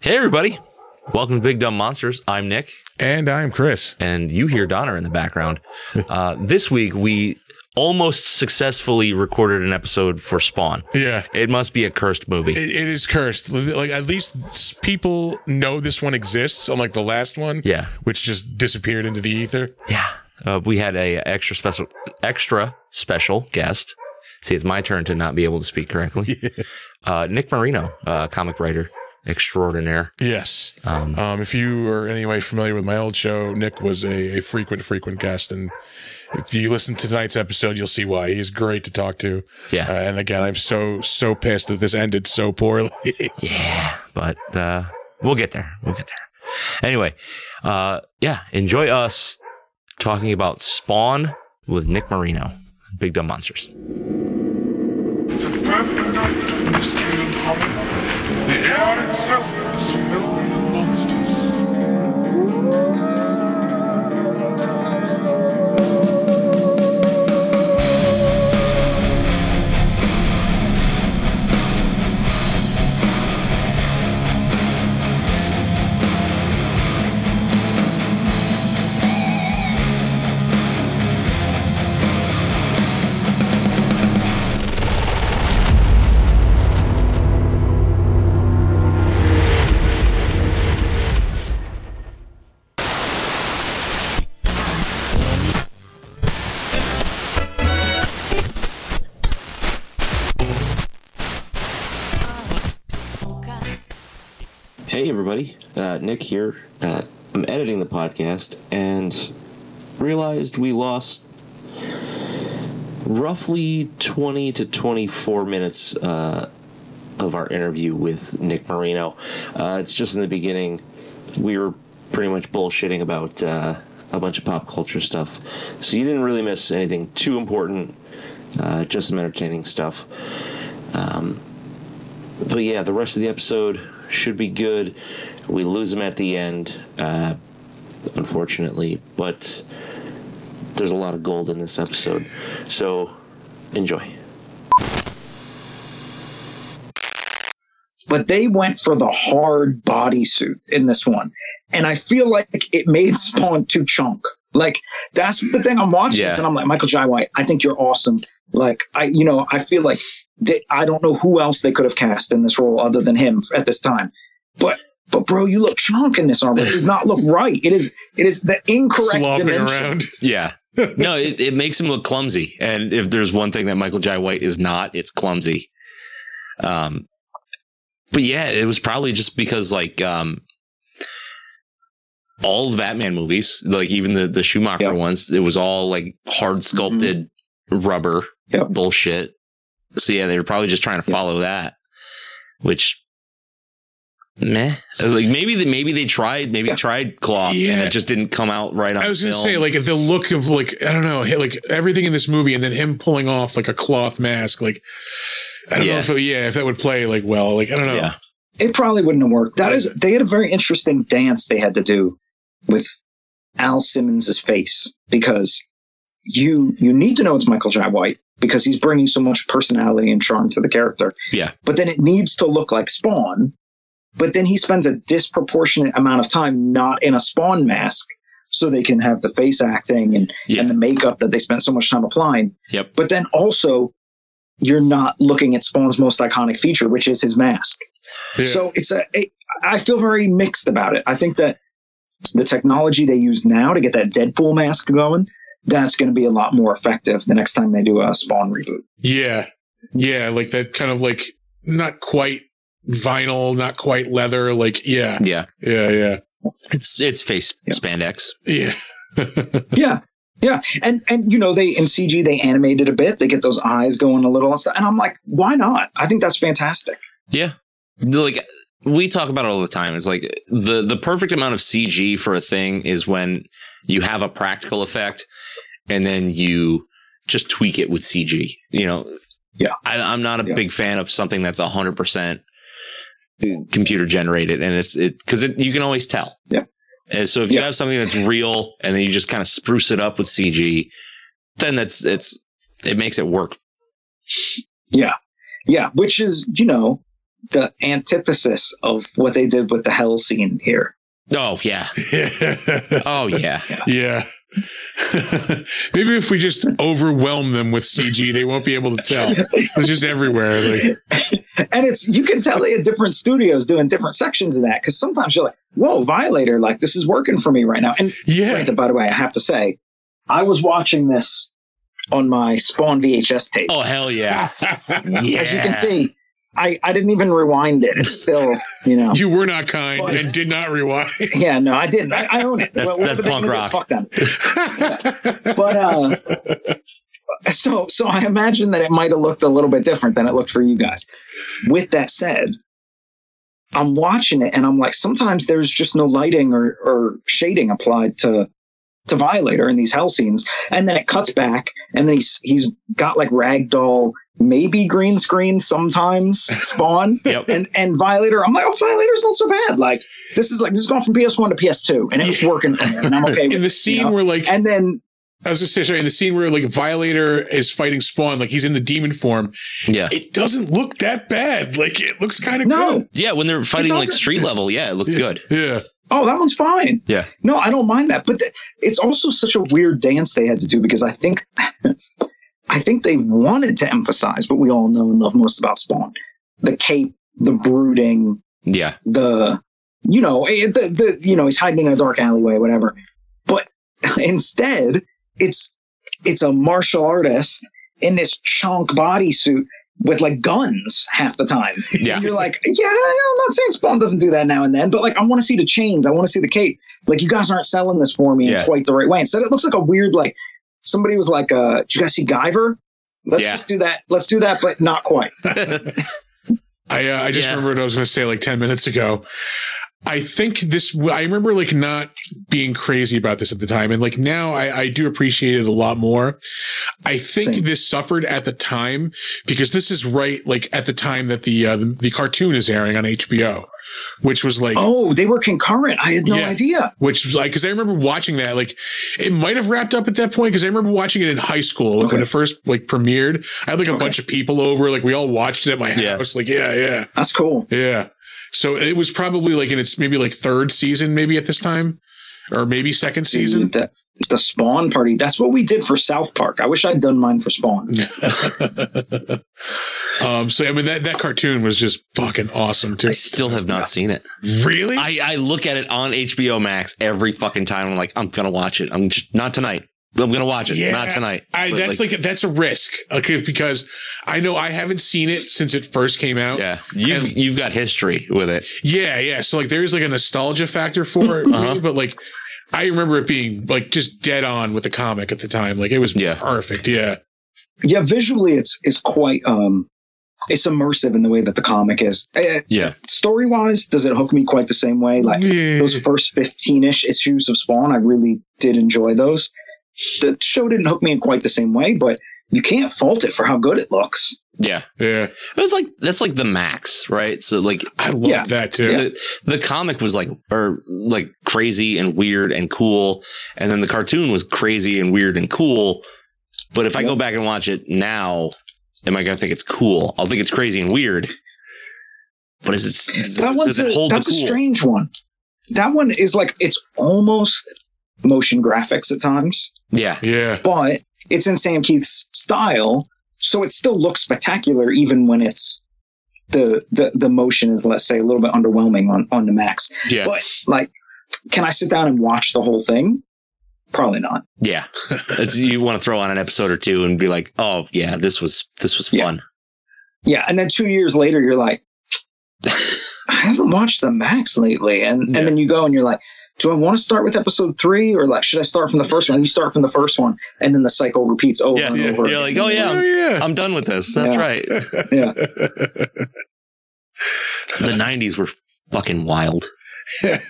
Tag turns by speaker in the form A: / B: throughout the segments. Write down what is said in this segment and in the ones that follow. A: Hey, everybody. Welcome to Big Dumb Monsters. I'm Nick,
B: And I'm Chris.
A: and you hear Donna in the background. Uh, this week, we almost successfully recorded an episode for Spawn.
B: Yeah.
A: It must be a cursed movie.
B: It, it is cursed. Like at least s- people know this one exists, unlike the last one.
A: Yeah.
B: which just disappeared into the ether.
A: Yeah. Uh, we had a extra special, extra special guest. See, it's my turn to not be able to speak correctly. Uh, Nick Marino, uh, comic writer extraordinaire.
B: Yes.
A: Um,
B: Um, if you are in any way familiar with my old show, Nick was a, a frequent, frequent guest, and if you listen to tonight's episode, you'll see why. He's great to talk to.
A: Yeah.
B: Uh, and again, I'm so so pissed that this ended so poorly.
A: Yeah, but uh, we'll get there. We'll get there. Anyway, uh, yeah, enjoy us talking about Spawn with Nick Marino, Big Dumb Monsters.
C: The perfect night is in harmony. The air itself is filled with monsters.
D: Hey everybody, uh, Nick here. Uh, I'm editing the podcast and realized we lost roughly 20 to 24 minutes uh, of our interview with Nick Marino. Uh, it's just in the beginning. We were pretty much bullshitting about uh, a bunch of pop culture stuff, so you didn't really miss anything too important. Uh, just some entertaining stuff but yeah, the rest of the episode should be good. We lose him at the end, uh, unfortunately, but there's a lot of gold in this episode. So enjoy.
E: but they went for the hard bodysuit in this one. And I feel like it made Spawn too chunk. Like that's the thing I'm watching
A: Yeah.
E: this and I'm like, Michael Jai White, I think you're awesome. Like I, you know, I feel like they, I don't know who else they could have cast in this role other than him at this time. But, but bro, you look chunk in this armor. It does not look right. It is, it is the incorrect
B: Flopping around.
E: dimensions.
A: Yeah. No, it, it makes him look clumsy. And if there's one thing that Michael Jai White is not, it's clumsy. Um, but yeah, it was probably just because like um, all the Batman movies, like even the the Schumacher
E: Yeah.
A: ones, it was all like hard
B: Mm-hmm.
A: sculpted rubber
E: Yep.
A: bullshit. So yeah, they were probably just trying to
E: Yeah.
A: follow that, which. Meh. Like maybe they, maybe they tried maybe
E: Yeah.
A: tried cloth and
B: Yeah.
A: it just didn't come out right on.
B: I was gonna
A: film.
B: say like the look of like I don't know he- like everything in this movie, and then him pulling off like a cloth mask. Like I don't
A: Yeah.
B: know if it, yeah if that would play like well like I don't know.
A: Yeah.
E: it probably wouldn't have worked. That is, they had a very interesting dance they had to do with Al Simmons's face because you you need to know it's Michael Jai White because he's bringing so much personality and charm to the character.
A: Yeah.
E: But then it needs to look like Spawn. But then he spends a disproportionate amount of time not in a Spawn mask, so they can have the face acting and
A: Yeah.
E: and the makeup that they spent so much time applying.
A: Yep.
E: But then also. You're not looking at Spawn's most iconic feature, which is his mask.
B: Yeah.
E: So it's a. It, I feel very mixed about it. I think that the technology they use now to get that Deadpool mask going, that's going to be a lot more effective the next time they do a Spawn reboot.
B: Yeah. Yeah. Like that kind of like not quite vinyl, not quite leather. Like, yeah.
A: Yeah,
B: Yeah. Yeah.
A: it's it's face
E: Yeah.
A: spandex.
B: Yeah.
E: yeah, yeah, and and you know they in CG they animated a bit. They get those eyes going a little, and stuff. and I'm like, why not? I think that's fantastic.
A: Yeah, like we talk about it all the time. It's like the the perfect amount of CG for a thing is when you have a practical effect, and then you just tweak it with CG. You know,
E: Yeah.
A: I, I'm not a
E: Yeah.
A: big fan of something that's hundred percent computer generated, and it's it because it, you can always tell.
E: Yeah.
A: And so if you
E: Yeah.
A: have something that's real, and then you just kind of spruce it up with CG, then that's it's it makes it work
E: Yeah, yeah, which is you know the antithesis of what they did with the hell scene here.
F: Oh yeah. Oh yeah.
B: yeah. Maybe if we just overwhelm them with CG, they won't be able to tell. It's just everywhere. Like,
E: And it's you can tell they had different studios doing different sections of that because sometimes you're like, "Whoa, Violator! Like this is working for me right now." And
B: yeah.
E: granted, by the way, I have to say, I was watching this on my Spawn VHS tape.
F: Oh hell yeah. yeah.
E: As you can see, I, I didn't even rewind it. It's still, you know.
B: You were not kind and did not rewind.
E: yeah, no, I didn't. I, I own it.
F: That's-
E: what
F: that's
E: they
F: punk
E: gonna do?
F: rock.
E: Fuck them. But uh, so so I imagine that it might have looked a little bit different than it looked for you guys. With that said, I'm watching it and I'm like, sometimes there's just no lighting or, or shading applied to to Violator in these hell scenes, and then it cuts back, and then he's he's got like ragdoll, maybe green screen sometimes spawn.
F: Yep.
E: And and Violator, I'm like, oh, Violator's not so bad. Like this is like this is going from PS1 to PS2, and it was working for me, and I'm okay.
B: In
E: with
B: the
E: it,
B: scene
E: you know?
B: where like
E: and then
B: I was just saying, sorry, in the scene where like Violator is fighting Spawn, like he's in the demon form,
F: Yeah.
B: it doesn't look that bad. Like it looks kind of
E: no,
B: good.
F: Yeah, when they're fighting like
E: doesn't-
F: street level, yeah, it looked good.
B: Yeah.
E: Oh, that one's fine.
F: Yeah.
E: No, I don't mind that. But th- it's also such a weird dance they had to do because I think, I think they wanted to emphasize what we all know and love most about Spawn: the cape, the brooding,
F: Yeah.
E: the you know, eh, the, the you know, he's hiding in a dark alleyway, whatever. But instead, it's it's a martial artist in this chunk bodysuit with like guns half the time.
F: Yeah.
E: And you're like, yeah, I'm not saying Spawn doesn't do that now and then, but like, I want to see the chains. I want to see the cape. Like, you guys aren't selling this for me
F: Yeah.
E: in quite the right way. Instead, it looks like a weird, like, somebody was like, uh, did you guys see Guyver? Let's
F: Yeah.
E: just do that. Let's do that, but not quite.
B: I uh, I just
F: Yeah.
B: remembered what I was going to say like ten minutes ago. I think this. I remember like not being crazy about this at the time, and like now I, I do appreciate it a lot more. I think
E: Same.
B: this suffered at the time because this is right like at the time that the uh, the, the cartoon is airing on HBO, which was like
E: Oh, they were concurrent. I had no
B: Yeah.
E: idea.
B: which was like because I remember watching that. Like it might have wrapped up at that point because I remember watching it in high school like, when
E: Okay.
B: it first like premiered. I had like a
E: Okay.
B: bunch of people over, like we all watched it at my
F: Yeah.
B: house. Like yeah, yeah.
E: That's cool.
B: Yeah. So it was probably like in its maybe like third season, maybe at this time, or maybe second season.
E: The, the Spawn party. That's what we did for South Park. I wish I'd done mine for Spawn.
F: Mm.
B: um, so I mean that that cartoon was just fucking awesome too.
F: I still have not seen it.
B: Really?
F: I, I look at it on HBO Max every fucking time. I'm like, I'm gonna watch it. I'm just not tonight. I'm gonna watch it.
B: Yeah.
F: Not tonight.
B: I,
F: But,
B: that's like, that's a risk okay, because I know I haven't seen it since it first came out.
F: yeah, you've
B: and-
F: you've got history with it.
B: yeah, yeah. So like there is like a nostalgia factor for it,
F: Uh-huh.
B: but like I remember it being like just dead on with the comic at the time. Like it was
F: Yeah.
B: perfect. Yeah,
E: Yeah, visually, it's it's quite um, it's immersive in the way that the comic is.
F: Yeah,
E: Story wise, does it hook me quite the same way? Like
B: yeah.
E: those
F: Mm.
E: first fifteen ish issues of Spawn, I really did enjoy those. The show didn't hook me in quite the same way, but you can't fault it for how good it looks.
F: yeah.
B: yeah.
F: It was like that's like the max, right? So like
B: I love
E: Yeah.
B: that too.
F: the, the comic was like or like crazy and weird and cool, and then the cartoon was crazy and weird and cool. But if I go back and watch it now, am I gonna think it's cool? I'll think it's crazy and weird. But is it
E: That
F: does,
E: one's
F: does it
E: a,
F: hold
E: that's
F: the
E: a
F: cool?
E: strange one. That one is like it's almost motion graphics at times.
F: yeah,
B: Yeah.
E: but it's in Sam Keith's style, so it still looks spectacular even when it's the the the motion is let's say a little bit underwhelming on on the max.
F: yeah,
E: But like, can I sit down and watch the whole thing? Probably not.
F: yeah. It's, you want to throw on an episode or two and be like, oh yeah, this was this was
E: Yeah.
F: fun.
E: Yeah, and then two years later, you're like, I haven't watched the max lately, and
F: Yeah.
E: and then you go and you're like. Do I want to start with episode three, or like should I start from the first one? You start from the first one, and then the cycle repeats over
F: Yeah,
E: and
B: yeah.
E: over.
F: You're
E: again.
F: like, oh yeah,
B: Oh
F: I'm,
B: yeah.
F: I'm done with this. That's
E: Yeah.
F: right.
E: Yeah.
F: The '90s were fucking wild.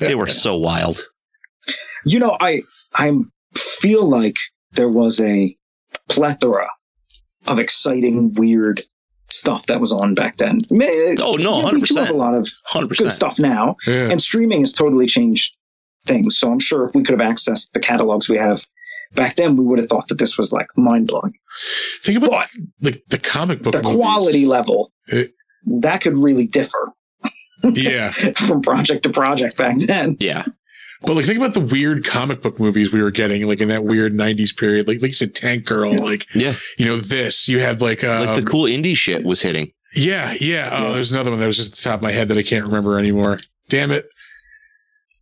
F: They were so wild.
E: you know i i feel like there was a plethora of exciting weird stuff that was on back then May-
F: Oh no,
E: yeah,
F: hundred
E: we do have a
F: percent,
E: lot of
F: hundred
E: good
F: percent.
E: stuff now
B: yeah.
E: and streaming has totally changed things so i'm sure if we could have accessed the catalogs we have back then we would have thought that this was like mind-blowing
B: Think about like the comic book.
E: the
B: movies. Eh.
E: quality level
B: It-
E: that could really differ
B: yeah.
E: from project to project back then.
F: Yeah.
B: But like, think about the weird comic book movies we were getting, like in that weird '90s period. Like, like you said, Tank Girl. Like,
F: Yeah.
B: you know, this. You had like, uh,
F: like the cool indie shit was hitting.
B: yeah, yeah. Oh, there's another one that was just at the top of my head that I can't remember anymore. Damn it!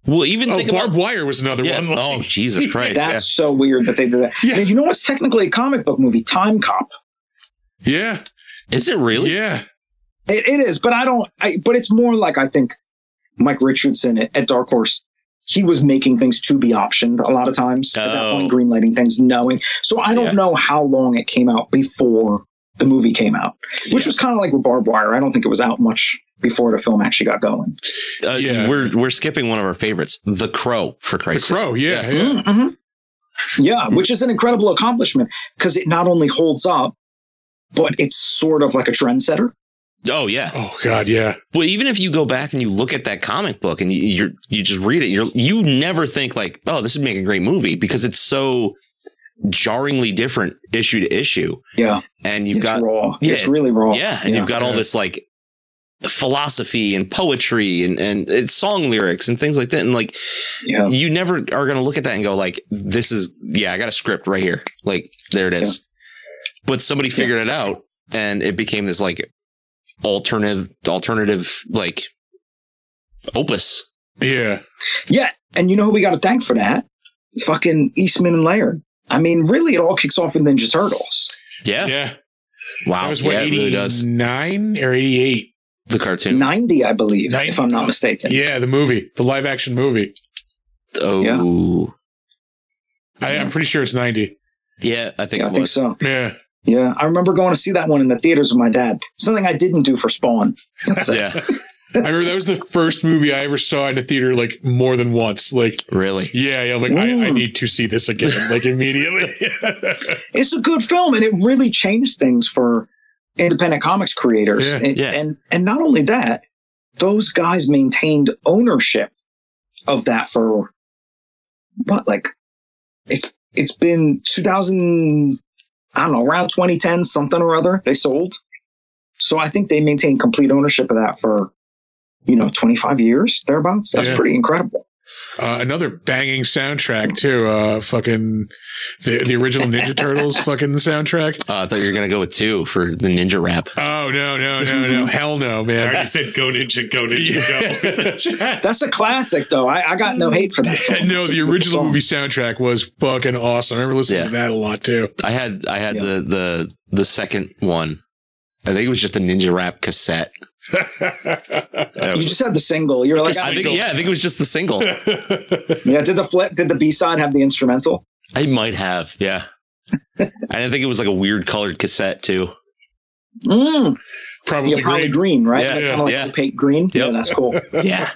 F: Well, even
B: Oh,
F: think
B: Barbed
F: about
B: Wire was another
F: yeah.
B: one. Like,
F: Oh, Jesus Christ.
E: That's so weird that they did that.
B: Yeah.
E: And you know what's technically a comic book movie? Time Cop.
B: yeah,
F: Yeah. Is it really?
B: yeah,
E: It, it is, but I don't. I, but it's more like I think Mike Richardson at, at Dark Horse. He was making things to be optioned a lot of times at that
F: Oh.
E: point, greenlighting things, knowing. So I don't
F: Yeah.
E: know how long it came out before the movie came out, which
F: Yeah.
E: was kind of like with Barbed Wire. I don't think it was out much before the film actually got going.
F: Uh,
B: Yeah.
F: We're we're skipping one of our favorites, The Crow, for
B: The
F: Christ's sake.
B: Crow. Yeah, yeah.
E: Mhm, mhm. Yeah,
F: Hmm.
E: which is an incredible accomplishment because it not only holds up, but it's sort of like a trendsetter.
F: Oh yeah.
B: Oh God, yeah,
F: Well, even if you go back and you look at that comic book and you you're, you just read it, you're you never think like, oh, this would make a great movie because it's so jarringly different issue to issue,
E: Yeah,
F: and you've
E: it's
F: got
E: raw.
F: yeah,
E: it's
F: it's-
E: really raw.
F: yeah, and you've got all
B: Yeah.
F: this like philosophy and poetry and and it's song lyrics and things like that, and like
E: yeah.
F: you never are going to look at that and go like, this is yeah, I got a script right here, like there it is, but somebody figured it out and it became this like alternative alternative like opus
B: yeah.
E: Yeah, and you know who we got to thank for that? Fucking Eastman and Laird. I mean, really, it all kicks off with Ninja Turtles.
F: Yeah.
B: yeah.
F: Wow.
B: That was what
F: yeah, it really does.
B: 89 or 88.
F: The cartoon.
E: Ninety, I believe, if I'm not
B: 90.
E: mistaken.
B: Yeah, the movie, the live action movie.
F: oh.
B: I, I'm pretty sure it's 90.
F: Yeah. I think
E: Yeah, I
F: it
E: think
F: was.
E: so.
B: Yeah.
E: Yeah, I remember going to see that one in the theaters with my dad. Something I didn't do for Spawn. So,
F: Yeah.
B: I remember that was the first movie I ever saw in a theater like more than once. Like,
F: Really.
B: yeah, yeah. I'm like, I, I
E: Mm.
B: need to see this again, like immediately.
E: It's a good film, and it really changed things for independent comics creators.
B: Yeah,
E: and,
F: yeah.
E: and and not only that, those guys maintained ownership of that for what like it's it's been 2000 i don't know around 2010 something or other they sold so i think they maintained complete ownership of that for you know 25 years thereabouts that's
B: Yeah.
E: pretty incredible
B: uh, another banging soundtrack, too. Uh, fucking the, the original Ninja Turtles fucking soundtrack.
F: Uh, I thought you were going to go with two for the ninja rap.
B: Oh, no, no, no, no. Hell no,
G: I
B: man.
G: already said go ninja, go ninja, go.
E: that's a classic though i, I got no hate for that film.
B: no,
E: It's a
B: the
E: good
B: original
E: song.
B: movie soundtrack was fucking awesome. I remember listening
F: Yeah.
B: to that a lot, too.
F: I had, I had
E: Yeah.
F: the, the, the second one. I think it was just a ninja rap cassette. That
E: you
F: was-
E: just had the single you're like
F: I think, yeah, I think it was just the single.
E: yeah did the flip did the b-side have the instrumental
F: I might have. Yeah. And I think it was like a weird colored cassette too.
E: mm,
B: Probably
E: yeah probably
B: great.
E: green right
F: Yeah,
E: kind of like
F: yeah.
E: opaque green yeah
F: Yep.
E: that's cool
F: Yeah.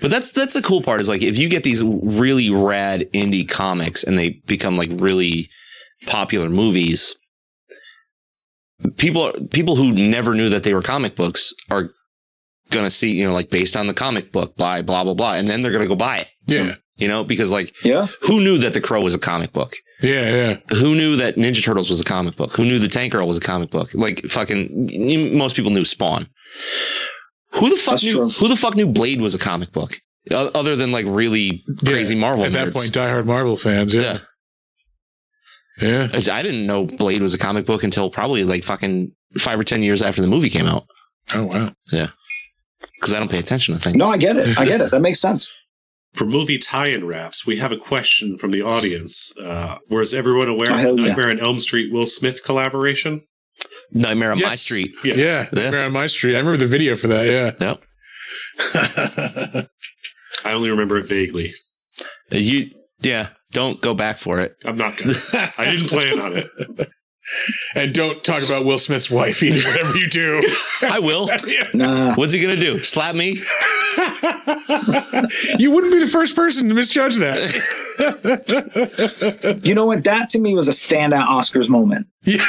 F: But that's that's the cool part is like if you get these really rad indie comics and they become like really popular movies, people people who never knew that they were comic books are gonna see you know like based on the comic book by blah blah blah, and then they're gonna go buy it.
B: Yeah.
F: You know because like
E: yeah
F: who knew that the Crow was a comic book?
B: Yeah, yeah.
F: Who knew that Ninja Turtles was a comic book? Who knew the Tank Girl was a comic book? Like fucking you- most people knew Spawn. Who the fuck
E: That's
F: knew
E: true.
F: who the fuck knew Blade was a comic book? O- Other than like really crazy Marvel
B: At that
F: nerds.
B: point, diehard Marvel fans. Yeah. Yeah.
F: It's- I didn't know Blade was a comic book until probably like fucking 5 or 10 years after the movie came out
B: Oh, wow.
F: cuz I don't pay attention to things.
E: No, I get it. I get it. That makes sense.
G: For movie tie-in wraps, we have a question from the audience. Uh, was everyone aware
E: Oh,
G: of
E: hell
G: the
E: yeah.
G: Nightmare on Elm Street Will Smith collaboration?
F: Nightmare on My
B: Yes.
F: Street.
G: Yeah.
B: Yeah. Nightmare on my street. I remember the video for that. Yeah.
F: Yep.
G: I only remember it vaguely.
F: You yeah, don't go back for it.
G: I'm not gonna. I didn't plan on it.
B: and don't talk about Will Smith's wife either, whatever you do.
F: I will.
E: Nah.
F: What's he going to do? Slap me?
B: you wouldn't be the first person to misjudge that.
E: You know what? That to me was a standout Oscars moment.
B: yeah.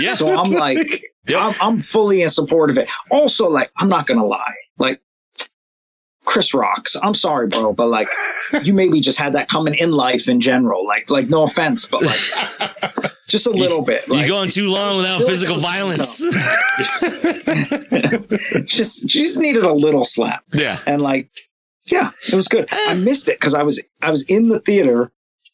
F: Yeah.
E: So I'm like, I'm, I'm fully in support of it. Also, like, I'm not going to lie. Like, Chris rocks. I'm sorry, bro, but like you maybe just had that coming in life in general. Like like no offense, but like just a little bit.
F: You're
E: Like,
F: going too long without
E: Really
F: physical
E: doesn't
F: violence.
E: just just needed a little slap.
F: yeah.
E: and like yeah it was good i missed it because i was i was in the theater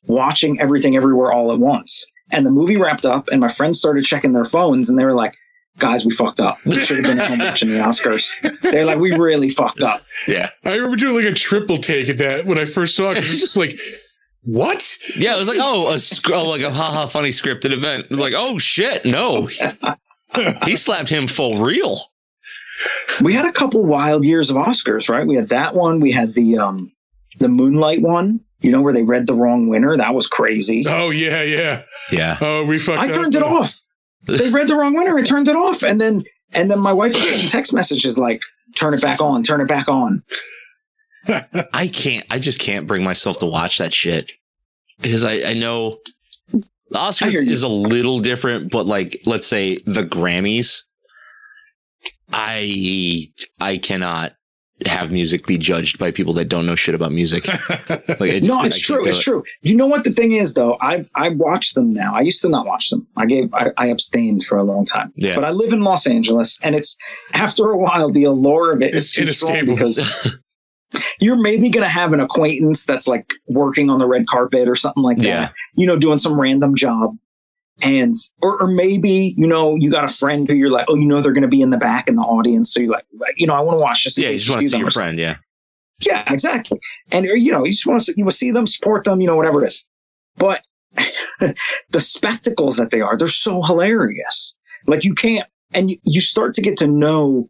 E: watching everything everywhere all at once and the movie wrapped up and my friends started checking their phones and they were like guys we fucked up we should have been at home watching the oscars they're like we really fucked up
F: Yeah.
B: I remember doing like a triple take at that when I first saw it. 'cause It's just like, what?
F: Yeah. It was like, oh, a sc- oh, like a haha funny scripted event. It was like, oh shit, no. he slapped him for real.
E: we had a couple wild years of oscars right we had that one we had the um the moonlight one you know where they read the wrong winner that was crazy
B: Oh yeah, yeah.
F: Yeah.
B: Oh, we fucked.
E: I
B: up.
E: turned it off. They read the wrong winner. I turned it off, and then and then my wife was getting text messages like, "Turn it back on. Turn it back on."
F: I can't. I just can't bring myself to watch that shit because I, I know the
E: I
F: Oscars
E: hear you.
F: is a little different, but like let's say the Grammys, I I cannot have music be judged by people that don't know shit about music. Like, I just-
E: No,
F: I
E: it's
F: can't
E: true.
F: do
E: It's
F: it.
E: true. You know what the thing is though? I I watch them now. I used to not watch them. I gave I, I abstained for a long time.
F: Yeah.
E: But I live in Los Angeles, and it's after a while the allure of it is
B: It's
E: too strong
B: inescapable.
E: because. You're maybe gonna have an acquaintance that's like working on the red carpet or something like that.
F: Yeah.
E: you know, doing some random job. And or, or maybe you know you got a friend who you're like oh you know they're going to be in the back in the audience so you're like like, you know I want to watch this
F: Yeah, you just want to see your friend. Yeah.
E: yeah exactly and or, you know you just want to you will see them support them you know whatever it is but the spectacles that they are they're so hilarious like you can't and you, you start to get to know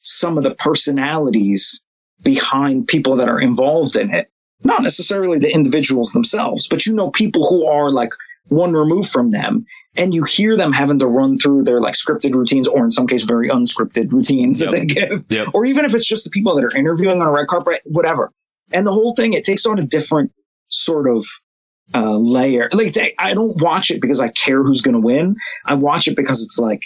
E: some of the personalities behind people that are involved in it not necessarily the individuals themselves, but you know people who are like one remove from them and you hear them having to run through their like scripted routines or in some case very unscripted routines
F: Yep.
E: that they give.
F: Yep.
E: Or even if it's just the people that are interviewing on a red carpet, whatever. And the whole thing, it takes on a different sort of uh, layer. Like it's- I don't watch it because I care who's going to win. I watch it because it's like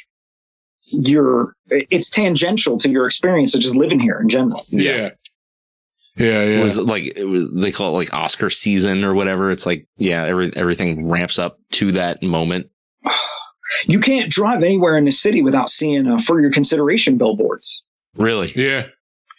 E: you're it's tangential to your experience of just living here in general.
B: Yeah. Yeah,
F: It
B: yeah.
F: was like it was they call it like Oscar season or whatever. It's like yeah, every, everything ramps up to that moment.
E: you can't drive anywhere in the city without seeing uh, for your consideration billboards.
F: Really.
B: yeah.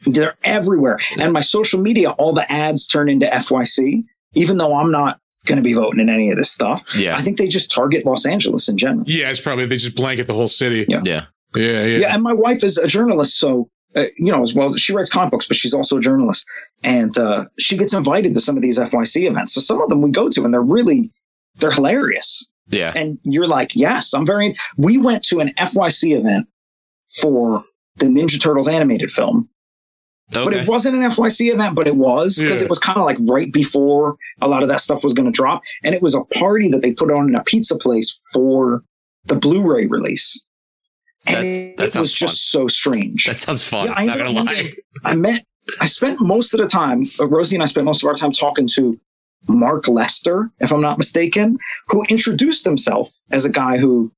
E: They're everywhere. And my social media, all the ads turn into FYC, even though I'm not going to be voting in any of this stuff.
F: Yeah.
E: I think they just target Los Angeles in general.
B: Yeah, it's probably they just blanket the whole city.
E: Yeah.
F: Yeah.
B: Yeah,
E: Yeah.
B: yeah.
E: and my wife is a journalist, so uh, you know as well. as She writes comic books, but she's also a journalist, and uh, she gets invited to some of these FYC events. So some of them we go to, and they're really they're hilarious.
F: Yeah.
E: And you're like, yes, I'm very. We went to an FYC event for the Ninja Turtles animated film, but
F: Okay.
E: it wasn't an FYC event, but it was because
B: Yeah.
E: it was kind of like right before a lot of that stuff was going to drop. And it was a party that they put on in a pizza place for the Blu ray release. And
F: That-
E: it,
F: that
E: it was
F: sounds fun.
E: just so strange.
F: That sounds fun.
E: Yeah, I ended
F: not gonna
E: up
F: lie.
E: wondering- I met, I spent most of the time, uh, Rosie and I spent most of our time talking to Mark Lester, if I'm not mistaken, who introduced himself as a guy who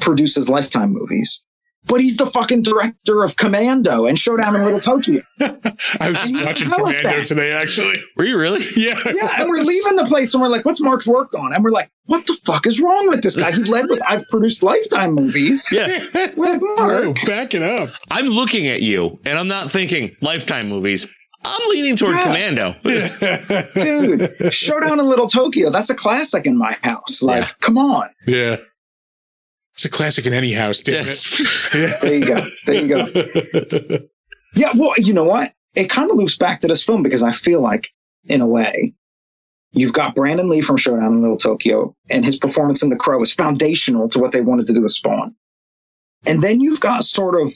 E: produces Lifetime movies. But he's the fucking director of Commando and Showdown in Little Tokyo.
B: I was
E: And you
B: watching
E: tell us
B: Commando
E: that.
B: today, actually.
F: Were you really?
B: Yeah.
E: Yeah, and we're leaving the place and we're like, what's Mark's work on? And we're like, what the fuck is wrong with this guy? He led with I've produced Lifetime movies.
F: Yeah.
E: We're like,
B: Bro,
E: Mark,
B: back it up.
F: I'm looking at you and I'm not thinking lifetime movies. I'm leaning toward
E: Yeah.
F: Commando.
E: dude, Showdown in Little Tokyo, that's a classic in my house. Like,
F: Yeah.
E: come on.
B: yeah. It's a classic in any house, damn
F: That's-
B: it.
E: There you go. There you go. Yeah, well, you know what? It kind of loops back to this film because I feel like, in a way, you've got Brandon Lee from Showdown in Little Tokyo, and his performance in The Crow is foundational to what they wanted to do with Spawn. And then you've got sort of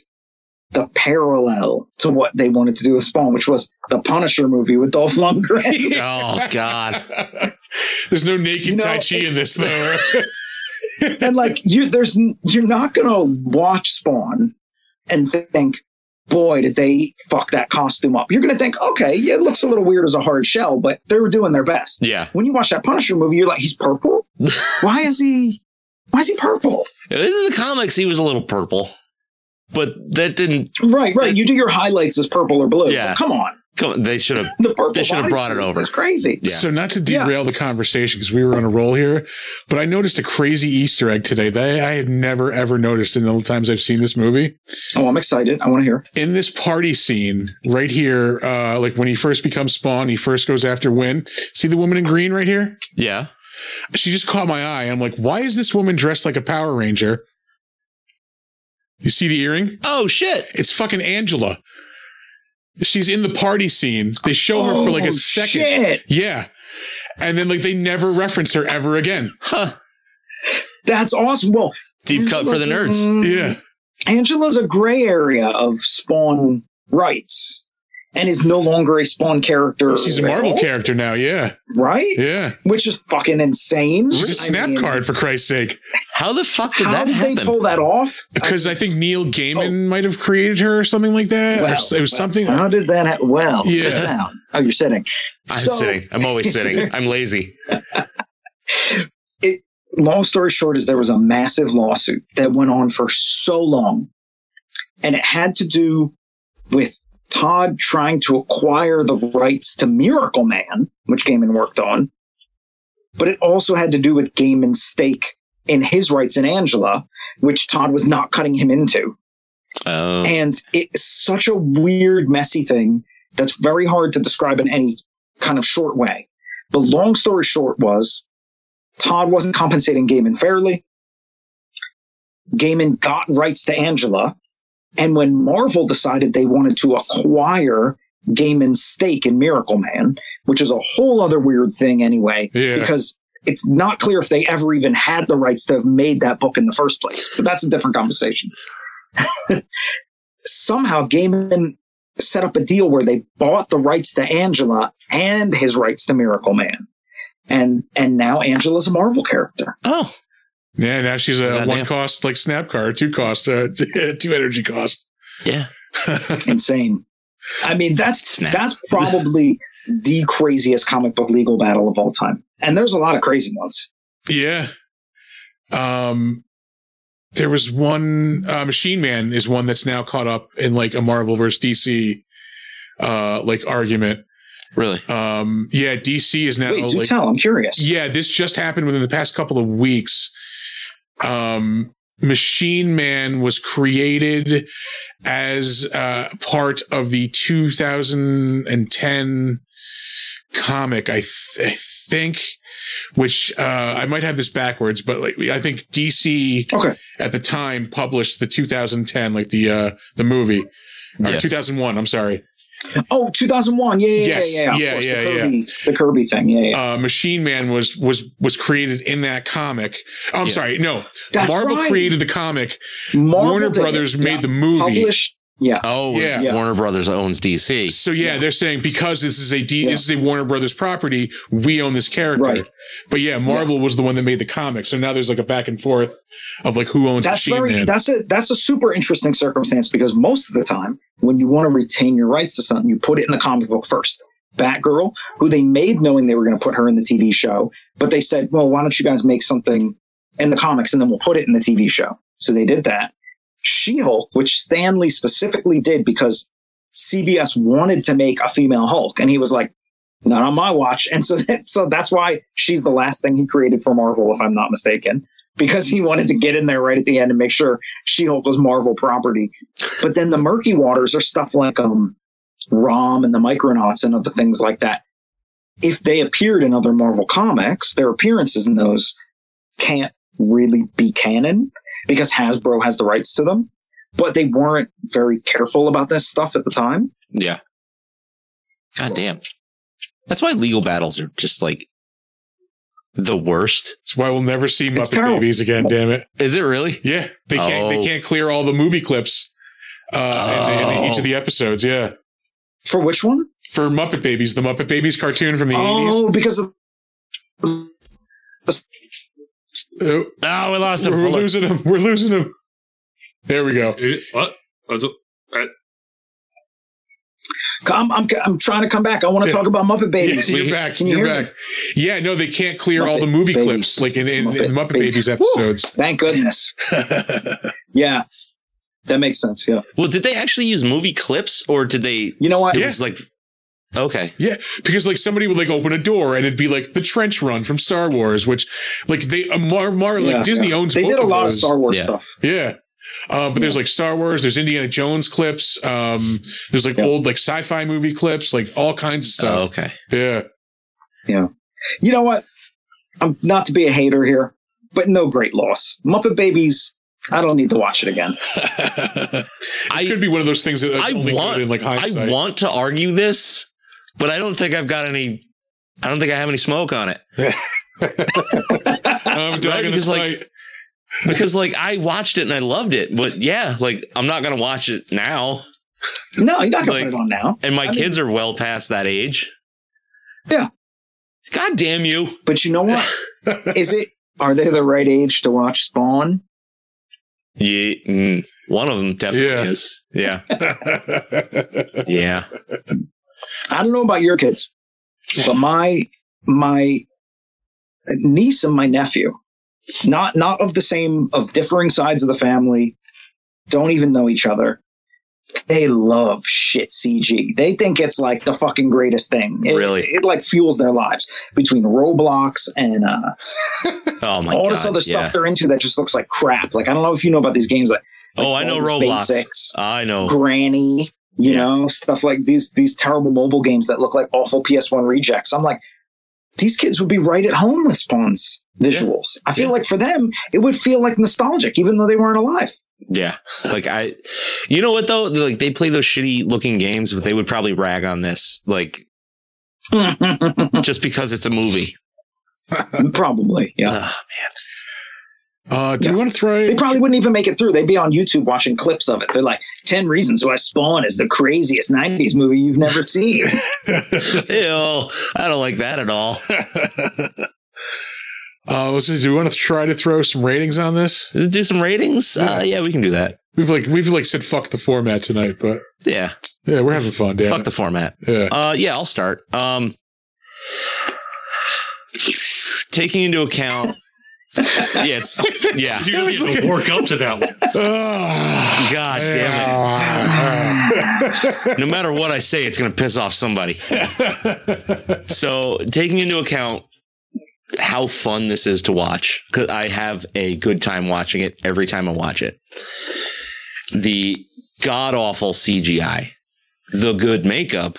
E: the parallel to what they wanted to do with Spawn, which was the Punisher movie with Dolph Lundgren.
F: oh God.
B: There's no naked
E: You know-
B: Tai Chi in this, though.
E: and like you, there's n- you're not gonna watch Spawn and th- think, boy, did they fuck that costume up? You're gonna think, okay, yeah, it looks a little weird as a hard shell, but they were doing their best.
F: Yeah.
E: when you watch that Punisher movie, you're like, he's purple. Why is he? Why is he purple?
F: In the comics, he was a little purple. but that didn't.
E: Right, right. You do your highlights as purple or blue.
F: Yeah.
E: Come on.
F: Come, they should have.
E: The purple
F: They should have
E: bodysuit
F: brought it over.
E: is crazy.
F: Yeah.
B: So not to
E: Yeah.
B: derail the conversation because we were on a roll here, but I noticed a crazy Easter egg today that I had never ever noticed in all the times I've seen this movie.
E: Oh, I'm excited. I want to hear.
B: In this party scene right here, uh, like when he first becomes Spawn, he first goes after Win. See the woman in green right here?
F: Yeah.
B: She just caught my eye. I'm like, why is this woman dressed like a Power Ranger? You see the earring?
F: Oh shit.
B: It's fucking Angela. She's in the party scene. They show her for like
E: Oh,
B: a second.
E: Shit.
B: Yeah. And then like they never reference her ever again.
F: Huh.
E: That's awesome. Well,
F: Deep cut for the
E: Angela's-
F: nerds.
E: mm,
B: Yeah.
E: Angela's a gray area of Spawn rights and is no longer a Spawn character.
B: She's a
E: at
B: Marvel
E: all,
B: character now. Yeah.
E: Right?
B: Yeah.
E: Which is fucking insane.
B: She's a
E: I
B: snap
E: mean,
B: card for Christ's sake.
F: How the fuck did
E: how
F: that
E: did
F: happen?
E: they pull that off?
B: Because I think Neil Gaiman might have created her or something like that. or
E: Oh. Well,
B: s- it was
E: well,
B: something.
E: How did that happen? Well,
B: Yeah.
E: sit down. Oh, you're sitting.
F: I'm
E: So-
F: sitting. I'm always sitting. I'm lazy.
E: long story short is there was a massive lawsuit that went on for so long and it had to do with todd trying to acquire the rights to miracle man which gaiman worked on but it also had to do with gaiman's stake in his rights in angela which todd was not cutting him into
F: Oh.
E: and it's such a weird, messy thing that's very hard to describe in any kind of short way. The long story short was Todd wasn't compensating Gaiman fairly. Gaiman got rights to Angela. And when Marvel decided they wanted to acquire Gaiman's stake in Miracle Man, which is a whole other weird thing anyway,
B: Yeah.
E: because it's not clear if they ever even had the rights to have made that book in the first place. But that's a different conversation. Somehow, Gaiman set up a deal where they bought the rights to Angela and his rights to Miracle Man, and and now Angela's a Marvel character.
F: Oh.
B: Yeah. Now she's a
F: Goddamn.
B: one cost like snap card, two cost, uh, two energy cost.
F: Yeah.
E: Insane. I mean, that's
F: Snap.
E: that's probably the craziest comic book legal battle of all time, and there's a lot of crazy ones.
B: Yeah. Um, there was one uh, Machine Man is one that's now caught up in like a Marvel versus DC uh like argument.
F: Really?
B: Um yeah, DC is now
E: Wait, do
B: like
E: tell. I'm curious.
B: Yeah, this just happened within the past couple of weeks. Um, Machine Man was created as uh, part of the 2010 comic, I, th- I think, which uh, I might have this backwards, but like I think DC
E: Okay.
B: at the time published the 2010, like the uh, the movie. Or
F: Yeah.
B: 2001, I'm sorry.
E: Oh, 2001. Yeah, yeah,
B: Yes.
E: yeah, yeah. of
B: Yeah,
E: course,
B: yeah,
E: the
B: yeah.
E: Kirby, The Kirby thing. Yeah, yeah.
B: Uh, Machine Man was was was created in that comic. Oh, I'm
F: Yeah.
B: sorry, no.
E: That's
B: Marvel
E: right.
B: created the comic.
E: Marvel
B: Warner
E: did it.
B: Brothers made
E: Yeah.
B: the movie.
E: Published. Yeah.
F: Oh.
B: Yeah.
E: Yeah.
F: Warner Brothers owns DC.
B: So yeah, they're saying because this is a D,
E: Yeah.
B: this is a Warner Brothers property, we own this character.
E: Right.
B: But yeah, Marvel was the one that made the comic. So now there's like a back and forth of like who owns
E: That's
B: Machine
E: very
B: Man.
E: that's a that's a super interesting circumstance because most of the time when you want to retain your rights to something, you put it in the comic book first. Batgirl, who they made knowing they were going to put her in the TV show, but they said, "Well, why don't you guys make something in the comics and then we'll put it in the TV show?" So they did that. She-Hulk, which Stanley specifically did because CBS wanted to make a female Hulk, and he was like, "Not on my watch." And so, that, so that's why she's the last thing he created for Marvel, if I'm not mistaken, because he wanted to get in there right at the end and make sure She-Hulk was Marvel property. But then the murky waters are stuff like um, Rom and the Micronauts and other things like that. If they appeared in other Marvel comics, their appearances in those can't really be canon because Hasbro has the rights to them. But they weren't very careful about this stuff at the time.
F: Yeah. God damn. That's why legal battles are just like the worst.
B: That's why we'll never see Muppet
E: terrible.
B: Babies again. Damn it.
F: Is it really?
B: Yeah, they can't. They
F: Oh.
B: can't clear all the movie clips uh, in, the- in
F: Oh.
B: each of the episodes. Yeah.
E: For which one?
B: For Muppet Babies, the Muppet Babies cartoon from the
E: Oh, because of
B: 80s.
F: Oh, we
B: Oh,
F: lost him.
B: we're
F: Hold on.
B: losing them. We're losing them. There we go.
G: Is it- What? That's a-
E: I'm, I'm, I'm trying to come back. I want to
B: Yeah.
E: talk about Muppet Babies.
B: Yeah, you're back.
E: Can you
B: you are
E: hear me?
B: back. Yeah, no, they can't clear all
E: Muppet
B: the movie
E: Babies.
B: clips like in, in, in
E: Muppet
B: the Muppet
E: Babies.
B: Babies
E: Woo.
B: episodes.
E: Thank goodness. Yeah. That makes sense. Yeah.
F: Well, did they actually use movie clips or did they?
E: You know what?
F: It
B: Yeah.
F: was like, okay,
B: because like somebody would like open a door and it'd be like the trench run from Star Wars, which like they uh, Mar, Mar like
E: Yeah,
B: Disney owns.
E: They
B: both
E: did a
B: of
E: lot of
B: those.
E: Star Wars
F: Yeah.
E: stuff.
B: Yeah. Uh, but there's like Star Wars, there's Indiana Jones clips, um, there's like
E: Yeah.
B: old like sci-fi movie clips, like all kinds of
F: oh,
B: stuff.
F: okay.
B: Yeah.
E: You know what? I'm not to be a hater here, but no great loss. Muppet Babies. I don't need to watch it again.
F: I-
B: it could be one of those things that
F: I
B: I only
F: want-
B: want, in like
F: I
B: hindsight.
F: want to argue this, but I don't think I've got any. I don't think I have any smoke on it
B: I'm dogging
F: Right,
B: this
F: because, like,
B: fight.
F: because, like, I watched it and I loved it, but yeah, like, I'm not gonna watch it now,
E: No, you're not gonna
F: Like-
E: put it on now.
F: and my
E: I mean-
F: kids are well past that age.
E: Yeah.
F: God damn you!
E: But you know what? Is it? Are they the right age to watch Spawn?
F: Yeah, mm, one of them definitely
B: Yeah.
F: is. Yeah, yeah.
E: I don't know about your kids, but my my niece and my nephew, not not of the same of differing sides of the family, don't even know each other. They love shit CG. They think it's like the fucking greatest thing. It-
F: Really?
E: it, like fuels their lives between Roblox and uh,
F: Oh my
E: all
F: god!
E: this other
F: yeah.
E: stuff they're into that just looks like crap. Like I don't know if you know about these games. Like,
F: Oh, I
E: like
F: know
E: Baldur's Gate
F: Roblox.
E: 6,
F: I know.
E: Granny. You
F: Oh. Yeah.
E: know, stuff like these these terrible mobile games that look like awful PS1 rejects. I'm like, these kids would be right at home with Spawn's visuals. I feel
F: Yeah.
E: like for them, it would feel like nostalgic, even though they weren't alive.
F: Yeah. Like I you know what though? Like they play those shitty looking games, but they would probably rag on this, like
E: Hmm.
F: just because it's a movie.
E: probably, yeah.
F: Ugh.
B: uh, do we want to throw?
E: They probably wouldn't even make it through. They'd be on YouTube watching clips of it. They're like, 10 reasons why Spawn is the craziest 90s movie you've never seen.
F: Ew. I don't like that at all.
B: uh, let's see, do we want to try to throw some ratings on this?
F: Do some ratings? Uh yeah, we can do that.
B: We've like we've like said fuck the format tonight, but
F: Yeah.
B: yeah, we're having fun. Damn
F: Fuck
B: it.
F: the format.
B: yeah.
F: Uh yeah, I'll start. Um taking into account Yeah, it's yeah.
G: You really have to work up to that one.
B: Ugh.
F: God damn it. No matter what I say, it's gonna piss off somebody. So, taking into account how fun this is to watch, because I have a good time watching it every time I watch it. The god awful CGI, the good makeup,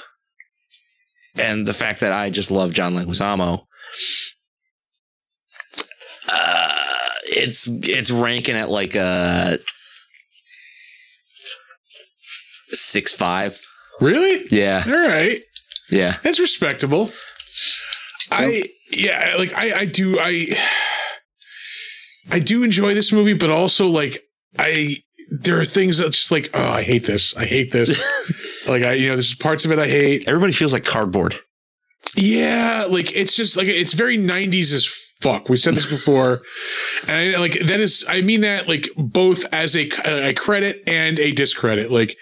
F: and the fact that I just love John Leguizamo. Uh, it's it's ranking at like uh, a six five.
B: really?
F: Yeah,
B: All right.
F: yeah.
B: That's respectable. I yeah, like I I do I I do enjoy this movie, but also like I there are things that just like oh I hate this I hate this like I you know there's parts of it I hate
F: Everybody feels like cardboard.
B: yeah like it's just like it's very 90s as fuck we said this before and I, like that is I mean that like both as a, a credit and a discredit like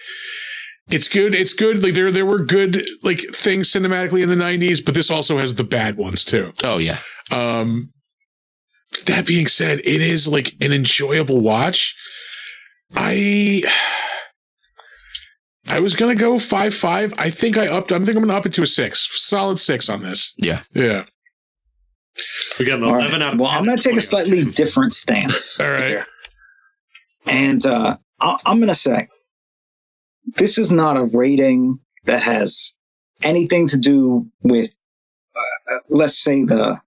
B: it's good it's good like there there were good like things cinematically in the 90s but this also has the bad ones too
F: Oh yeah.
B: um, that being said, it is like an enjoyable watch. I I was gonna go five five. I think I upped. I think I'm gonna up it to a six. Solid six on this.
F: Yeah.
B: Yeah.
G: We got an
E: All right.
G: 11 out of 10.
E: Well, I'm going
G: and
E: to take a
G: 20 out of
E: slightly
G: 10.
E: different stance.
B: All right.
E: And uh, I- I'm going to say this is not a rating that has anything to do with, uh, uh, let's say, the.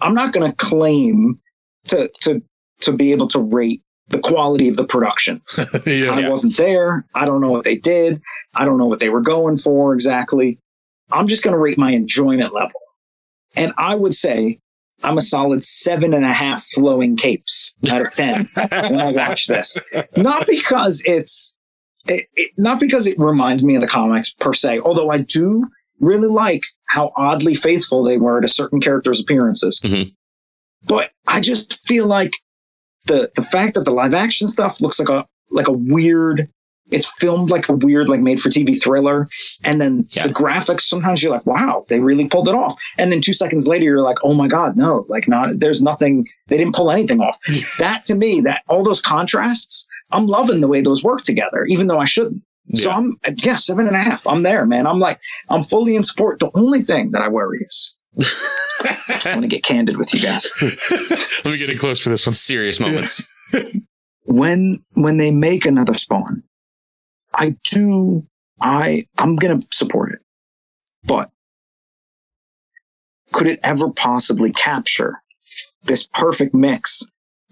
E: I'm not going to claim to, to, to be able to rate the quality of the production.
B: yeah.
E: I wasn't there. I don't know what they did. I don't know what they were going for exactly. I'm just going to rate my enjoyment level. And I would say I'm a solid seven and a half flowing capes out of 10 when I watch this. Not because it's, it, it, not because it reminds me of the comics per se, although I do really like how oddly faithful they were to certain characters' appearances.
F: Mhm.
E: But I just feel like the, the fact that the live action stuff looks like a, like a weird it's filmed like a weird like made for tv thriller and then
F: Yeah.
E: the graphics sometimes you're like wow they really pulled it off and then two seconds later you're like oh my god no like not there's nothing they didn't pull anything off that to me that all those contrasts I'm loving the way those work together, even though I shouldn't. So
F: Yeah.
E: I'm yeah, seven and a half. I'm there, man. I'm like, I'm fully in support. The only thing that I worry is I want to get candid with you guys.
B: Let me get it close for this one.
F: Serious moments.
E: when when they make another spawn i do i i'm gonna support it but could it ever possibly capture this perfect mix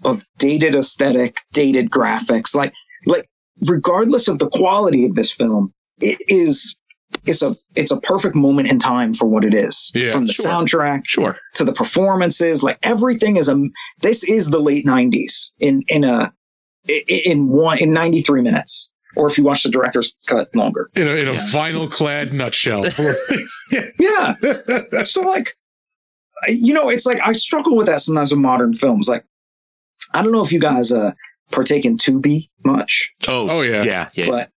E: of dated aesthetic dated graphics like like regardless of the quality of this film it is it's a it's a perfect moment in time for what it is
B: Yeah,
E: from the
F: sure.
E: soundtrack
F: Sure.
E: to the performances like everything is a this is the late 90s in in a i- i- in one in 93 minutes or if you watch the director's cut longer
B: In a, in a vinyl clad nutshell.
E: yeah so like I- you know it's like i struggle with that sometimes with modern films like i don't know if you guys uh partake in tubi much
F: Oh,
B: oh yeah.
F: yeah. Yeah.
E: but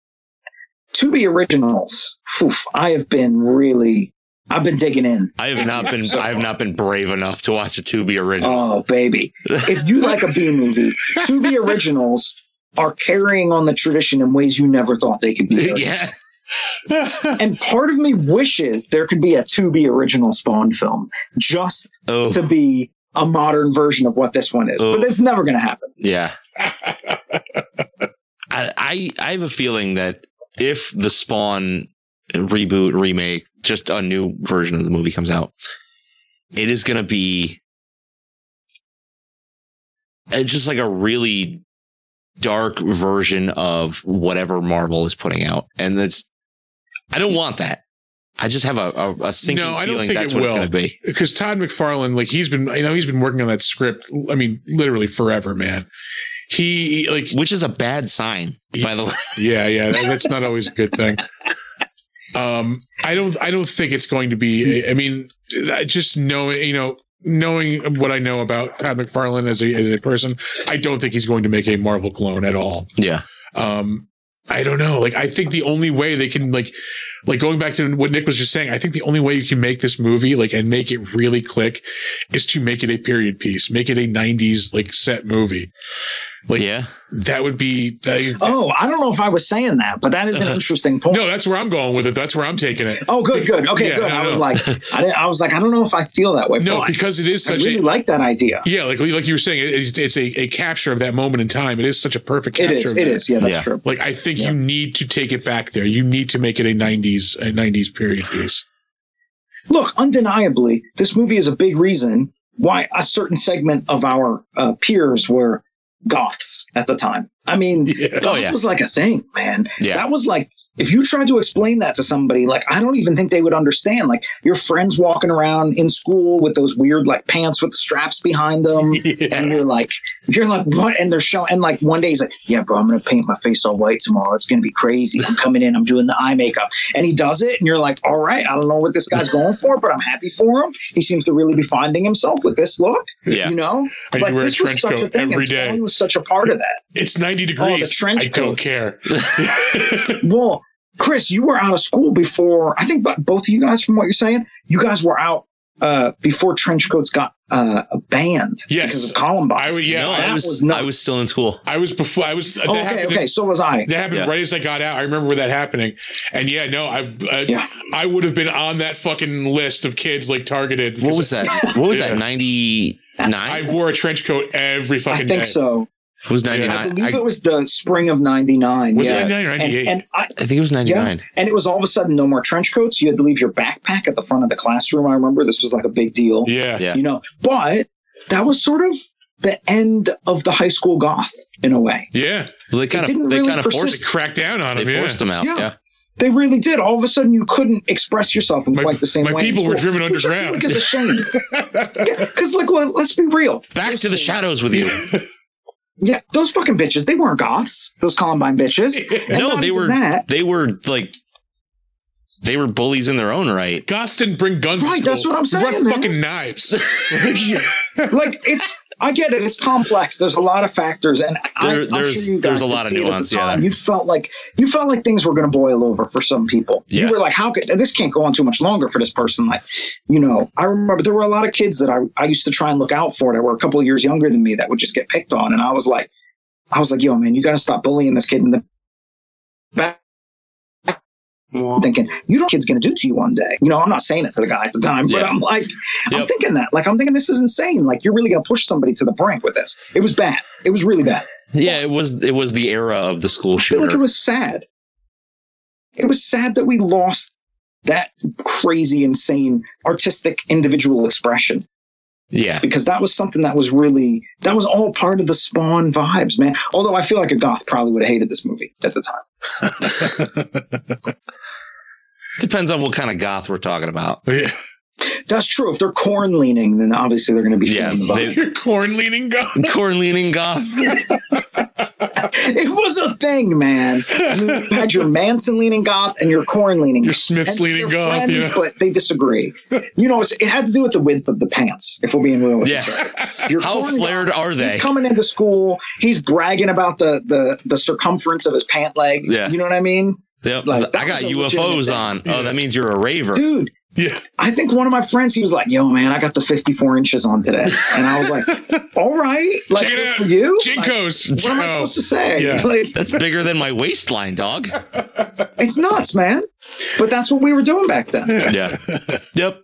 E: tubi originals oof, i have been really i've been digging in
F: I have not been I have not been brave enough to watch a Tubi original.
E: Oh, baby. If you like a B movie, two B originals are carrying on the tradition in ways you never thought they could
B: Oh,
E: be.
F: yeah.
E: And part of me wishes there could be a 2B original Spawn film just
F: Oh.
E: to be a modern version of what this one is.
F: Oh.
E: But it's never going to happen.
F: Yeah. I, I I have a feeling that if the Spawn reboot remake, just a new version of the movie comes out, it is going to be it's just like a really dark version of whatever Marvel is putting out, and that's I don't want that. I just have a a, a sinking
B: No, I don't
F: feeling
B: think
F: that's
B: it
F: what it's
B: will.
F: going to be.
B: Because Todd McFarlane, like he's been, you know, he's been working on that script. I mean, literally forever, man. He like,
F: Which is a bad sign, by the way.
B: yeah, yeah. that- That's not always a good thing. Um, I don't, I don't think it's going to be. I mean, I just knowing, you know, knowing what I know about Todd McFarlane as a as a person, I don't think he's going to make a Marvel clone at all.
F: Yeah.
B: um i don't know like i think the only way they can like like going back to what nick was just saying i think the only way you can make this movie like and make it really click is to make it a period piece make it a 90s like set movie Like-
F: yeah.
B: that would be that,
E: Oh, I don't know if I was saying that, but that is an interesting point.
B: no that's where i'm going with it that's where i'm taking it
E: Oh, good, good. Okay,
B: Yeah,
E: good.
B: no,
E: I was
B: no.
E: like, I, didn't, I was like, I don't know if I feel that way.
B: no
E: but I-
B: because it is
E: I
B: such
E: really
B: a
E: like that idea.
B: yeah like like you were saying it- it's, it's a, a capture of that moment in time it is such a perfect
E: It
B: capture
E: is.
B: of
E: It
B: that.
E: is. Yeah, that's
F: Yeah.
E: true.
B: like i think you need to take it back there you need to make it a 90s a 90s period piece
E: look, undeniably, this movie is a big reason why a certain segment of our uh, peers were goths at the time. I mean,
B: Oh, yeah
E: goth
F: Oh, yeah.
E: was like a thing, man.
F: Yeah.
E: That was like, if you tried to explain that to somebody, like, I don't even think they would understand. Like, your friends walking around in school with those weird, like, pants with the straps behind them. And you're like, you're like, what? And they're showing, and like one day he's like, yeah, bro, I'm going to paint my face all white tomorrow. It's going to be crazy. I'm coming in, I'm doing the eye makeup. And he does it, and you're like, all right, I don't know what this guy's going for, but I'm happy for him. He seems to really be finding himself with this look,
F: Yeah.
E: you know?
B: And you wear a
E: this
B: trench
E: was such
B: coat
E: thing, and
B: every day.
E: Spawn was such a part of that.
B: It's 90 degrees.
E: trench
B: I don't
E: coats.
B: care.
E: Well, Chris, you were out of school before, I think bo- both of you guys, from what you're saying, you guys were out uh, before trench coats got uh, banned
B: Yes.
E: because of Columbine.
B: I was, yeah,
F: no,
B: I,
F: I
E: that
F: was,
E: was
F: I
E: nuts.
F: was still in school.
B: I was before, I was, that
E: Oh, okay,
B: happened,
E: okay, so was I.
B: that happened
F: Yeah.
B: right as I got out. I remember that happening. And yeah, no, I, I,
E: Yeah.
B: I would have been on that fucking list of kids like targeted.
F: What was that? What was
B: Yeah.
F: that? Ninety
B: I
F: nine?
B: wore a trench coat every
E: I
B: fucking
E: think
B: day.
E: so.
F: Was
B: I
F: ninety
E: I
F: nine?
E: believe
F: I,
E: it was the spring of '99.
B: Was
E: yeah.
B: it 99 or 98?
E: And, and I,
F: I think it was ninety nine.
E: and it was all of a sudden no more trench coats. You had to leave your backpack at the front of the classroom. I remember this was like a big deal.
B: yeah.
F: Yeah.
E: You know, but that was sort of the end of the high school goth in a way.
B: Yeah.
F: Well, they kind
E: didn't
F: of they
E: really
F: kind of
E: persist.
F: forced
B: Crack down on
F: they
B: them. Yeah.
F: forced them out.
E: Yeah.
F: Yeah.
E: They really did. All of a sudden, you couldn't express yourself in
B: My-
E: quite the same
B: my
E: way. in
B: people were
E: school,
B: driven
E: which I feel
B: underground.
E: Like is a shame. Because, like, let- let's be real.
F: Back to the shadows with you.
E: Yeah, those fucking bitches. They weren't goths. Those Columbine bitches. And
F: no,
E: not
F: they
E: even
F: were
E: that.
F: they were like they were bullies in their own right.
B: Goss didn't bring guns. to
E: Right, that's
B: school.
E: what I'm saying,
B: Brought
E: man.
B: fucking knives.
F: Oh,
E: like it's I get it. It's complex. There's a lot of factors, and I,
F: There-
E: I'm
F: there's-
E: sure you guys
F: there's a
E: could
F: lot of
E: see it at the
F: nuance, yeah.
E: time. you felt like you felt like things were going to boil over for some people.
F: Yeah.
E: You were like, "How could this can't go on too much longer for this person?" Like, you know, I remember there were a lot of kids that I I used to try and look out for that were a couple of years younger than me that would just get picked on, and I was like, I was like, yo, man, you got to stop bullying this kid in the back. I'm thinking, you know, what kid's going to do to you one day. You know, I'm not saying it to the guy at the time, but
F: Yeah.
E: I'm like, I'm
F: Yep.
E: thinking that. Like, I'm thinking this is insane. Like, you're really going to push somebody to the brink with this. It was bad. It was really bad.
F: Yeah, it was it was the era of the school
E: I feel like
F: shooter.
E: it was sad. It was sad that we lost that crazy, insane, artistic individual expression
F: yeah,
E: because that was something that was really that was all part of the Spawn vibes, man. Although I feel like a goth probably would have hated this movie at the time.
F: depends on what kind of goth we're talking about.
B: yeah.
E: That's true. If they're corn leaning, then obviously they're going to be
F: Yeah,
E: feeling the vibe.
F: they-
B: Your corn leaning guy.
F: Corn leaning goth.
E: It was a thing, man. You had your Manson leaning goth and your corn leaning.
B: Your Smith's leaning goth. You know?
E: but they disagree. You know, it's- it had to do with the width of the pants. If we're being real with
F: Yeah,
E: each other, Your
F: how
E: corn goth-
F: flared are they?
E: He's coming into school. He's bragging about the the the circumference of his pant leg.
F: Yeah.
E: you know what I mean,
F: Yep.
E: like, that
F: I got
E: was a legitimate
F: UFOs
E: thing.
F: on.
B: Yeah.
F: Oh, that means you're a raver.
E: dude.
B: Yeah.
E: I think one of my friends, he was like, "Yo, man, I got the 54 inches on today," and I was like, "All right, like
B: Check it
E: good
B: out.
E: for you." Like,
B: Jinkos.
E: what am I
B: Oh.
E: supposed to say?
B: Yeah.
E: Like,
F: That's bigger than my waistline, dog.
E: it's nuts, man. But that's what we were doing back then.
F: Yeah. Yep.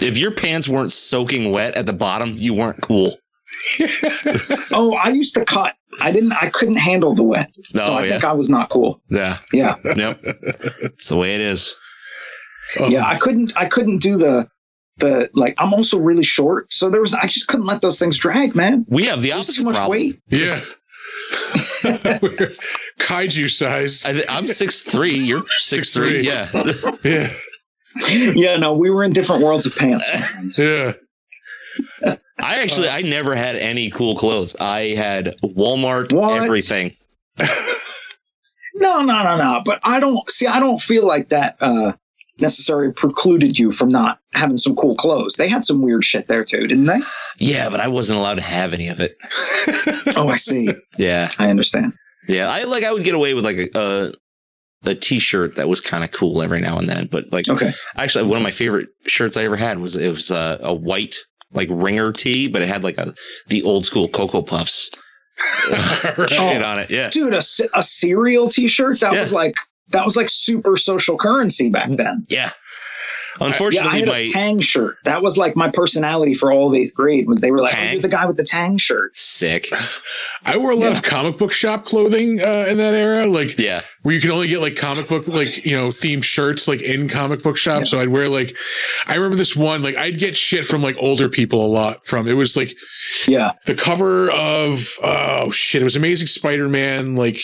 F: If your pants weren't soaking wet at the bottom, you weren't cool.
E: Oh, I used to cut. I didn't. I couldn't handle the wet, so
F: Oh,
E: I
F: yeah.
E: think I was not cool.
F: Yeah.
E: Yeah,
F: Yep. It's the way it is.
B: Oh.
E: yeah. I couldn't. I couldn't do the the like. I'm also really short, so there was. I just couldn't let those things drag, man.
F: We have the
E: It was
F: opposite
E: too much
F: problem.
E: weight.
B: Yeah. We're kaiju size.
F: I th- I'm six three. You're six three.
B: three.
F: Yeah.
B: Yeah.
E: Yeah, no, we were in different worlds of pants.
B: Yeah.
F: I actually I never had any cool clothes. I had Walmart
E: What?
F: everything.
E: No, no, no, no. But I don't see. I don't feel like that uh, necessarily precluded you from not having some cool clothes. They had some weird shit there too, didn't they?
F: Yeah, but I wasn't allowed to have any of it.
E: oh, I see.
F: Yeah.
E: I understand.
F: Yeah. I like I would get away with like a a, a t-shirt that was kind of cool every now and then, but like
E: Okay.
F: actually one of my favorite shirts I ever had was it was uh, a white like ringer tee, but it had like a the old school Cocoa Puffs shit on it. Yeah,
E: Dude, a, c- a cereal T-shirt that
F: Yeah.
E: was like that was like super social currency back then.
F: yeah.
E: Yeah, I
F: Unfortunately,
E: had a
F: my
E: Tang shirt. That was like my personality for all of eighth grade. Was they were like, oh,
F: Tang?
E: you're the guy with the Tang shirt.
F: sick.
B: I wore a lot of comic book shop clothing uh, in that era, like
F: Yeah,
B: where you could only get like comic book, like you know, themed shirts, like in comic book shops. So I'd wear like, I remember this one, like I'd get shit from like older people a lot. From it was like
E: Yeah,
B: the cover of oh shit, it was Amazing Spider-Man. Like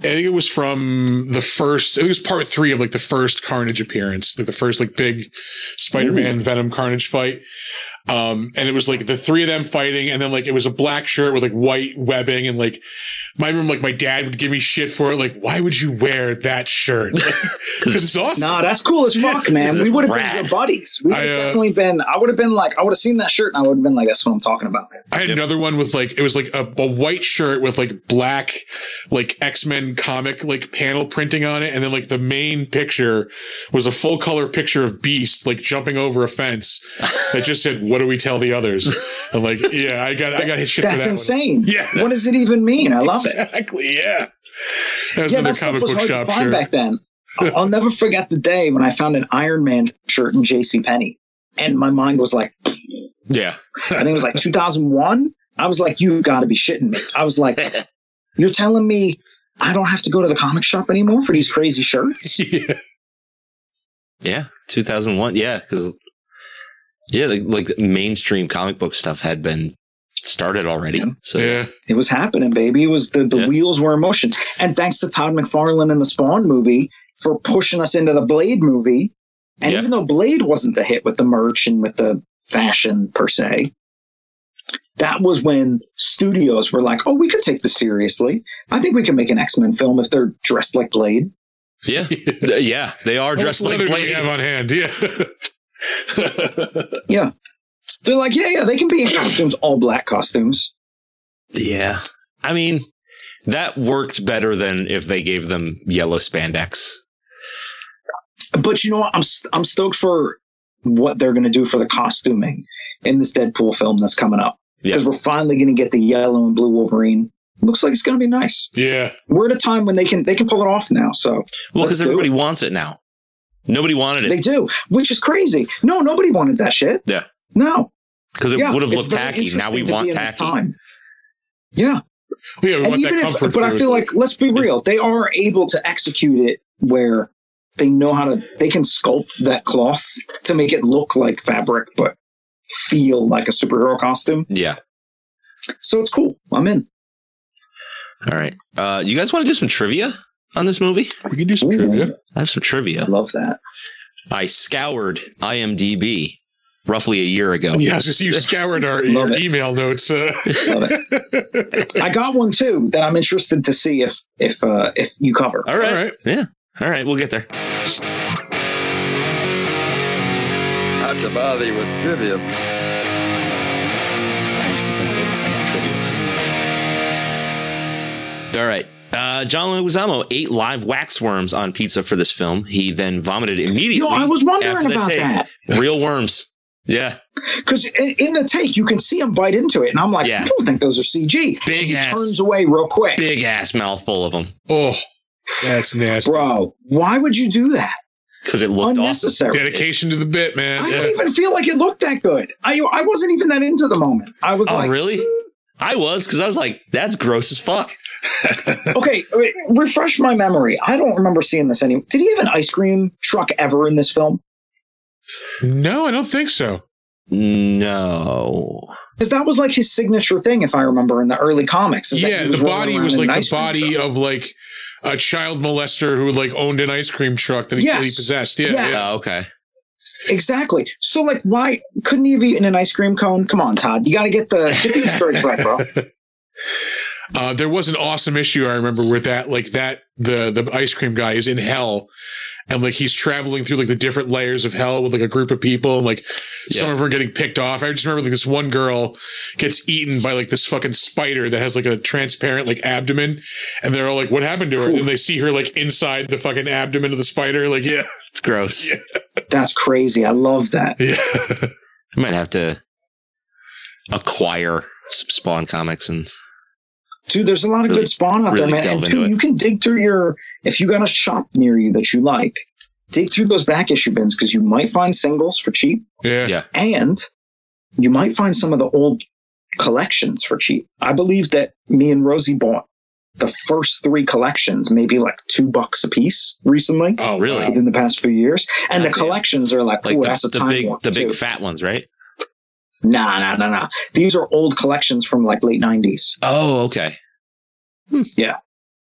B: I think it was from the first. It was part three of like the first Carnage appearance, like the first like big Spider-Man Venom Carnage fight. Um, and it was like the three of them fighting, and then like it was a black shirt with like white webbing, and like my room, like my dad would give me shit for it. Like, why would you wear that shirt? Because it's awesome.
E: nah, that's cool as fuck, man.
F: This
E: We
F: is
E: would have
F: rad.
E: been good buddies. We would
B: I, uh,
E: definitely been. I would have been like, I would have seen that shirt and I would have been like, that's what I'm talking about, man.
B: I had
F: Yep.
B: another one with like it was like a, a white shirt with like black like X-Men comic like panel printing on it and then like the main picture was a full color picture of Beast like jumping over a fence that just said what do we tell the others? I'm like, yeah, I got I got hit shit for
E: That's
B: that one.
E: insane.
B: Yeah.
E: What does it even mean? I love it.
B: Exactly, yeah. That was
E: Yeah, that
B: another
E: stuff
B: comic
E: was
B: book
E: hard to
B: shop
E: find
B: shirt.
E: back then. I- I'll never forget the day when I found an Iron Man shirt in J.C. Penney, and my mind was like,
F: yeah.
E: I think it was like 2001. I was like, you got to be shitting me. I was like, you're telling me I don't have to go to the comic shop anymore for these crazy shirts?
B: yeah.
F: Yeah, 2001. Yeah, because yeah, like, like mainstream comic book stuff had been started already.
E: Yeah.
F: So
B: yeah.
E: It was happening, baby. It was the, the
F: Yeah.
E: wheels were in motion, and thanks to Todd McFarlane and the Spawn movie for pushing us into the Blade movie. And
F: Yeah.
E: even though Blade wasn't the hit with the merch and with the fashion per se, that was when studios were like, "Oh, we could take this seriously. I think we can make an X Men film if they're dressed like Blade."
F: yeah, Th- yeah, they are dressed
B: What
F: like
B: leather do
F: Blade.
B: you have on hand? Yeah.
E: They're like, "Yeah, yeah, they can be in costumes, all black costumes."
F: Yeah, I mean that worked better than if they gave them yellow spandex.
E: But you know what? I'm st- I'm stoked for what they're going to do for the costuming in this Deadpool film that's coming up
F: Yeah.
E: because we're finally going to get the yellow and blue Wolverine. looks like it's going to be nice.
B: Yeah.
E: We're at a time when they can they can pull it off now. So
F: Well,
E: Let's
F: because
E: do
F: everybody wants it now. Nobody wanted
E: they
F: it
E: do, which is crazy. No, nobody wanted that shit.
F: Yeah.
E: No.
F: because it
E: yeah,
F: would have
E: it's
F: looked
E: very
F: tacky. Now we
E: interesting to
F: want
E: be in this
F: tacky.
E: time. Yeah,
B: Yeah, we
E: and
B: want that
E: even if,
B: comfort
E: but I
B: food.
E: feel like let's be real, they are able to execute it where they know how to. They can sculpt that cloth to make it look like fabric, but feel like a superhero costume.
F: Yeah.
E: So it's cool. I'm in.
F: All right. Uh, you guys want to do some trivia on this movie?
B: we can do some
E: Ooh.
B: trivia.
F: I have some
E: I
F: trivia.
E: love that.
F: I scoured IMDb roughly a year ago.
B: Yeah, I was just you scoured our
E: Love
B: your
E: it.
B: email notes. Uh,
E: Love it. I got one too that I'm interested to see if if uh, if you cover.
F: All right.
B: All right.
F: Yeah. All right. We'll get there.
H: Not to bother you with trivia.
I: I used to think they were kind of trivial.
F: All right. Uh, John Leguizamo ate live wax worms on pizza for this film. He then vomited immediately.
E: Yo, I was wondering
F: after the
E: about
F: take.
E: that
F: Real worms. Yeah.
E: because in, in the take you can see him bite into it, and I'm like,
F: Yeah.
E: I don't think those are CG.
F: Big
E: he
F: ass.
E: turns away real quick,
F: Big ass mouthful of them
B: oh, that's nasty.
E: bro. Why would you do that?
F: because it looked awesome.
E: Unnecessary.
B: Dedication to the bit, man.
E: I
B: Yeah.
E: don't even feel like it looked that good. I I wasn't even that into the moment. I was
F: Oh,
E: like,
F: really? I was because I was like, that's gross as fuck.
E: okay, re- refresh my memory. I don't remember seeing this anyway. Did he have an ice cream truck ever in this film?
B: No, I don't think so.
F: No.
E: Because that was like his signature thing, if I remember, in the early comics. is that
B: yeah,
E: he was
B: the
E: rolling
B: body
E: around
B: was
E: in
B: like
E: an
B: the
E: ice cream
B: body
E: truck.
B: of like a child molester who like owned an ice cream truck that he clearly
E: Yes.
B: possessed. Yeah,
E: Yeah.
B: yeah.
F: Oh, okay.
E: Exactly. So, like, why couldn't he have eaten an ice cream cone? Come on, Todd. You got to get the get the Easter eggs right, bro.
B: Uh, there was an awesome issue I remember with that, like that the the ice cream guy is in hell, and like he's traveling through like the different layers of hell with like a group of people, and like some
F: Yeah.
B: of them are getting picked off. I just remember like this one girl gets eaten by like this fucking spider that has like a transparent like abdomen, and they're all like, "What happened to her?" And they see her like inside the fucking abdomen of the spider. Like, yeah,
F: It's gross.
E: That's crazy. I love that.
B: yeah.
F: I might have to acquire some Spawn comics and
E: Dude, there's a lot of
F: Really-
E: good spawn out
F: really
E: there, man.
F: delve
E: And
F: into
E: two,
F: it.
E: you can dig through your if you got a shop near you that you like, dig through those back issue bins because you might find singles for cheap,
B: Yeah.
F: Yeah.
E: and you might find some of the old collections for cheap. I believe that me and Rosie bought the first three collections, maybe like two bucks a piece recently.
B: Oh,
F: Really?
E: within the past few years. And the
F: Goddamn.
E: collections are like,
F: like
E: oh,
F: the,
E: that's a
F: the
E: time
F: big
E: warp
F: the big
E: too.
F: fat ones, right?
E: nah, nah, nah, nah. These are old collections from like late nineties.
F: Oh, okay.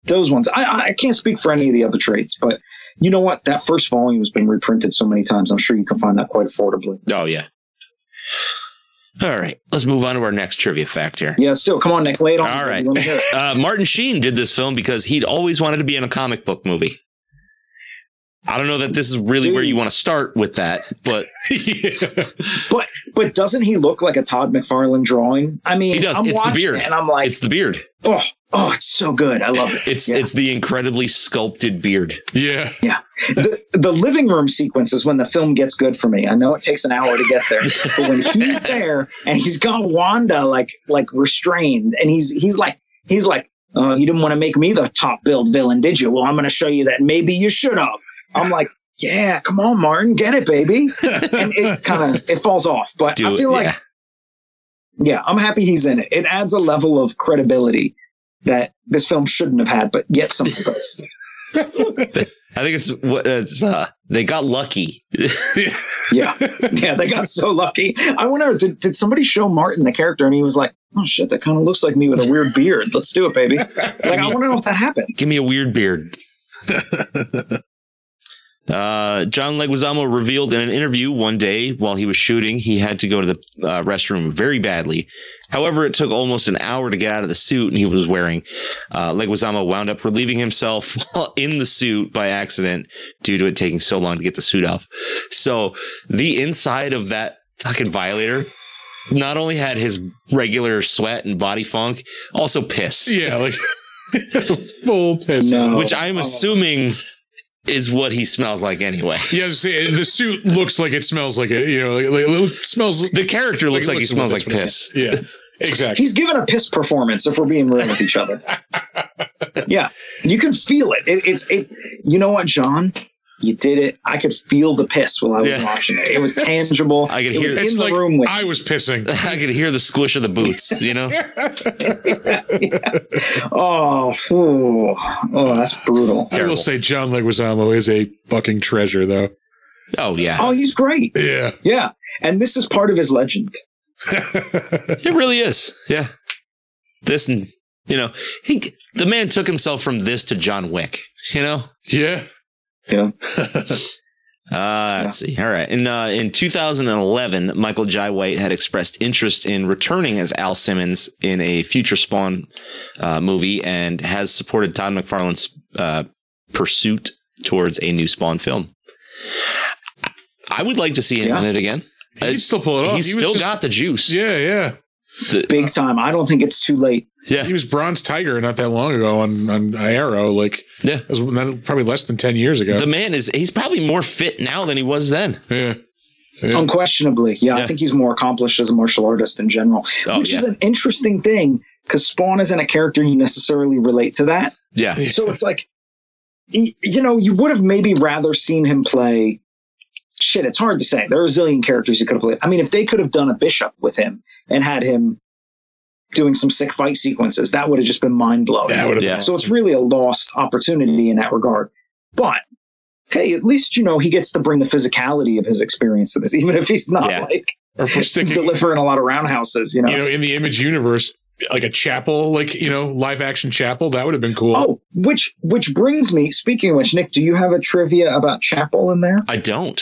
E: Those ones. I- I I can't speak for any of the other trades, but you know what? That first volume has been reprinted so many times. I'm sure you can find that quite affordably.
F: Oh yeah. All right, let's move on to our next trivia fact here.
E: Yeah, still come on, Nick. Lay it on.
F: All
E: me,
F: right.
E: let me hear it.
F: Uh, Martin Sheen did this film because he'd always wanted to be in a comic book movie. I don't know that this is really where you want to start with that, but
E: But doesn't he look like a Todd McFarlane drawing? I mean,
F: He does.
E: I'm
F: It's the
E: watching
F: beard.
E: it and I'm like,
F: it's the beard.
E: oh, oh, it's so good. I love it.
F: It's
E: Yeah.
F: it's the incredibly sculpted beard.
B: Yeah.
E: the, the living room sequence is when the film gets good for me. I know it takes an hour to get there, but when he's there and he's got Wanda like like restrained, and he's he's like he's like, oh, you didn't want to make me the top billed villain, did you? Well, I'm going to show you that maybe you should have. I'm like, yeah, come on, Martin, get it, baby. And it kind of it falls off, but
F: Do
E: I
F: it.
E: feel like
F: yeah.
E: yeah, I'm happy he's in it. It adds a level of credibility that this film shouldn't have had, but yet someone does.
F: I think it's what it's uh they got lucky.
E: Yeah. Yeah, they got so lucky. I wonder, did, did somebody show Martin the character and he was like, oh shit, that kind of looks like me with a weird beard. Let's do it, baby. Like, I want to know if that happened.
F: Give me a weird beard. uh, John Leguizamo revealed in an interview one day while he was shooting, he had to go to the uh, restroom very badly. However, it took almost an hour to get out of the suit he was wearing. Uh, Leguizamo wound up relieving himself while in the suit by accident due to it taking so long to get the suit off. So the inside of that fucking violator not only had his regular sweat and body funk, also piss
B: yeah, like full piss.
E: No.
F: which I'm
E: Oh.
F: assuming is what he smells like anyway.
B: Yeah, see, the suit looks like it smells like it. You know, like, like, it smells.
F: The character looks like,
B: it
F: he
B: looks
F: smells
B: a
F: like
B: little bit
F: piss.
B: Yeah, Exactly.
E: He's given a piss performance if we're being real with each other. yeah, you can feel it. it. It's it. You know what, John? You did it. I could feel the piss while I was
B: Yeah.
E: watching it. It was tangible.
F: I could
E: it was
F: hear
E: in
F: it.
B: It's
E: the
B: like
E: room with.
B: I was pissing.
F: I could hear the squish of the boots, you know?
E: oh, ooh. oh, that's brutal.
B: I will say John Leguizamo is a fucking treasure, though.
F: Oh, yeah.
E: Oh, he's great.
B: Yeah.
E: Yeah, and this is part of his legend.
F: It really is. Yeah. This and, you know, he, the man took himself from this to John Wick, you know?
B: yeah.
E: Yeah.
F: Uh, let's see. All right. In uh, in 2011, Michael Jai White had expressed interest in returning as Al Simmons in a future Spawn uh, movie, and has supported Todd McFarlane's uh, pursuit towards a new Spawn film. I- I would like to see him
E: Yeah.
F: in it again.
B: He can still pull it off.
F: He's
B: Oh, He was
F: still
B: just-
F: got the juice.
B: Yeah, yeah.
E: Big time. I don't think it's too late.
F: yeah,
B: He was Bronze Tiger not that long ago on on Arrow. Like
F: yeah.
B: that was not- probably less than ten years ago.
F: The man is—he's probably more fit now than he was then.
B: yeah. Yeah.
E: Unquestionably. Yeah,
F: Yeah.
E: I think he's more accomplished as a martial artist in general,
F: Oh,
E: which
F: yeah.
E: is an interesting thing because Spawn isn't a character you necessarily relate to that.
F: Yeah,
E: So it's like, y- you know, you would have maybe rather seen him play. Shit, it's hard to say. There are a zillion characters he could have played. I mean, if they could have done a bishop with him and had him doing some sick fight sequences, that would have just been mind blowing.
B: That would've
F: Oh, Yeah.
B: been
E: So it's really a lost opportunity in that regard. But hey, at least you know he gets to bring the physicality of his experience to this, even if he's not
F: Yeah.
E: like
B: or for sticking
E: delivering a lot of roundhouses, you know.
B: you know, in the image universe, like a chapel, like you know, live action chapel, that would have been cool.
E: Oh, which which brings me. Speaking of which, Nick, do you have a trivia about Chapel in there?
F: I don't.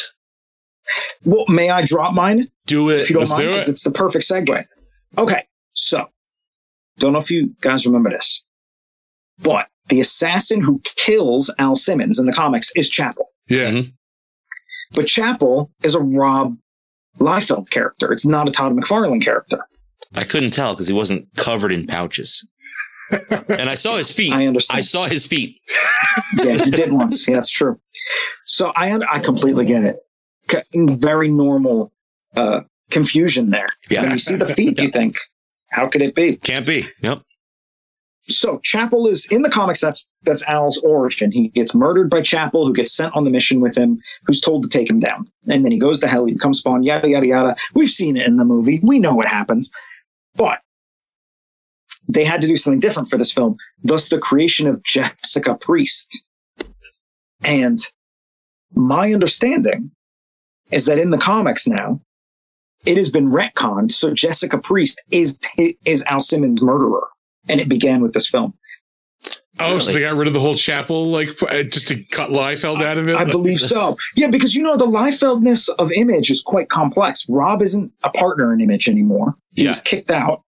E: Well, may I drop mine
B: do it.
E: if you don't
B: Let's
E: mind?
B: do
E: 'Cause
B: it.
E: it's the perfect segue. Okay, so don't know if you guys remember this, but the assassin who kills Al Simmons in the comics is Chapel.
B: Yeah.
F: Mm-hmm.
E: But Chapel is a Rob Liefeld character. It's not a Todd McFarlane character.
F: I couldn't tell because he wasn't covered in pouches. and I saw his feet.
E: I
F: I,
E: understand.
F: saw his feet.
E: yeah, he did once. Yeah, it's true. So I un- I completely get it. C- Very normal uh, confusion there.
F: Yeah.
E: When you see the feet, you think, how could it be?
F: Can't be. Yep.
E: So Chapel is in the comics. That's that's Al's origin. He gets murdered by Chapel, who gets sent on the mission with him, who's told to take him down, and then he goes to hell. He becomes Spawn. Yada yada yada. We've seen it in the movie. We know what happens, but they had to do something different for this film. Thus, the creation of Jessica Priest. And my understanding is that in the comics now, it has been retconned. So Jessica Priest is is Al Simmons' murderer and it began with this film.
B: Oh, so they got rid of the whole chapel, like uh, just to cut Liefeld out of it.
E: I believe so. Yeah, because you know the Liefeldness of Image is quite complex. Rob isn't a partner in Image anymore. He was kicked out,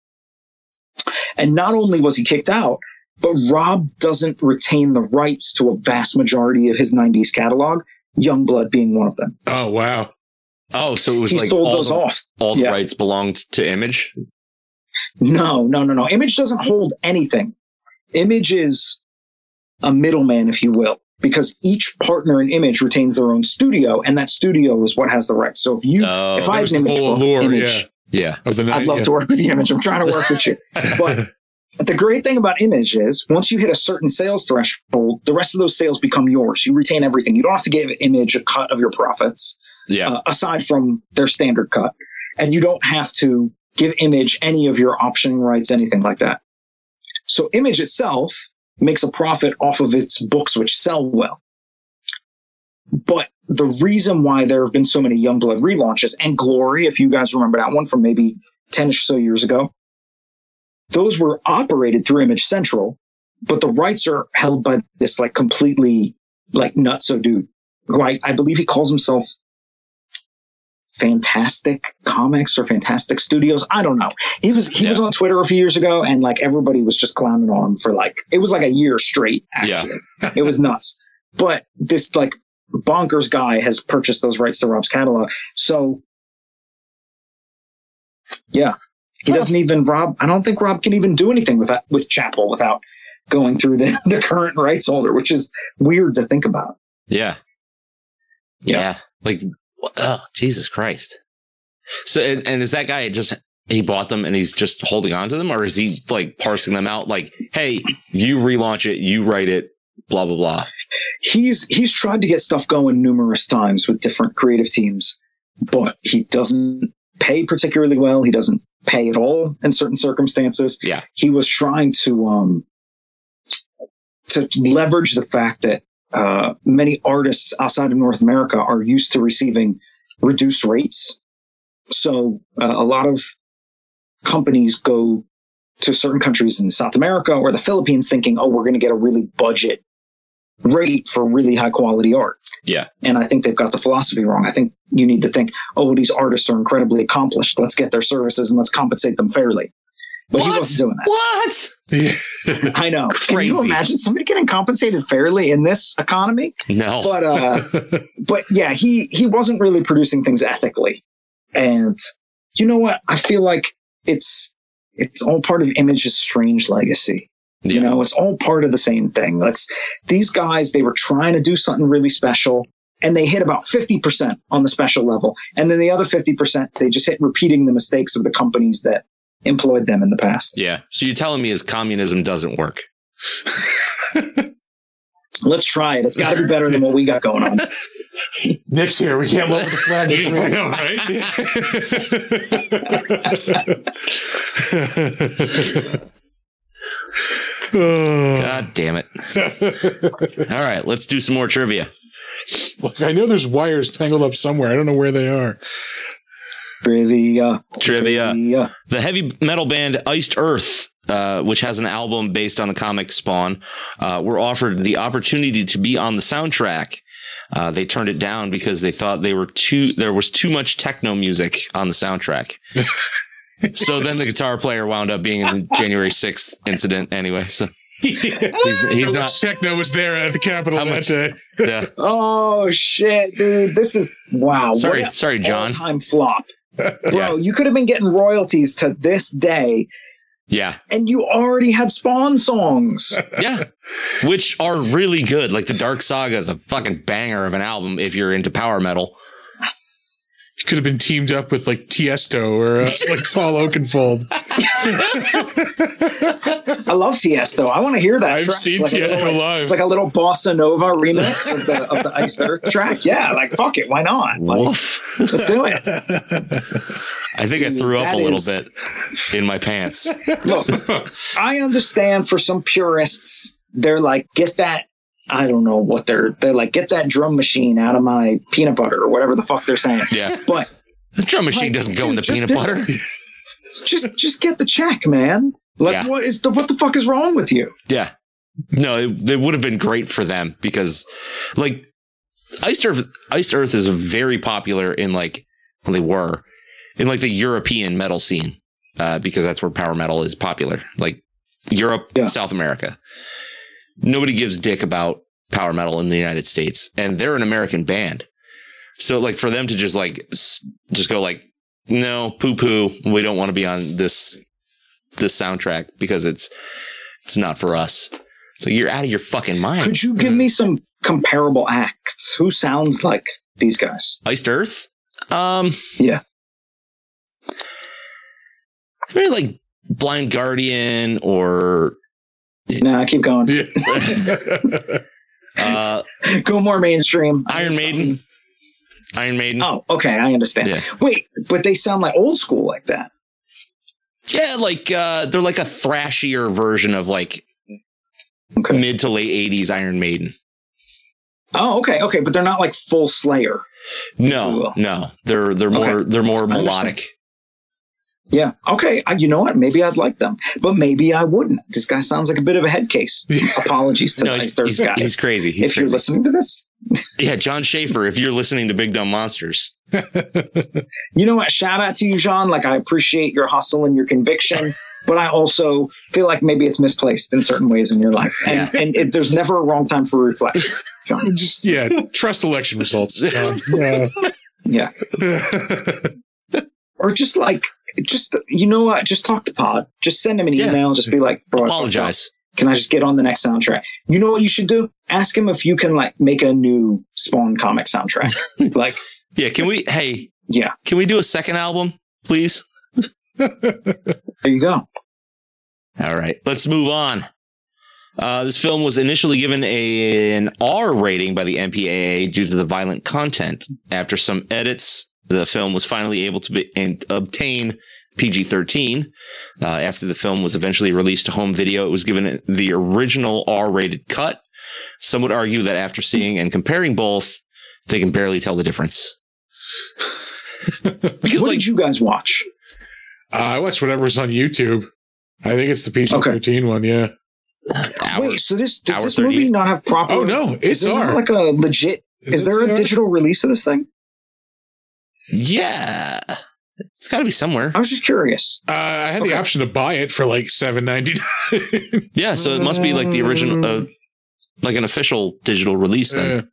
E: and not only was he kicked out, but Rob doesn't retain the rights to a vast majority of his '90s catalog. Youngblood being one of them.
B: Oh wow.
F: Oh, so it was
E: He
F: like
E: sold
F: all
E: those
F: the,
E: off.
F: all the
E: Yeah.
F: rights belonged to Image.
E: No, no, no, no. Image doesn't hold anything. Image is a middleman, if you will, because each partner in Image retains their own studio, and that studio is what has the rights. So if you,
F: Oh,
E: if
F: that
E: I uh, have
B: was
E: an
B: the
E: Image,
B: whole
E: book,
B: allure,
E: image
F: Yeah.
B: Of the night.
E: I'd love to work with the Image. I'm trying to work with you. But the great thing about Image is once you hit a certain sales threshold, the rest of those sales become yours. You retain everything. You don't have to give Image a cut of your profits
F: Yeah.
E: uh, aside from their standard cut. And you don't have to give Image any of your optioning rights, anything like that. So Image itself makes a profit off of its books, which sell well. But the reason why there have been so many Youngblood relaunches and Glory, if you guys remember that one from maybe 10 or so years ago, those were operated through Image Central, but the rights are held by this like completely like nutso dude who I, I believe he calls himself Fantastic Comics or Fantastic Studios. I don't know. He was he was on Twitter a few years ago, and like everybody was just clowning on him for like it was like a year straight. Actually, it was nuts. But this like bonkers guy has purchased those rights to Rob's catalog, so yeah, he doesn't even Rob. I don't think Rob can even do anything with that with Chapel without going through the, the current rights holder, which is weird to think about.
F: Yeah. Yeah.
E: Yeah.
F: Like, wh- oh, Jesus Christ. So, and, and is that guy just he bought them and he's just holding on to them, or is he like parsing them out? Like, hey, you relaunch it, you write it, blah blah blah.
E: he's he's tried to get stuff going numerous times with different creative teams, but he doesn't pay particularly well. He doesn't pay at all in certain circumstances.
F: Yeah.
E: He was trying to um to leverage the fact that uh, many artists outside of North America are used to receiving reduced rates. So uh, a lot of companies go to certain countries in South America or the Philippines thinking, oh, we're going to get a really budget rate for really high quality art.
F: Yeah.
E: And I think they've got the philosophy wrong. I think you need to think, oh, well, these artists are incredibly accomplished. Let's get their services and let's compensate them fairly. But he
F: What?
E: wasn't doing that.
F: What?
E: I know. Can you
F: Crazy.
E: imagine somebody getting compensated fairly in this economy?
F: No.
E: But uh but yeah, he he wasn't really producing things ethically. And you know what? I feel like it's it's all part of Image's strange legacy. You
F: Yeah.
E: know, it's all part of the same thing. Let's these guys, they were trying to do something really special and they hit about 50% on the special level. And then the other 50%, they just hit repeating the mistakes of the companies that employed them in the past.
F: Yeah. So you're telling me is communism doesn't work?
E: Let's try it. It's got to be better than what we got going on.
B: Next year, we can't lower the flag.
G: I know,
B: Uh,
G: right?
F: God damn it! All right, let's do some more trivia.
B: look, I know there's wires tangled up somewhere. I don't know where they are.
E: Trivia.
F: Trivia.
E: Trivia.
F: The heavy metal band Iced Earth, uh, which has an album based on the comic Spawn, uh, were offered the opportunity to be on the soundtrack. Uh, they turned it down because they thought they were too there was too much techno music on the soundtrack. so then the guitar player wound up being in the January sixth incident anyway. So he's, he's not.
B: Techno was there at the Capitol
F: How
B: that
F: much-
B: day.
F: Yeah.
E: Oh, shit, dude. This is wow.
F: Sorry,
E: What
F: sorry, John.
E: Time flop. Bro,
F: Yeah.
E: you could have been getting royalties to this day
F: Yeah,
E: and you already had Spawn songs.
F: yeah, which are really good. Like the Dark Saga is a fucking banger of an album if you're into power metal.
B: Could have been teamed up with like Tiesto or uh, like Paul Oakenfold.
E: I love Tiesto. I want to hear that.
B: I've
E: track.
B: seen
E: a
B: Tiesto
E: little,
B: live.
E: It's like a little bossa nova remix of the of the Ice Earth track. Yeah, like fuck it, why not? Like,
F: Woof.
E: let's do it.
F: I think I
E: Dude,
F: threw up
E: that
F: a little
E: is-
F: bit in my pants.
E: Look, I understand for some purists, they're like, get that. I don't know what they're they're like, get that drum machine out of my peanut butter or whatever the fuck they're saying.
F: Yeah.
E: But
F: The drum machine
E: Like,
F: doesn't go in the
E: dude, just
F: peanut
E: do
F: butter.
E: just just get the check, man. Like
F: Yeah.
E: what is the what the fuck is wrong with you?
F: Yeah. No, it, they would have been great for them because, like, Iced Earth, Iced Earth is very popular in, like, well, they were in, like, the European metal scene uh, because that's where power metal is popular. Like, Europe,
E: Yeah.
F: South America. Nobody gives dick about power metal in the United States, and they're an American band. So, like, for them to just, like, s- just go, like, no, poo poo, we don't want to be on this this soundtrack because it's it's not for us. So you're out of your fucking mind.
E: Could you give me some comparable acts? Who sounds like these guys?
F: Iced Earth? Um
E: Yeah.
F: Maybe like Blind Guardian or
E: Nah, keep going.
B: Yeah.
F: uh
E: Go more mainstream.
F: Iron Maiden. Iron Maiden.
E: Oh, okay, I understand.
F: Yeah.
E: Wait, but they sound like old school like that.
F: Yeah, like uh they're like a thrashier version of like
E: Okay.
F: mid to late eighties Iron Maiden.
E: Oh, okay, okay, but they're not like full Slayer.
F: No, no. They're they're more they're more
E: understand.
F: melodic.
E: Yeah. Okay. I, you know what? Maybe I'd like them, but maybe I wouldn't. This guy sounds like a bit of a head case. Apologies to
F: No,
E: the
F: he's,
E: Ice Earth
F: he's,
E: guy.
F: he's crazy. He's
E: if you're
F: crazy.
E: listening to this,
F: yeah, John Schaefer, if you're listening to Big Dumb Monsters.
E: you know what? Shout out to you, John. Like I appreciate your hustle and your conviction, but I also feel like maybe it's misplaced in certain ways in your life, and, and it, there's never a wrong time for reflection. John.
B: Just yeah, trust election results. Uh, yeah.
E: Yeah. or just like just you know what just talk to pod just send him an
F: Yeah.
E: email and just be like bro Oh, I fucked
F: Apologize.
E: up. can i just get on the next soundtrack you know what you should do ask him if you can like make a new spawn comic soundtrack like
F: Yeah, can we? Hey,
E: Yeah.
F: can we do a second album, please?
E: There you go.
F: All right, let's move on. Uh, this film was initially given a, an R rating by the MPAA due to the violent content. After some edits, the film was finally able to be, and obtain PG 13. Uh, after the film was eventually released to home video, it was given the original R rated cut. Some would argue that after seeing and comparing both, they can barely tell the difference. because,
E: what
F: like,
E: did you guys watch?
B: Uh, I watch whatever's on YouTube. I think it's the PG thirteen one. Yeah.
F: hour-
E: Wait, so this does
F: hour
E: this
F: 38.
E: movie not have proper?
B: Oh no,
E: is
B: it's
E: there not
B: R.
E: like a legit? Is,
B: it
E: there a
B: CR?
E: digital release of this thing?
F: yeah, it's got to be somewhere.
E: I was just curious.
B: Uh, I had the
E: Okay.
B: option to buy it for like seven ninety nine.
F: Yeah, so it must be like the original, uh, like an official digital release then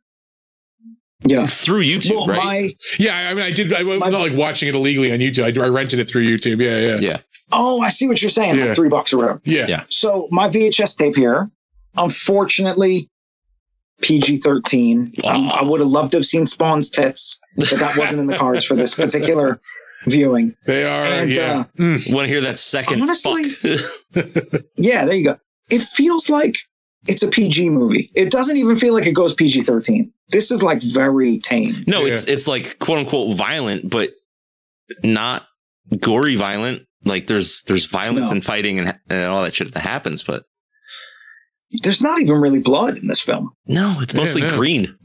E: Yeah.
F: through YouTube,
E: Well,
F: right?
E: my
B: yeah, I mean, I did. I was
E: My-
B: not like watching it illegally on YouTube. I, I rented it through YouTube. Yeah, yeah,
F: Yeah.
B: yeah.
E: oh, I see what you're saying.
B: Yeah.
E: Like three bucks or whatever.
F: Yeah.
E: So my VHS tape here, unfortunately, PG thirteen. Um, I would have loved to have seen Spawn's tits, but that wasn't in the cards for this particular viewing.
B: They are.
E: And,
B: Oh, yeah,
E: uh,
B: Mm.
F: Want to hear that second?
E: Honestly-
F: fuck.
E: Yeah, there you go. It feels like it's a PG movie. It doesn't even feel like it goes PG thirteen. This is like very tame.
F: no, it's it's like quote unquote violent, but not gory violent. Like there's there's violence
E: No.
F: and fighting and, and all that shit that happens, but
E: There's not even really blood in this film.
F: no, it's
B: Yeah,
F: mostly
B: no.
F: green.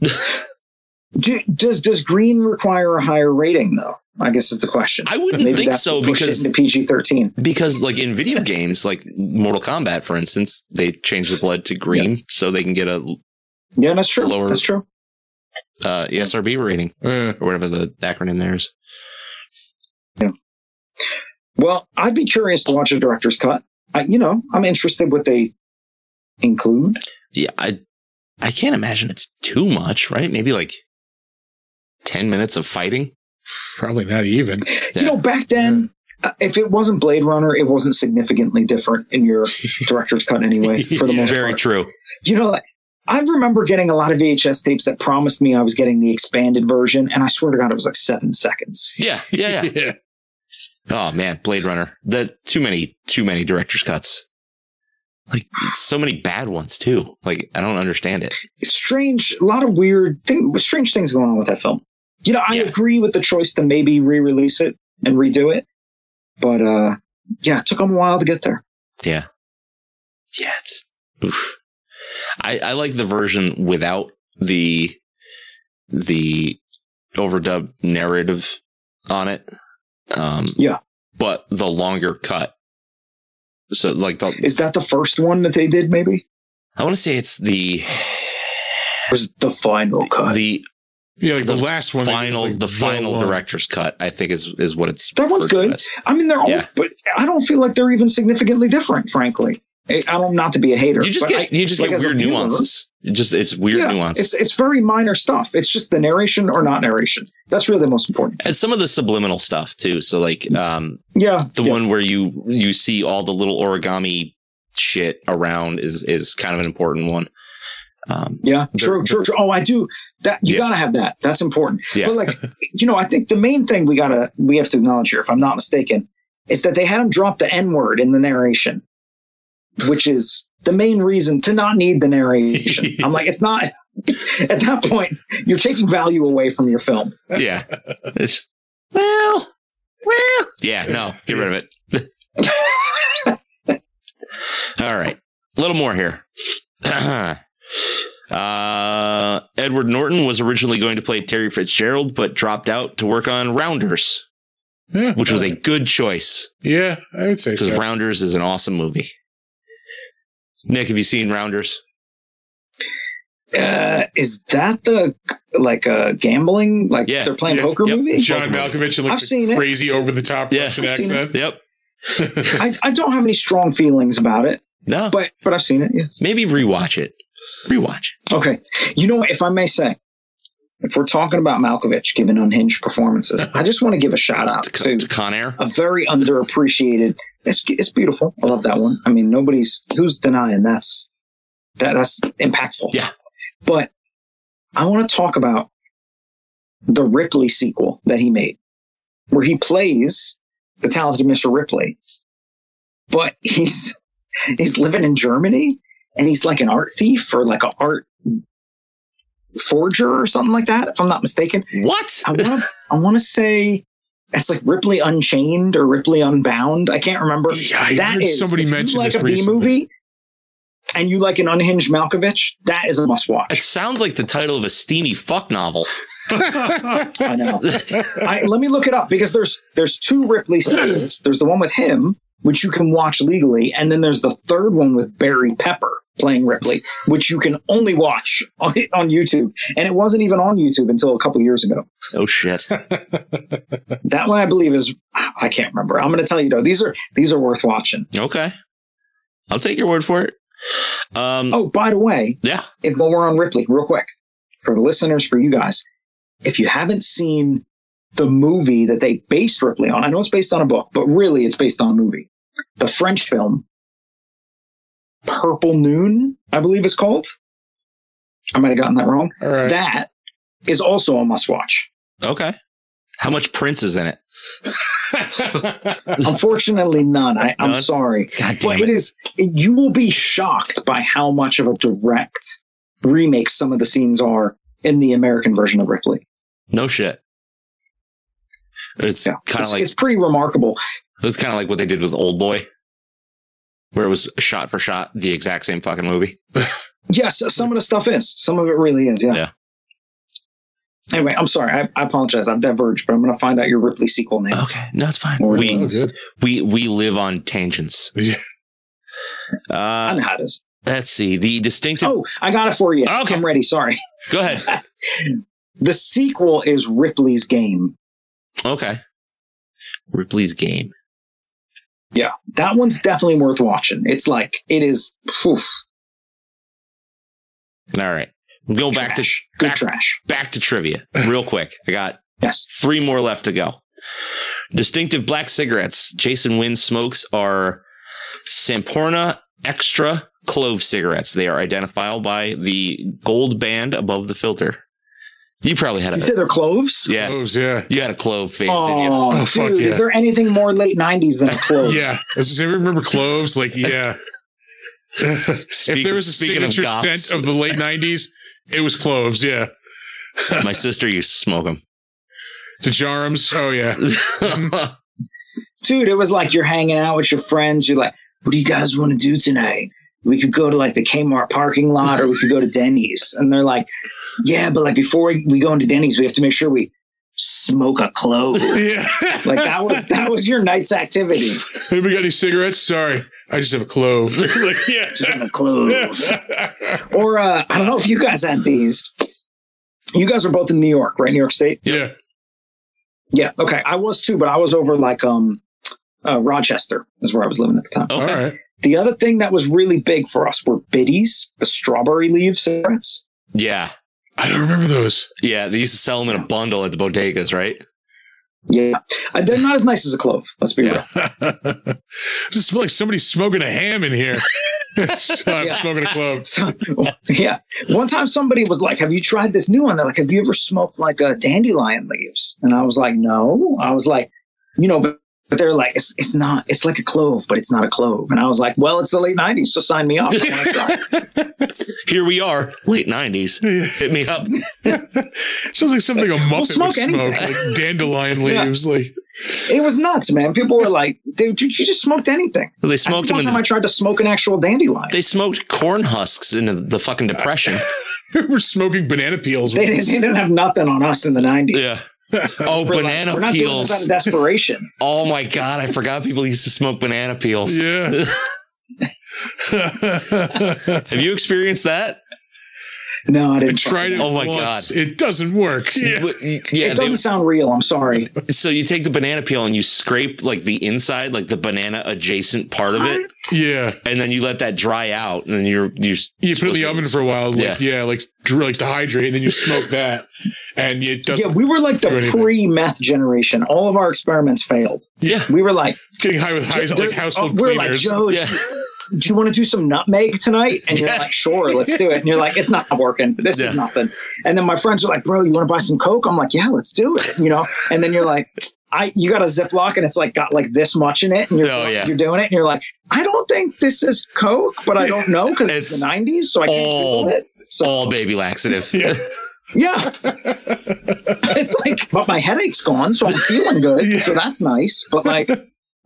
E: Do, does does green require a higher rating though? I guess is the question.
F: I wouldn't think so
E: what pushed it
F: because
E: into PG thirteen.
F: because like in video games, like Mortal Kombat, for instance, they change the blood to green so they can get a
E: Yeah, that's true.
F: Lower-
E: That's true.
F: uh, ESRB rating
B: Uh,
F: or whatever the acronym there is.
E: Well, I'd be curious to watch a director's cut. I, you know, I'm interested what they include.
F: yeah, I I can't imagine it's too much, right? Maybe like ten minutes of fighting.
B: probably not even.
F: Yeah. Mm.
E: You know, back then, uh, if it wasn't Blade Runner, it wasn't significantly different in your director's cut anyway. For the most
F: Very
E: part,
F: true.
E: you know. like, I remember getting a lot of VHS tapes that promised me I was getting the expanded version, and I swear to God, it was like seven seconds.
F: Yeah, yeah, yeah. oh man, Blade Runner. That too many, too many director's cuts. Like so many bad ones too. Like I don't understand it.
E: strange, a lot of weird thing, strange things going on with that film. You know, I
F: Yeah.
E: agree with the choice to maybe re-release it and redo it, but uh, yeah, it took them a while to get there.
F: Yeah, yeah. It's oof. I I like the version without the the overdub narrative on it. Um,
E: Yeah.
F: but the longer cut. So like the
E: Is that the first one that they did? Maybe
F: I want to say it's the
E: or is it the final cut?
F: the
B: Yeah, like the,
F: The
B: last one.
F: final
B: like, uh,
F: the final
B: one.
F: director's cut. I think is is what it's
E: That one's
F: referred to
E: good.
F: as.
E: I mean, they're all,
F: Yeah.
E: but I don't feel like they're even significantly different, frankly. I I don't not to be a hater.
F: You just
E: but
F: get
E: I-
F: you just
E: like,
F: get
E: as a
F: weird
E: viewer-
F: nuances. It just it's weird
E: Yeah, It's
F: nuances.
E: it's very minor stuff. It's just the narration or not narration. That's really the most important.
F: and some of the subliminal stuff too. So like um
E: Yeah,
F: the
E: yeah.
F: one where you you see all the little origami shit around is is kind of an important one. Um
E: Yeah,
F: The-
E: true, true, true. Oh, I do. That you
F: Yeah.
E: gotta have that. That's important.
F: Yeah.
E: But like, you know, I think the main thing we gotta we have to acknowledge here, if I'm not mistaken, is that they had him drop the N word in the narration, which is the main reason to not need the narration. I'm like, it's not. At that point, you're taking value away from your film.
F: yeah. It's- well, well, yeah, no, Oh, get rid of it. All right. A little more here. uh, Edward Norton was originally going to play Terry Fitzgerald, but dropped out to work on Rounders,
B: Yeah,
F: which was a good choice
B: yeah. I would say
F: because
B: so.
F: Rounders is an awesome movie. Nick, have you seen Rounders?
E: Uh, is that the like a uh, gambling like
F: Yeah,
E: they're playing
B: yeah,
E: poker
F: yep.
E: movie?
B: John Malkovich and like
E: I've
B: the
E: seen it.
B: crazy over the top
F: Yeah.
B: Russian
E: I've seen
B: accent.
F: Yep.
E: I, I don't have any strong feelings about it,
F: No,
E: but but I've seen it. Yeah.
F: maybe rewatch it. Rewatch.
E: Okay. You know what? If I may say, if we're talking about Malkovich giving unhinged performances, I just want to give a shout out
F: To, Con- to
E: to
F: Con Air.
E: a very underappreciated. It's, it's beautiful. I love that one. I mean, nobody's who's denying that's that that's impactful.
F: Yeah.
E: But I want to talk about the Ripley sequel that he made, where he plays the talented Mr. Ripley. But he's he's living in Germany and he's like an art thief or like an art forger or something like that, if I'm not mistaken.
F: What?
E: I want to I want to say it's like Ripley Unchained or Ripley Unbound. I can't remember.
B: Yeah, I heard somebody
E: if you
B: mention
E: like
B: this
E: a B
B: recently.
E: movie and you like an unhinged Malkovich. That is a must
F: It
E: watch.
F: sounds like the title of a steamy fuck novel.
E: I know. I, let me look it up because there's there's two Ripley sequels. There's the one with him, which you can watch legally, and then there's the third one with Barry Pepper playing Ripley, which you can only watch on, on YouTube. And it wasn't even on YouTube until a couple years ago.
F: Oh shit.
E: That one I believe is I can't remember. I'm going to tell you though. These are these are worth watching.
F: Okay. I'll take your word for it. Um
E: Oh, by the way,
F: yeah.
E: if while we're on Ripley, real quick, for the listeners, for you guys, if you haven't seen the movie that they based Ripley on, I know it's based on a book, but really it's based on a movie. The French film Purple Noon, I believe it's called. I might have gotten that wrong.
B: All right.
E: That is also a must watch.
F: Okay. How much Prince is in it?
E: Unfortunately, none. I, I'm
F: None?
E: sorry.
F: God
E: But
F: damn
E: it
F: it.
E: is, it- you will be shocked by how much of a direct remake some of the scenes are in the American version of Ripley.
F: No shit. It's
E: Yeah,
F: kind
E: it's,
F: of like
E: it's pretty remarkable.
F: That's kind of like what they did with Old Boy, where it was shot for shot the exact same fucking movie.
E: Yes, some of the stuff is. Some of it really is. Yeah.
F: Yeah.
E: Anyway, I'm sorry. I, I apologize. I've diverged, but I'm going to find out your Ripley sequel name.
F: Okay, no, it's fine.
E: Well, we're
F: We
E: doing
B: good.
F: we we live on tangents.
B: Yeah.
E: I
F: Uh,
E: know how it is.
F: let's see the distinctive.
E: Oh, I got it for you.
F: Okay.
E: I'm ready. Sorry.
F: Go ahead.
E: The sequel is Ripley's Game.
F: Okay. Ripley's game.
E: That one's definitely worth watching. It's like it is. phew,
F: All right. We'll go back to
E: trash. good
F: back-
E: trash.
F: back to trivia real quick. I got
E: Yes.
F: three more left to go. Distinctive black cigarettes Jason Wynn smokes are Samporna Extra Clove cigarettes. They are identifiable by the gold band above the filter. You probably had
E: You
F: a
E: said they're cloves.
F: yeah.
B: Cloves, yeah.
F: You had a clove face. didn't you?
E: Oh,
B: Oh, fuck
E: dude,
B: yeah.
E: is there anything more late '90s than a clove?
B: Yeah. As I say, remember cloves? Like, yeah. if
F: Speak-
B: there was a
F: speaking of
B: signature
F: goths.
B: scent of the late 90s, it was cloves, yeah.
F: My sister used to smoke them.
B: To Jarums, oh yeah.
E: dude, it was like you're hanging out with your friends. You're like, what do you guys want to do tonight? We could go to like the Kmart parking lot or we could go to Denny's. And they're like, yeah, but like before we, we go into Denny's, we have to make sure we smoke a clove.
B: Yeah.
E: like that was that was your night's activity.
B: Anybody got any cigarettes? Sorry. I just have a clove. like, yeah.
E: Just a clove. Or uh, I don't know if you guys had these. You guys are both in New York, right? New York State?
B: yeah.
E: Yeah. Okay. I was too, but I was over like um uh, Rochester is where I was living at the time.
B: All
F: okay.
B: right.
E: The other thing that was really big for us were biddies, the strawberry leaf cigarettes.
F: Yeah.
B: I don't remember those.
F: Yeah. They used to sell them in a bundle at the bodegas, right?
E: Yeah. Uh, They're not as nice as a clove, let's be
F: Yeah.
E: real.
B: just smell like somebody's smoking a ham in here. so I'm
E: Yeah.
B: smoking a clove.
E: So, yeah. One time somebody was like, Have you tried this new one? They're like, Have you ever smoked like uh, dandelion leaves? And I was like, No. I was like, You know, but, but they're like, it's, it's not, it's like a clove, but it's not a clove. And I was like, Well, it's the late 90s, so sign me up. I wanna try."
F: Here we are, late 90s.
B: Yeah.
F: Hit me up.
B: Sounds like something a Muppet
E: smoke
B: would smoke,
E: anything.
B: like dandelion
E: Yeah.
B: leaves. Like,
E: it was nuts, man. People were like, Dude, you, you just smoked anything.
F: They
E: I
F: smoked
E: think
F: them
E: one
F: in
E: time I tried to smoke an actual dandelion.
F: They smoked corn husks into the fucking depression.
B: we're smoking banana peels.
E: They didn't, they didn't have nothing on us in the 90s.
F: yeah. Oh,
E: We're like,
F: banana
E: we're not doing this out
F: peels.
E: of desperation.
F: Oh my god, I forgot people used to smoke banana peels.
B: yeah.
F: Have you experienced that?
E: No, I
B: I
E: didn't.
B: tried it.
F: Oh my
B: once. It doesn't work. Yeah.
F: But, Yeah.
E: it doesn't sound real. I'm sorry.
F: they- so you take the banana peel and you scrape like the inside, like the banana adjacent part of it,
B: Yeah.
F: and then you let that dry out, and then you're you
B: You put it in the oven for a while. Like, yeah.
F: Yeah.
B: Like, dr- like to hydrate, and then you smoke that, and it
E: Yeah,
B: doesn't.
E: we were like
B: do
E: the
B: anything.
E: pre meth generation. All of our experiments failed.
F: Yeah.
E: We were like,
B: Getting high with high,
E: they're-
B: like household
E: Oh, we're like,
B: cleaners.
E: Joe,
F: Yeah.
E: do you- do you want to do some nutmeg tonight? And you're
F: Yeah.
E: like, sure, let's do it. And you're like, it's not working. This
F: Yeah.
E: is nothing. And then my friends are like, bro, you want to buy some Coke? I'm like, yeah, let's do it. You know? And then you're like, I you got a Ziploc and it's like got like this much in it, and you're
F: Oh, yeah.
E: you're doing it, and you're like, I don't think this is Coke, but I don't know because it's,
F: It's
E: the '90s, so I can't
F: all-
E: Google it. So
F: All baby laxative.
B: Yeah.
E: yeah, it's like, but my headache's gone, so I'm feeling good,
B: Yeah.
E: so that's nice. But like,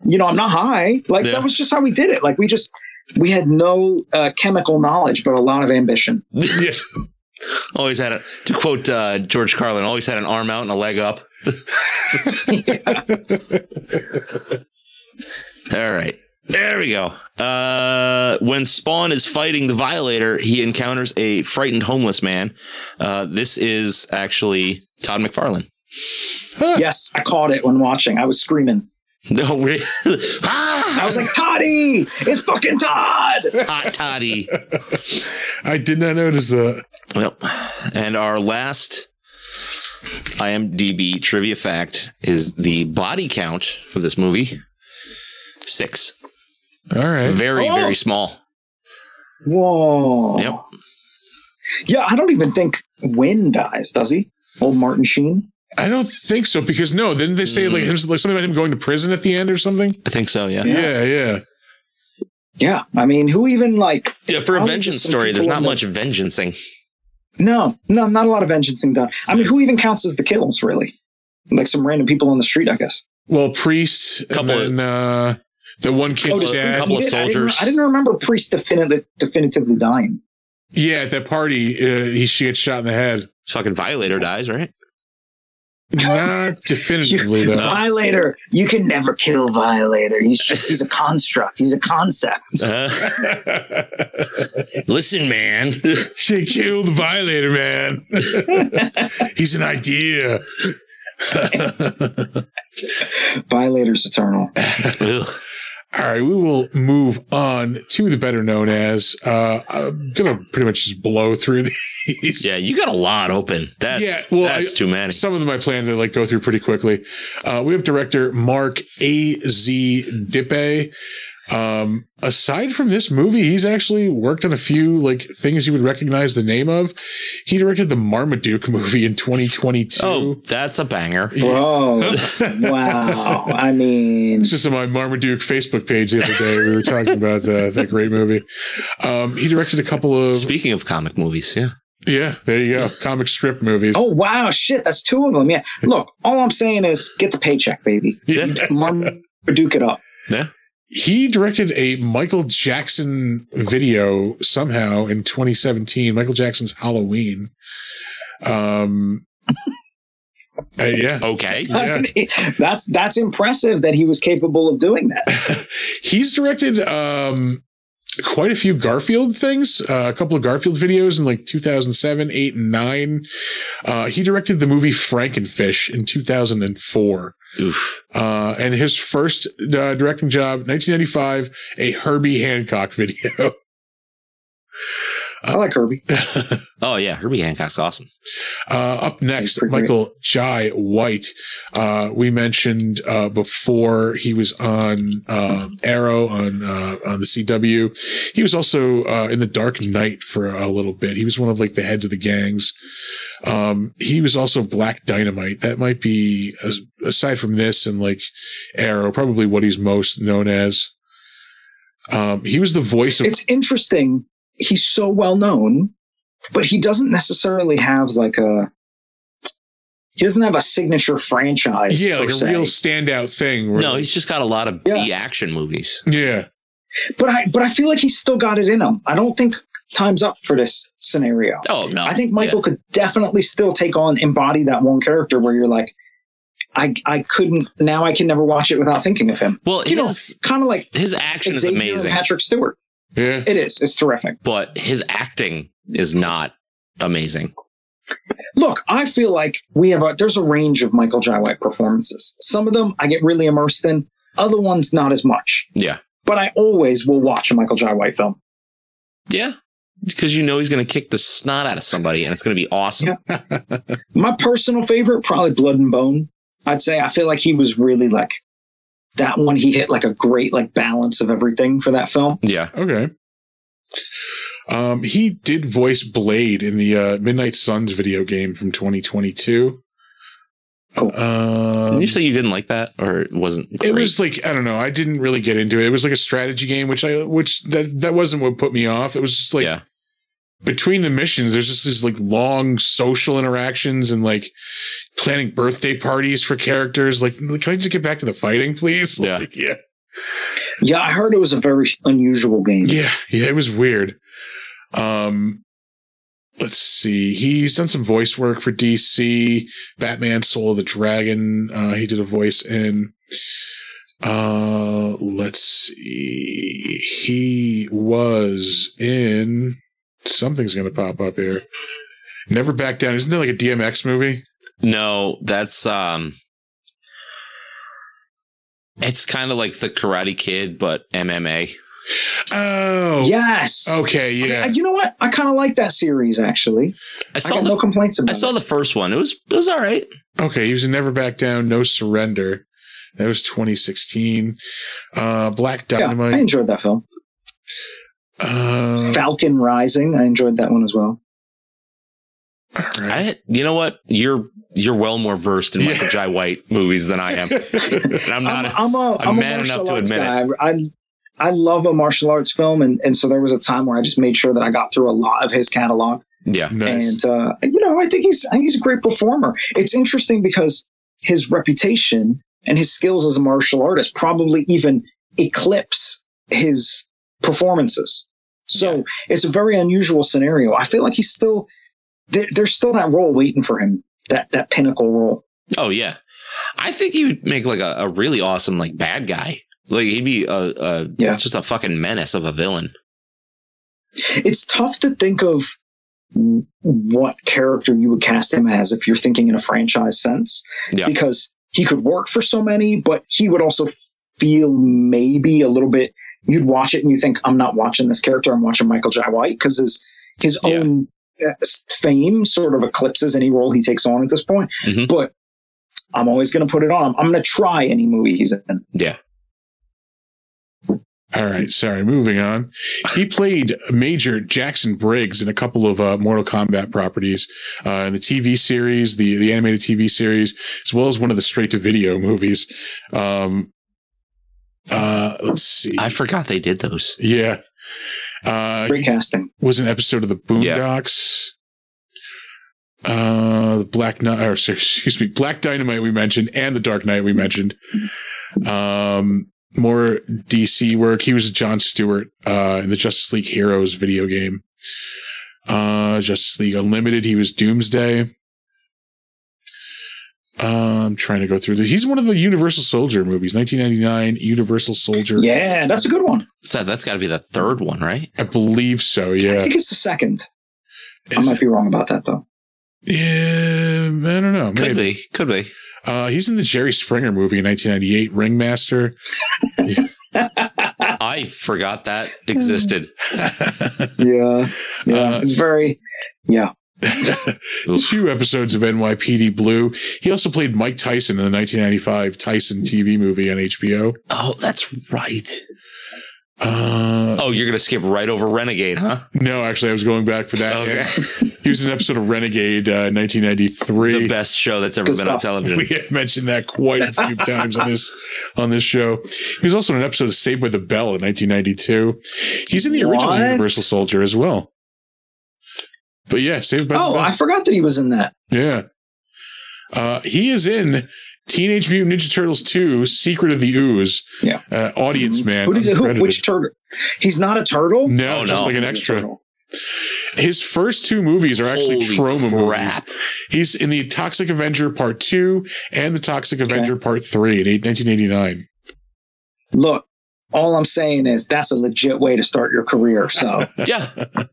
E: you know, I'm not high. Like
F: Yeah.
E: that was just how we did it. Like we just we had no uh, chemical knowledge, but a lot of ambition.
B: yeah.
F: Always had a, to quote uh, George Carlin, always had an arm out and a leg up. All right. There we go. Uh, when Spawn is fighting the Violator, he encounters a frightened homeless man. Uh, this is actually Todd McFarlane.
E: yes, I caught it when watching. I was screaming.
F: No, we- ah,
E: I was like, Toddy, it's fucking Todd.
F: hot toddy.
B: I did not notice that.
F: Yep. And our last IMDb trivia fact is the body count for this movie six.
B: All right.
F: Very,
E: Oh.
F: very small.
E: Whoa.
F: Yep.
E: Yeah, I don't even think Wynn dies, does he? Old Martin Sheen.
B: I don't think so because no, didn't they say like, him, like something about him going to prison at the end or something?
F: I think so, yeah.
B: Yeah, yeah.
E: Yeah, I mean, who even like?
F: Yeah, for a
E: Probably
F: vengeance
E: just some
F: story, there's
E: people
F: not
E: in
F: much vengeancing.
E: No, no, not a lot of vengeancing done. I mean, who even counts as the kills, really? Like some random people on the street, I guess.
B: Well, priest,
F: Couple of-
B: and then, uh, the one
E: Oh,
B: kid's
F: Couple of-
B: dad.
F: couple of
E: He did- I didn't-
F: soldiers.
E: I didn't, remember Priest definitively, definitively dying.
B: Yeah, at that party, uh, he she gets shot in the head.
F: Fucking Violator dies, right?
B: Not definitively though.
E: Violator, you can never kill Violator. He's just he's a construct. He's a concept.
F: Uh, listen, man.
B: she killed Violator Man. He's an idea.
E: Violator's eternal.
F: Ugh.
B: All right, we will move on to the better known as. Uh, I'm gonna pretty much just blow through these.
F: Yeah, you got a lot open. That's,
B: Yeah, well,
F: that's
B: I-
F: too many.
B: Some of them I plan to like go through pretty quickly. Uh, we have director Mark A. Z. Dippe. Um, aside from this movie, he's actually worked on a few like things you would recognize the name of. He directed the Marmaduke movie in 2022.
F: oh, that's a banger.
E: Mm-hmm. Bro, wow. I mean,
B: It's just on my Marmaduke Facebook page the other day. We were talking about that, that great movie. Um, he directed a couple of
F: Speaking of comic movies, yeah.
B: yeah, there you go, comic strip movies.
E: Oh wow, shit, that's two of them. Yeah. Look, all I'm saying is get the paycheck, baby.
B: Yeah.
E: Marmaduke it up.
B: He directed a Michael Jackson video somehow in 2017, Michael Jackson's Halloween. Um, uh, yeah.
F: Okay.
B: Yeah.
E: that's that's impressive that he was capable of doing that.
B: He's directed um, quite a few Garfield things, uh, a couple of Garfield videos in like 2007, 8, and 9. Uh, he directed the movie Frankenfish in 2004.
F: Oof.
B: Uh, and his first uh, directing job, 1995, a Herbie Hancock video.
E: I like Herbie.
F: Oh, yeah. Herbie Hancock's awesome.
B: Uh, up next,
E: pretty great.
B: Michael Jai White. Uh, we mentioned uh, before he was on um, Arrow on uh, on the CW. He was also uh, in the Dark Knight for a little bit. He was one of like the heads of the gangs. Um, he was also Black Dynamite. That might be as- aside from this and like Arrow, probably what he's most known as. Um, he was the voice of
E: It's interesting. He's so well known, but he doesn't necessarily have like a he doesn't have a signature franchise.
B: yeah,
E: per
B: like a
E: se.
B: real standout thing. where-
F: No, he's just got a lot of
E: Yeah.
F: B action movies.
B: yeah.
E: but I but I feel like he's still got it in him. I don't think time's up for this scenario.
F: Oh no,
E: I think Michael could definitely still take on embody that one character where you're like, I I couldn't now I can never watch it without thinking of him.
F: Yeah. Well,
E: You know,
F: his
E: kind of like
F: his action is
E: Xavier and
F: amazing,
E: Patrick Stewart.
B: Yeah.
E: It is. It's terrific.
F: but his acting is not amazing.
E: Look, I feel like we have a there's a range of Michael Jai White performances. Some of them I get really immersed in. Other ones not as much.
F: Yeah.
E: But I always will watch a Michael Jai White film.
F: Yeah, because you know he's going to kick the snot out of somebody, and it's going to be awesome.
E: Yeah. My personal favorite, probably Blood and Bone. I'd say I feel like he was really like that one. He hit like a great like balance of everything for that film.
F: Yeah,
B: Okay. Um, he did voice Blade in the uh, Midnight Suns video game from 2022. Um,
F: Didn't you say you didn't like that or it wasn't?
B: it
F: great?
B: was like I don't know. I didn't really get into it. It was like a strategy game, which I which that that wasn't what put me off. It was just like
F: yeah.
B: between the missions, there's just these like long social interactions and like planning birthday parties for characters. Like, can I just get back to the fighting, please?
F: Yeah.
B: Like, yeah,
E: Yeah, I heard it was a very unusual game.
B: yeah, yeah. It was weird. Um, let's see. He's done some voice work for DC, Batman, Soul of the Dragon. Uh, he did a voice in. Uh, let's see. He was in. Something's gonna pop up here. Never back down. Isn't there like a DMX movie?
F: No, that's um it's kind of like the Karate Kid, but MMA.
B: Oh,
E: Yes.
B: Okay, yeah.
E: I- you know what? I kind of like that series actually.
F: I
E: I,
F: saw
E: got
F: the
E: no complaints about
F: I saw
E: it.
F: the first one. It was it was all right.
B: Okay, he was in Never Back Down, No Surrender. That was 2016. Uh, Black
E: yeah, I
B: Dynamite.
E: enjoyed that film.
B: Uh,
E: Falcon Rising. I enjoyed that one as well.
B: all right.
F: I you know what? You're you're well more versed in Michael
B: Yeah.
F: Jai White movies than I am. and I'm not
E: I'm, I'm a,
F: I'm
E: I'm a
F: man enough
E: martial
F: to
E: arts
F: admit
E: guy. I, I love a martial arts film, and, and so there was a time where I just made sure that I got through a lot of his catalog.
F: yeah.
B: nice.
E: And uh, you know, I think he's I think he's a great performer. It's interesting because his reputation and his skills as a martial artist probably even eclipse his performances. So it's a very unusual scenario. I feel like he's still there, there's still that role waiting for him. That that pinnacle role.
F: Oh yeah. I think he would make like a, a really awesome like bad guy. Like he'd be a, a
E: Yeah.
F: just a fucking menace of a villain.
E: It's tough to think of what character you would cast him as if you're thinking in a franchise sense.
F: Yeah.
E: Because he could work for so many, but he would also feel maybe a little bit you'd watch it and you think, I'm not watching this character, I'm watching Michael Jai White, because his his
F: Yeah.
E: own uh, fame sort of eclipses any role he takes on at this point.
F: Mhm.
E: But I'm always gonna put it on. I'm gonna try any movie he's in.
B: all right, sorry. Moving on. He played Major Jackson Briggs in a couple of uh, Mortal Kombat properties, uh, in the TV series, the the animated TV series, as well as one of the straight to video movies. Um, uh, let's see.
F: I forgot they did those.
B: yeah. Uh,
E: Great casting.
B: was an episode of the
F: Yeah.
B: Boondocks. Uh, the Black Knight, or sorry, excuse me, Black Dynamite we mentioned, and the Dark Knight we mentioned. Um, more DC work. He was John Stewart uh, in the Justice League Heroes video game. Uh, Justice League Unlimited. He was Doomsday. Uh, I'm trying to go through this. He's one of the Universal Soldier movies, 1999 Universal Soldier.
E: Yeah, that's a good one.
F: So that's got to be the third one, right?
B: I believe so.
E: I
B: Yeah.
E: think it's the second. I
B: Is-
E: might be wrong about that though.
B: Yeah, I don't know.
F: Could
B: Maybe.
F: be. Could be.
B: Uh, he's in the Jerry Springer movie in 1998, Ringmaster.
F: I forgot that
E: Hmm.
F: existed.
E: yeah, yeah.
B: Uh,
E: it's very yeah.
F: Oof.
B: Two episodes of NYPD Blue. He also played Mike Tyson in the 1995 Tyson TV movie on HBO.
F: Oh, that's right.
B: Uh,
F: Oh, you're gonna skip right over Renegade, huh?
B: No, actually, I was going back for that.
F: Okay.
B: He was in an episode of Renegade uh,
F: the
B: 1993.
F: best show that's ever
E: Good
F: been on
E: stuff.
F: television.
B: We have mentioned that quite a few times on this on this show. He was also in an episode of Saved by the Bell in 1992. He's in the original
E: What?
B: Universal Soldier as well. But yeah, Saved by the
E: Oh,
B: Bell.
E: I forgot that he was in that.
B: Yeah. Uh, he is in Teenage Mutant Ninja Turtles 2 Secret of the Ooze.
E: Yeah. Mm-hmm.
B: Uh, audience man.
E: Who does it? Who,
B: uncredited.
E: which turtle? He's not a turtle.
B: no,
F: Oh,
B: just
F: no.
B: like an extra. His first two movies are actually
F: Holy
B: trauma movies.
F: crap.
B: He's in the Toxic Avenger Part 2 and the Toxic Avenger Part 3 in eight- 1989.
E: Look, all I'm saying is that's a legit way to start your career. So
F: Yeah. Hey,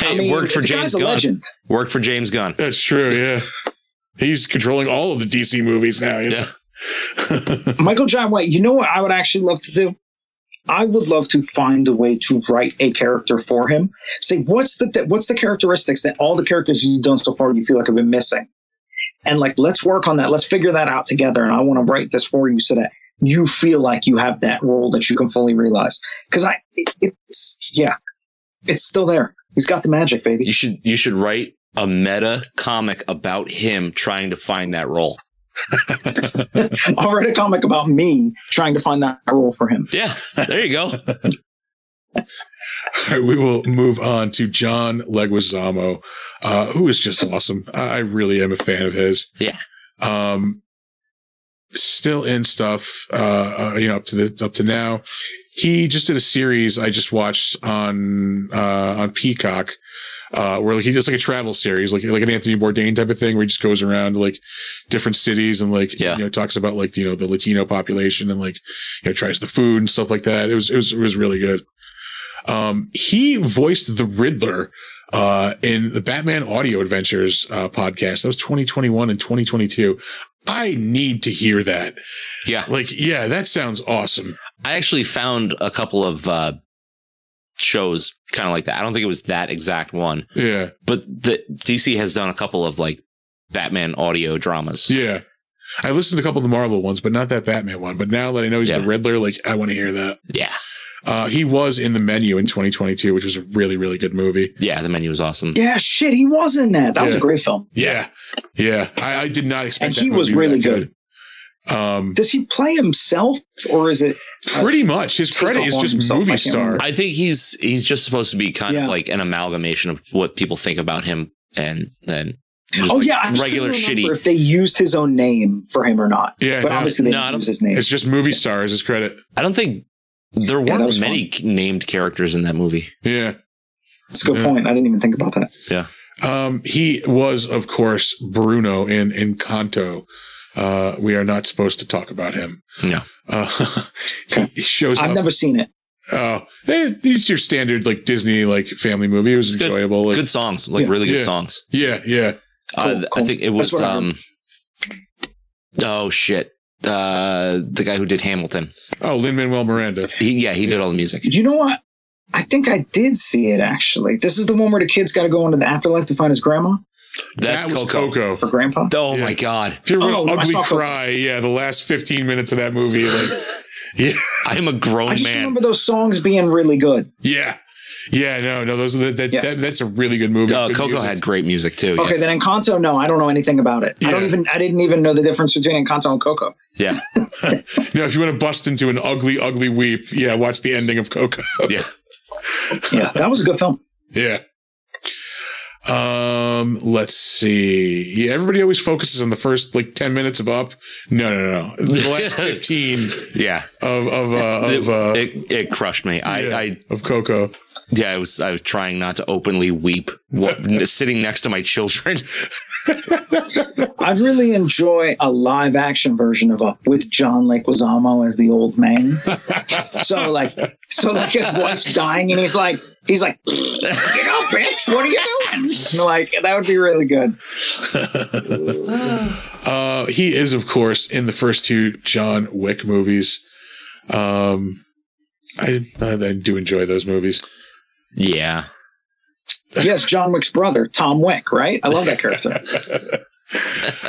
E: I mean,
F: it worked for
E: the
F: James
E: guy's a
F: Gunn.
E: legend.
F: Worked for James Gunn.
B: That's true, yeah. He's controlling all of the DC movies now. you know?
F: Yeah.
E: Michael John White. You know what I would actually love to do? I would love to find a way to write a character for him. Say what's the what's the characteristics that all the characters you've done so far you feel like have been missing, and like let's work on that. Let's figure that out together. And I want to write this for you so that you feel like you have that role that you can fully realize. Because I, it, it's yeah, it's still there. He's got the magic, baby.
F: You should you should write a meta comic about him trying to find that role.
E: I'll write a comic about me trying to find that role for him.
F: Yeah, there you go.
B: All right, we will move on to John Leguizamo, uh, who is just awesome. I I really am a fan of his.
F: Yeah.
B: Um, still in stuff, uh, uh, you know, up to the up to now. He just did a series I just watched on uh, on Peacock, uh, where like he does like a travel series, like like an Anthony Bourdain type of thing, where he just goes around to, like different cities and like
F: Yeah.
B: you know talks about like you know the Latino population and like you know tries the food and stuff like that. It was it was it was really good. Um, he voiced the Riddler uh, in the Batman Audio Adventures uh, podcast. That was 2021 and 2022. I need to hear that.
F: Yeah.
B: Like, yeah, that sounds awesome.
F: I actually found a couple of uh, shows kind of like that. I don't think it was that exact one,
B: Yeah.
F: but the DC has done a couple of like Batman audio dramas.
B: Yeah. I listened to a couple of the Marvel ones, but not that Batman one. But now that I know he's
F: Yeah.
B: the Riddler, like, I want to hear that.
F: Yeah.
B: Uh, he was in the menu in 2022, which was a really, really good movie.
F: Yeah, the menu was awesome.
E: Yeah, shit, he was in that. That was
B: Yeah.
E: a great film.
B: Yeah. Yeah. I, I did not expect
E: And
B: that
E: he was
B: movie to be
E: really
B: that good. Um,
E: Does he play himself or is it?
B: pretty much his
E: uh, Take
B: credit
E: off
B: is
E: on
B: just
E: himself,
B: movie
E: I can't
B: star.
E: remember.
F: I think he's he's just supposed to be kind
E: Yeah.
F: of like an amalgamation of what people think about him and then just
E: oh
F: like
E: yeah, I just
F: regular
E: couldn't remember
F: shitty. Uh,
E: If they used his own name for him or not,
B: Yeah.
E: but
B: no,
E: obviously they
F: No, I
E: didn't
F: don't-
E: use his name.
B: it's just movie star is his credit.
F: I don't think there
E: Yeah, that
F: weren't
E: was
F: many named characters in that movie.
B: Yeah.
E: That's a good
B: yeah.
F: uh,
E: point. I didn't even think about that.
B: Um, he was, of course, Bruno in Encanto. Uh, we are not supposed to talk about him.
F: No.
B: Uh, he shows
E: I've
B: up.
E: never seen it.
B: oh, eh, he's your standard like Disney like family movie. It was
F: It's good.
B: enjoyable. Like,
F: Good songs, like
E: Yeah.
F: really good
B: Yeah.
F: songs.
B: Yeah, yeah.
F: uh,
E: Cool,
F: I
E: cool.
F: think it
E: That's
F: was
E: what I heard.
F: um oh shit. Uh the guy who did Hamilton.
B: Oh, Lin Manuel Miranda.
F: He, yeah, he did all the music.
E: You know what? I think I did see it actually. This is the one where the kid's got to go into the afterlife to find his grandma
F: That's
B: that was
F: Coco.
B: Coco.
E: or grandpa.
F: Oh
B: Yeah.
F: my god.
B: If you
E: Oh,
B: remember
E: I
B: Ugly
E: saw Coco.
B: Cry, yeah, the last fifteen minutes of that movie, like,
F: I am a
E: I
F: grown
E: just
F: Oh, man.
E: remember those songs being really good.
B: yeah, yeah, no, no, those are the, that,
E: Yeah.
B: that that's a really good movie.
F: Uh,
B: Good
F: Coco
B: music.
F: had great music too. Yeah.
E: Okay, then Encanto, no, I don't know anything about it. I don't
B: Yeah.
E: even I didn't even know the difference between Encanto and Coco.
F: yeah.
B: No, if you want to bust into an ugly, ugly weep, yeah, watch the ending of Coco.
F: Yeah.
E: Yeah, that was a good film.
B: Yeah. Um, let's see. Yeah, everybody always focuses on the first like 10 minutes of up. No, no, no. The last 15
F: Yeah.
B: of of uh, of uh,
F: it, it it crushed me.
B: yeah,
F: I, I
B: of Coco.
F: yeah, I was I was trying not to openly weep what, sitting next to my children.
E: I really enjoy a live action version of Up with John Leguizamo as the old man. so like, so like his wife's dying and he's like, he's like, get up, bitch! What are you doing? And, like that would be really good.
B: Uh, he is of course in the first two John Wick movies. Um I, I do enjoy those movies.
F: Yeah.
E: Yes, John Wick's brother, Tom Wick, right? I love that character.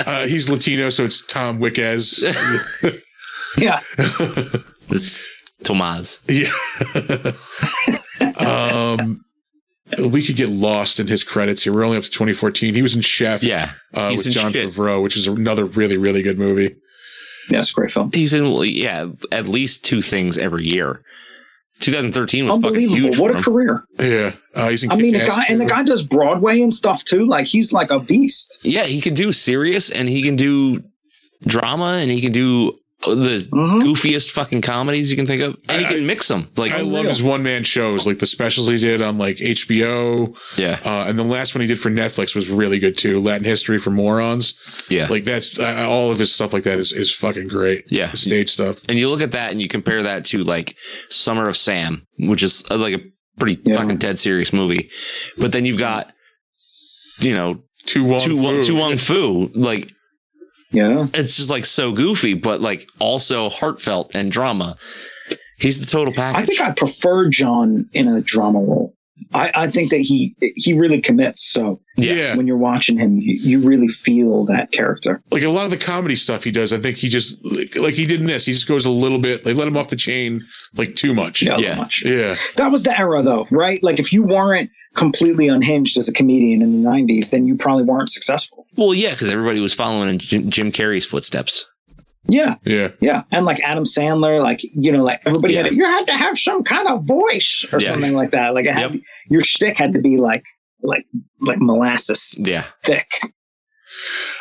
B: Uh, he's Latino, so it's Tom Wick as
E: Yeah,
F: It's Tomas.
B: Yeah. um, we could get lost in his credits here. We're only up to 2014. He was in Chef
F: Yeah.
B: uh,
F: he's
B: with
F: in
B: John
F: shit.
B: Favreau, which is another really, really good movie.
E: yeah, it's a great film.
F: He's in yeah, at least two things every year. 2013 was fucking
E: Unbelievable!
F: huge.
E: What
F: for
E: a
F: him.
E: career.
B: Yeah. Uh, he's in
E: I mean, the
B: Kick-Ass
E: guy and the
B: too.
E: guy does Broadway and stuff too. Like he's like a beast.
F: Yeah, he can do serious and he can do drama and he can do the
E: Mhm.
F: goofiest fucking comedies you can think of. And he
B: Mm-hmm. I-
F: can mix them. Like,
B: I love his one man shows, like the specials he did on like HBO.
F: yeah,
B: Uh, and the last one he did for Netflix was really good too Latin History for Morons.
F: yeah.
B: Like, that's uh, all of his stuff like that is, is fucking great.
F: Yeah.
B: The stage stuff.
F: and you look at that and you compare that to like Summer of Sam, which is uh, like a pretty
E: Yeah.
F: fucking dead serious movie. But then you've got, you know,
B: Too Wong.
F: Tu Wong,
B: Fu.
F: Tu Wong Fu. Like,
E: Yeah,
F: it's just like so goofy, but like also heartfelt and drama. He's the total package.
E: I think I prefer John in a drama role. I, I think that he he really commits. So
F: yeah.
B: yeah.
E: when you're watching him, you, you really feel that character.
B: like a lot of the comedy stuff he does, I think he just like, like he did in this. He just goes a little bit. They let him off the chain like too much.
E: Yeah,
F: Yeah.
E: Much.
B: Yeah.
E: That was the era, though, right? Like if you weren't completely unhinged as a comedian in the '90s, then you probably weren't successful.
F: Well, yeah, because everybody was following in Jim, Jim Carrey's footsteps.
E: Yeah,
B: Yeah.
E: yeah, and like Adam Sandler, like you know, like everybody had
F: Yeah.
E: had you had to have some kind of voice or
F: Yeah.
E: something like that. Like it had, your shtick had to be like like like molasses
F: Yeah.
E: thick.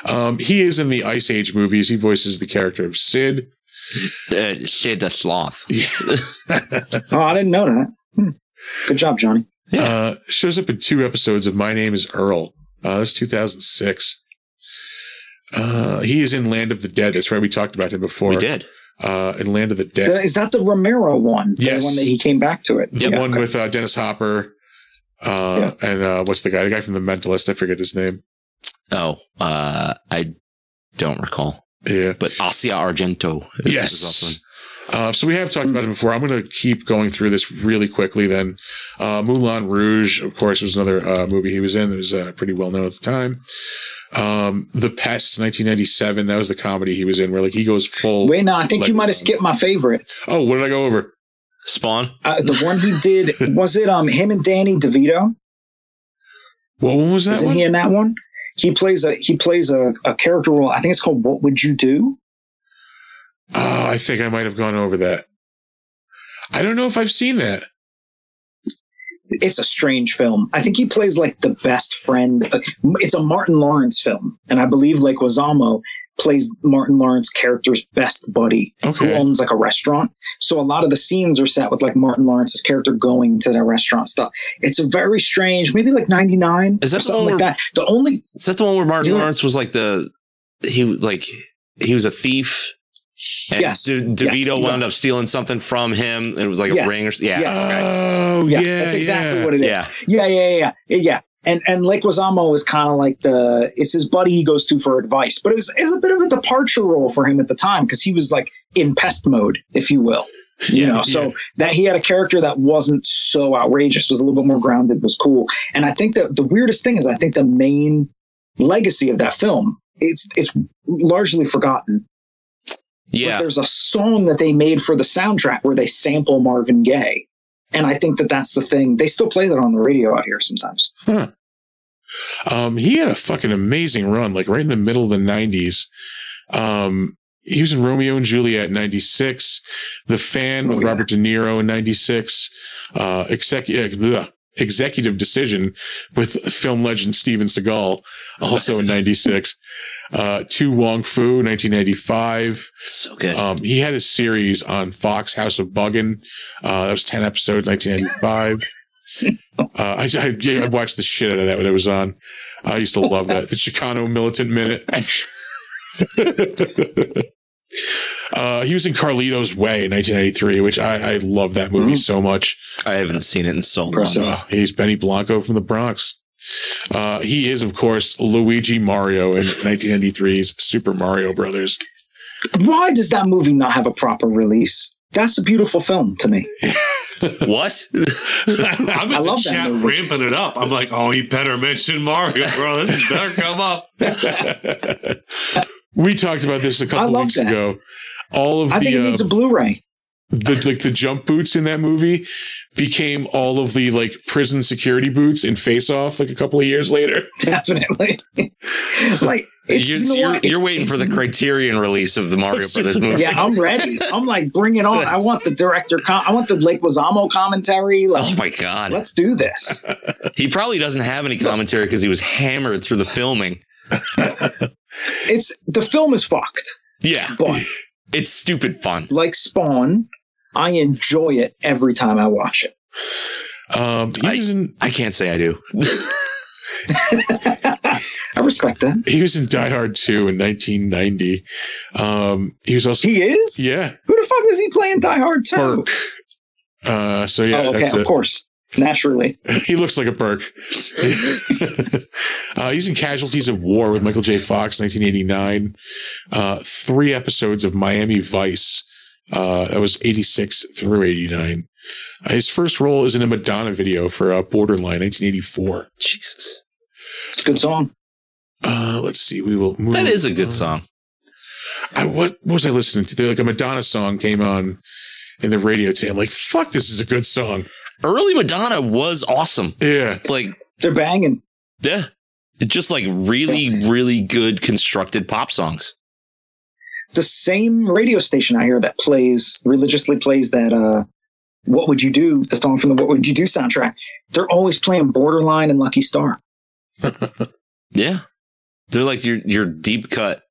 B: Um, he is in the Ice Age movies. He voices the character of Sid.
F: Uh, Sid the Sloth.
E: Oh, I didn't know that. Hmm. Good job, Johnny.
B: Uh, shows up in two episodes of My Name is Earl. Uh, that's 2006. Uh, he is in Land of the Dead. That's right. We talked about him before.
F: We did.
B: Uh, in Land of the Dead.
E: Is that the Romero one?
B: Yes.
E: The one that he came back to it.
B: the one with uh, Dennis Hopper. Uh, and uh, what's the guy? The guy from The Mentalist. I forget his name.
F: Oh, uh, I don't recall.
B: Yeah.
F: But Asia Argento. is- is also
B: Yes.
F: in-
B: Uh, so we have talked about it before. I'm going to keep going through this really quickly. Then uh, Moulin Rouge, of course, was another uh, movie he was in. It was uh, pretty well known at the time. Um, the Pest, 1997. That was the comedy he was in, where like he goes full.
E: Wait, no, I think
B: Like
E: you might have
B: this one.
E: skipped my favorite.
B: Oh, what did I go over?
F: Spawn.
E: Uh, the one he did was it um him and Danny DeVito?
B: What one was that
E: Isn't
B: one?
E: he in that one? He plays a he plays a, a character role. I think it's called What Would You Do?
B: oh, I think I might have gone over that. I don't know if I've seen that.
E: It's a strange film. I think he plays like the best friend. Uh, It's a Martin Lawrence film, and I believe like Wazamo plays Martin Lawrence character's best buddy who
B: Okay.
E: owns like a restaurant. So a lot of the scenes are set with like Martin Lawrence's character going to the restaurant stuff. It's a very strange, maybe like 99
F: Is that
E: or
F: the
E: something
F: one
E: like
F: where-
E: that. The only
F: Is that the one where Martin
E: Yeah.
F: Lawrence was like the he like he was a thief? And
E: Yes.
F: De-
E: Yes.
F: DeVito wound up stealing something from him, and it was like
E: Yes.
F: a ring or s- yeah.
E: Yes.
F: okay.
B: Oh yeah,
E: yeah, that's exactly
B: yeah.
E: what it is.
F: Yeah.
E: Yeah, yeah, yeah, yeah. yeah. And and Lake Wazamo is kind of like the it's his buddy he goes to for advice, but it was, it was a bit of a departure role for him at the time because he was like in pest mode, if you will. You
B: Yeah,
E: know, so
B: yeah.
E: that he had a character that wasn't so outrageous, was a little bit more grounded, was cool. And I think that the weirdest thing is I think the main legacy of that film it's it's largely forgotten. But
F: Yeah.
E: there's a song that they made for the soundtrack where they sample Marvin Gaye. And I think that that's the thing. They still play that on the radio out here sometimes.
B: Um, he had a fucking amazing run, like right in the middle of the nineties. Um, he was in Romeo and Juliet in 96, The Fan with
E: Oh, yeah.
B: Robert De Niro in 96, uh, execu- uh, ugh, Executive Decision with film legend Steven Seagal, also in 96, uh, Tu Wong Fu, 1995.
F: So good.
E: Oh,
B: Um, he had a series on Fox House of Buggin. Uh, that was 10 episodes, 1995. Uh, I, I, yeah, I watched the shit out of that when it was on. I used to love that. The Chicano Militant Minute. uh, he was in Carlito's Way, 1993, which I, I love that movie so much.
F: I haven't seen it in so long.
E: Impressive.
B: Uh, he's Benny Blanco from the Bronx. Uh, he is, of course, Luigi Mario in 1993's Super Mario Brothers.
E: Why does that movie not have a proper release? That's a beautiful film to me.
F: What?
G: I'm in
E: I
G: the
E: love that
G: chat
E: movie.
G: ramping it up. I'm like, oh, he better mention Mario, bro. This is better come up.
B: we talked about this a couple
E: love
B: weeks
E: that.
B: ago. All of
E: I think
B: the,
E: it
B: uh,
E: needs a
F: um,
E: Blu-ray.
B: the like the jump boots in that movie became all of the like prison security boots in Face Off like a couple of years later.
E: Definitely. like it's
F: you're,
E: you know
F: you're,
E: what?
F: you're
E: It's-
F: waiting for the
E: it's-
F: Criterion release of the Mario Brothers movie.
E: Yeah, I'm ready. I'm like, bring it on. I want the director com- I want the Lake Wazamo commentary. Like
F: Oh my god!
E: let's do this.
F: He probably doesn't have any commentary because he was hammered through the filming.
E: It's the film is fucked,
F: Yeah,
E: but
F: it's stupid fun.
E: like Spawn, I enjoy it every time I watch it.
B: Um, he
F: I-
B: was in
F: I can't say I do.
E: I respect that.
B: he was in Die Hard two in 1990. Um, he was also
E: He is?
B: yeah
E: Who the fuck is he playing Die Hard 2?
B: Burke. Uh, so yeah,
E: oh, okay,
B: that's
E: of
B: it.
E: course. Naturally.
B: he looks like a Burke. uh, he's in Casualties of War with Michael J. Fox, 1989. Uh, three episodes of Miami Vice. Uh, that was 86 through 89. Uh, his first role is in a Madonna video for uh, Borderline, 1984.
F: Jesus,
E: It's a good song.
B: Uh, let's see. We will move.
F: that is a good
B: on.
F: song.
B: I, what, what was I listening to? They're like a Madonna song came on in the radio today. I'm like, fuck, this is a good song.
F: Early Madonna was awesome.
B: Yeah.
F: Like,
E: They're banging.
F: yeah, just like really, really good constructed pop songs.
E: the same radio station out here that plays religiously plays that uh what would you do the song from the what would you do soundtrack they're always playing borderline and lucky star
F: Yeah. They're like your your deep cut,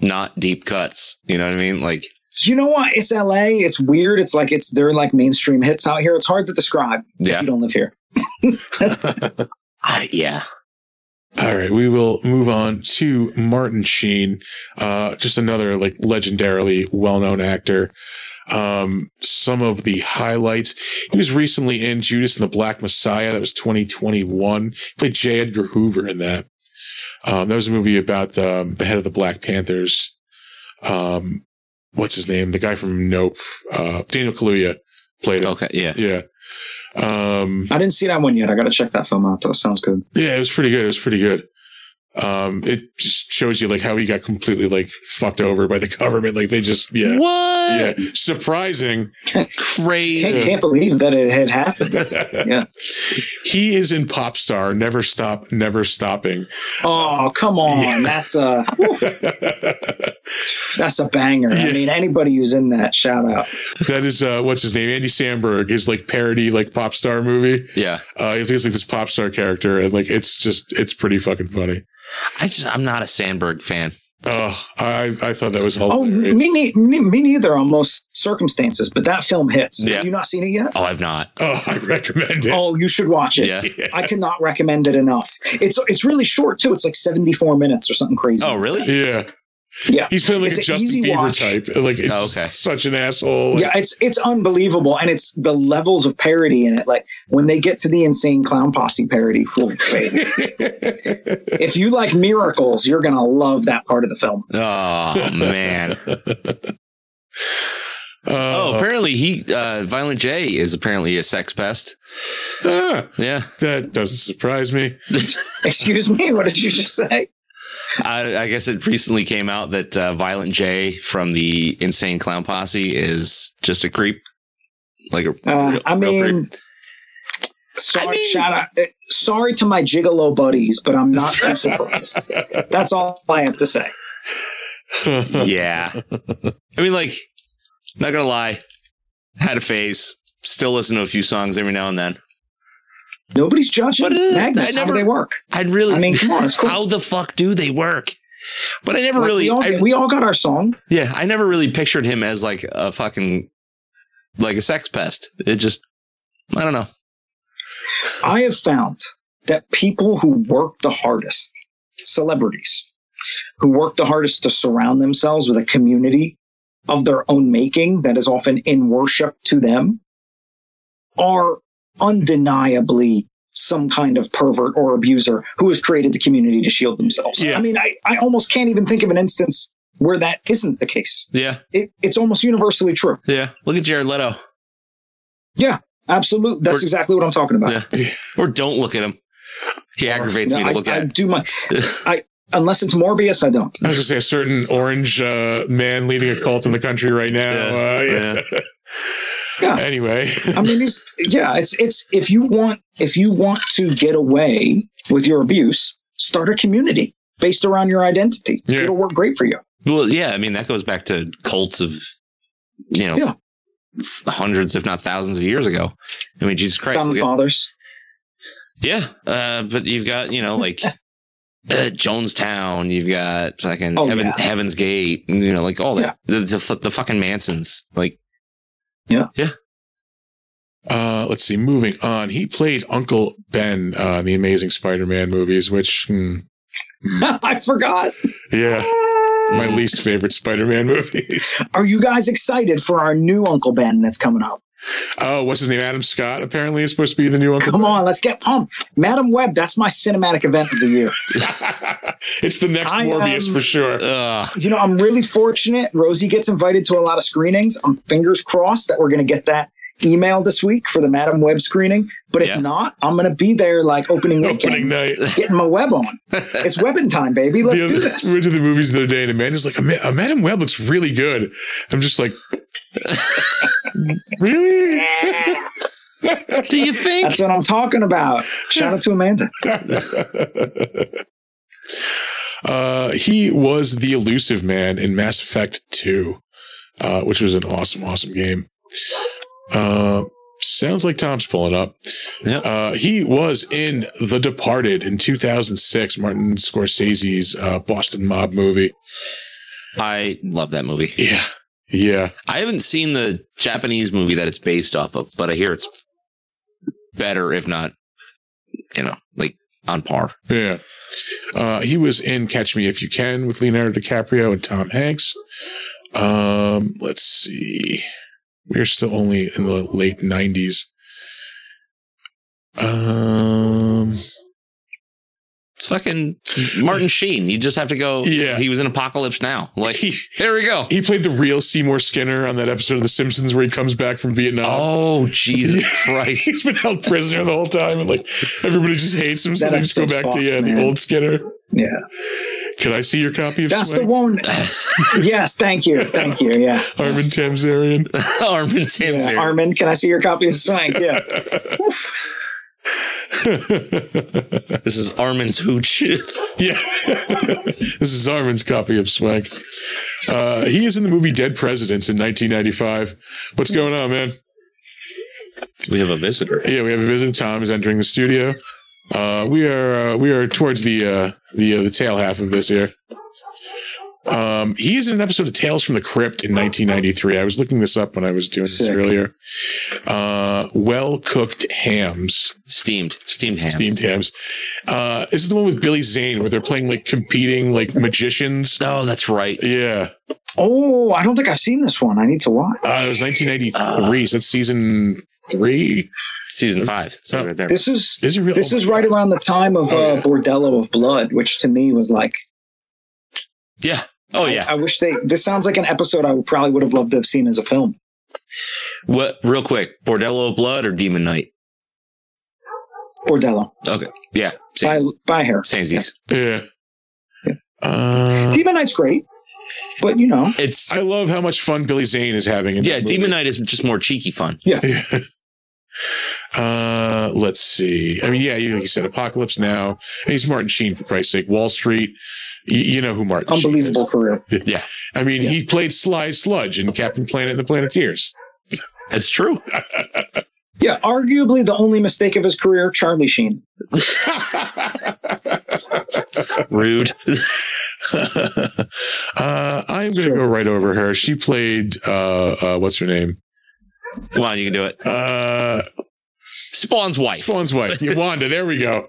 F: not deep cuts. You know what I mean? Like
E: you know what it's la it's weird it's like it's they're like mainstream hits out here it's hard to describe
F: Yeah.
E: if you don't live here
F: I, yeah.
B: All right, we will move on to Martin Sheen, uh, just another like legendarily well-known actor. Um, some of the highlights. He was recently in Judas and the Black Messiah. That was 2021. He played J. Edgar Hoover in that. Um, that was a movie about um, the head of the Black Panthers. Um, what's his name? The guy from Nope, uh, Daniel Kaluuya played him.
F: Okay. Yeah.
B: Yeah. Um,
E: i didn't see that one yet i gotta check that film out though sounds good
B: yeah, it was pretty good. It was pretty good. Um, it just shows you like how he got completely like fucked over by the government. Like they just yeah.
F: What?
B: Yeah. Surprising.
F: Crazy.
E: can't, can't believe that it had happened Yeah.
B: He is in Pop Star, Never Stop, Never Stopping.
E: oh come on
B: Yeah.
E: that's a
B: that
E: that's a banger i
B: Yeah.
E: mean anybody who's in that shout out
B: is uh what's his name? Andy Samberg, his like parody like pop star movie.
F: Yeah.
B: Uh he plays like this pop star character and like it's just it's pretty fucking funny.
F: I just I'm not a Sandberg fan.
B: Uh I I thought that was
E: oh
B: hilarious.
E: me, ne- me, me neither on most circumstances but that film hits
F: Yeah.
E: have you not seen it yet
F: Oh, I've not.
B: Oh, I recommend it.
E: Oh, you should watch it.
F: Yeah.
E: I cannot recommend it enough. It's it's really short too. It's like 74 minutes or something crazy.
F: Oh, really?
B: Yeah.
E: Yeah.
B: He's playing like
E: It's
B: a
E: an
B: Justin
E: easy
B: Bieber
E: watch.
B: type. Like it's
F: Oh,
B: just
F: okay.
B: such an asshole.
E: Yeah, it's it's unbelievable and it's the levels of parody in it. Like when they get to the insane clown posse parody, whew, baby. if you like miracles, you're going to love that part of the film.
F: Oh man. Oh,
B: Uh,
F: apparently he uh Violent J is apparently a sex pest.
B: ah,
F: Yeah.
B: that doesn't surprise me.
E: Excuse me, what did you just say?
F: I, I guess it recently came out that uh, Violent J from the Insane Clown Posse is just a creep. Like a
E: Uh,
F: real-
E: I
F: real creep.
E: mean Sorry,
F: mean-
E: shout out. eh, Sorry to my gigolo buddies, but I'm not too surprised. That's all I have to say.
F: yeah. I mean, like, not gonna lie, had a phase. Still listen to a few songs every now and then.
E: Nobody's judging.
F: But, uh,
E: Magnets,
F: I
E: how
F: never-
E: do they work?
F: I'd really.
E: I mean, come on, it's cool.
F: How the fuck do they work? But I never
E: Like,
F: really.
E: we all,
F: I,
E: we all got our song.
F: yeah, I never really pictured him as like a fucking like a sex pest. It just, I don't know.
E: I have found that people who work the hardest, celebrities who work the hardest to surround themselves with a community of their own making that is often in worship to them, are undeniably some kind of pervert or abuser who has created the community to shield themselves.
B: Yeah.
E: I mean, I, I almost can't even think of an instance where that isn't the case.
F: Yeah,
E: It, it's almost universally true.
F: yeah. Look at Jared Leto,
E: Absolutely. That's
F: Or-
E: exactly what I'm talking about.
F: Yeah. or don't look at him. He aggravates
E: Oh, No,
F: me to
E: I,
F: look
E: I
F: at.
E: do my I unless it's Morbius, I don't.
B: I was gonna say a certain orange uh, man leading a cult in the country right now.
F: Yeah,
B: Uh, yeah.
E: Yeah.
B: Anyway,
E: I mean, it's, yeah, it's it's if you want if you want to get away with your abuse, start a community based around your identity.
B: Yeah.
E: It'll work great for you.
F: Well, yeah, I mean that goes back to cults of, you know,
E: Yeah.
F: th- hundreds if not thousands of years ago. I mean, Jesus Christ,
E: Founding
F: look at-
E: fathers.
F: yeah. Uh, but you've got you know like uh, Jonestown, you've got fucking
E: Oh,
F: Heaven,
E: yeah.
F: Heaven's Gate, and, you know, like all that the, the, fu- the fucking Mansons, like
B: uh, let's see. Moving on, he played Uncle Ben uh, in the Amazing Spider-Man movies, which hmm,
E: I forgot.
B: yeah, my least favorite Spider-Man movies.
E: Are you guys excited for our new Uncle Ben that's coming up?
B: Oh, what's his name? Adam Scott apparently is supposed to be the new Uncle.
E: Come on, let's get pumped. Madam Web, that's my cinematic event of the year.
B: it's the next
E: I,
B: Morbius
E: um,
B: for sure.
F: uh,
E: You know, I'm really fortunate. Rosie gets invited to a lot of screenings. I'm fingers crossed that we're going to get that email this week for the Madam Web screening. But if
F: Yeah.
E: not, I'm going to be there like opening
B: Opening
E: weekend,
B: night.
E: getting my web on. It's webbing time, baby. Let's
B: the
E: do
B: other, we
E: this.
B: went to the movies the other day, and Amanda's like, "Ama- Madam Web looks really good. I'm just like, really?
F: do you think?
E: That's what I'm talking about. Shout out to Amanda.
B: Uh, he was the elusive man in Mass Effect 2, uh, which was an awesome, awesome game. Uh, sounds like Tom's pulling up.
F: Yeah.
B: Uh, he was in The Departed in 2006, Martin Scorsese's uh, Boston mob movie.
F: I love that movie.
B: Yeah. Yeah.
F: I haven't seen the Japanese movie that it's based off of, but I hear it's better, if not, you know, like on par.
B: Yeah. Uh, he was in Catch Me If You Can with Leonardo DiCaprio and Tom Hanks. Um, let's see. We're still only in the late 90s. Um,
F: It's fucking Martin Sheen. You just have to go.
B: Yeah.
F: He was in Apocalypse Now. Like,
B: he,
F: there we go.
B: he played the real Seymour Skinner on that episode of The Simpsons where he comes back from Vietnam.
F: Oh, Jesus Christ.
B: He's been held prisoner the whole time, and like everybody just hates him, so
E: That
B: they just go
E: episode's
B: back to yeah,
E: fucked,
B: the
E: man.
B: old Skinner.
E: Yeah.
B: Can I see your copy of
E: That's the
B: Swag?
E: one. yes, thank you. Thank you. Yeah.
B: Armin Tamsarian.
F: Armin Tim's
E: yeah.
F: here.
E: Armin, can I see your copy of Swank? Yeah.
F: This is Armin's hooch.
B: Yeah. this is Armin's copy of Swag. Uh, he is in the movie Dead Presidents in 1995. What's going on, man?
F: we have a visitor.
B: Yeah, we have a visitor. Tom is entering the studio. Uh, we are uh, we are towards the uh, the uh, the tail half of this here. Um, he is in an episode of Tales from the Crypt in 1993. I was looking this up when I was doing
E: Sick.
B: this earlier. Uh, well cooked hams.
F: Steamed. Steamed ham.
B: Steam tabs. Uh, this is the one with Billy Zane where they're playing like competing like magicians.
F: Oh, that's right.
B: Yeah,
E: Oh, I don't think I've seen this one. I need to watch.
B: uh, it was 1993. so that's season three.
F: Season five. So right there.
E: This is
B: Is it real?
E: this
B: oh
E: is
B: my
E: right
B: God.
E: around the time of
B: Oh, yeah.
E: uh, Bordello of Blood, which to me was like,
F: Yeah. Oh, yeah.
E: I wish they. This sounds like an episode I would probably would have loved to have seen as a film.
F: What? Real quick, Bordello of Blood or Demon Knight?
E: Bordello
F: Okay. Yeah.
E: by
F: Same.
E: by her.
F: Samesies.
B: Yeah. Uh,
E: Demon Knight's great, but you know,
F: It's
B: I love how much fun Billy Zane is having. In
F: yeah.
B: that movie.
F: Demon Knight is just more cheeky fun.
B: Yeah. Uh, let's see. I mean, yeah, you, like you said, Apocalypse Now. And he's Martin Sheen for Christ's sake. Wall Street. Y- you know who Martin. Sheen is.
E: unbelievable career.
B: I mean,
E: Yeah.
B: he played Sly Sludge in Captain Planet and the Planeteers.
F: It's true.
E: Yeah, arguably the only mistake of his career, Charlie Sheen.
F: Rude.
B: uh, I'm going to
E: Sure.
B: go right over her. She played, uh, uh, what's her name?
F: Come on, you can do it.
B: Uh,
F: Spawn's wife.
B: Spawn's wife. Wanda. There we go.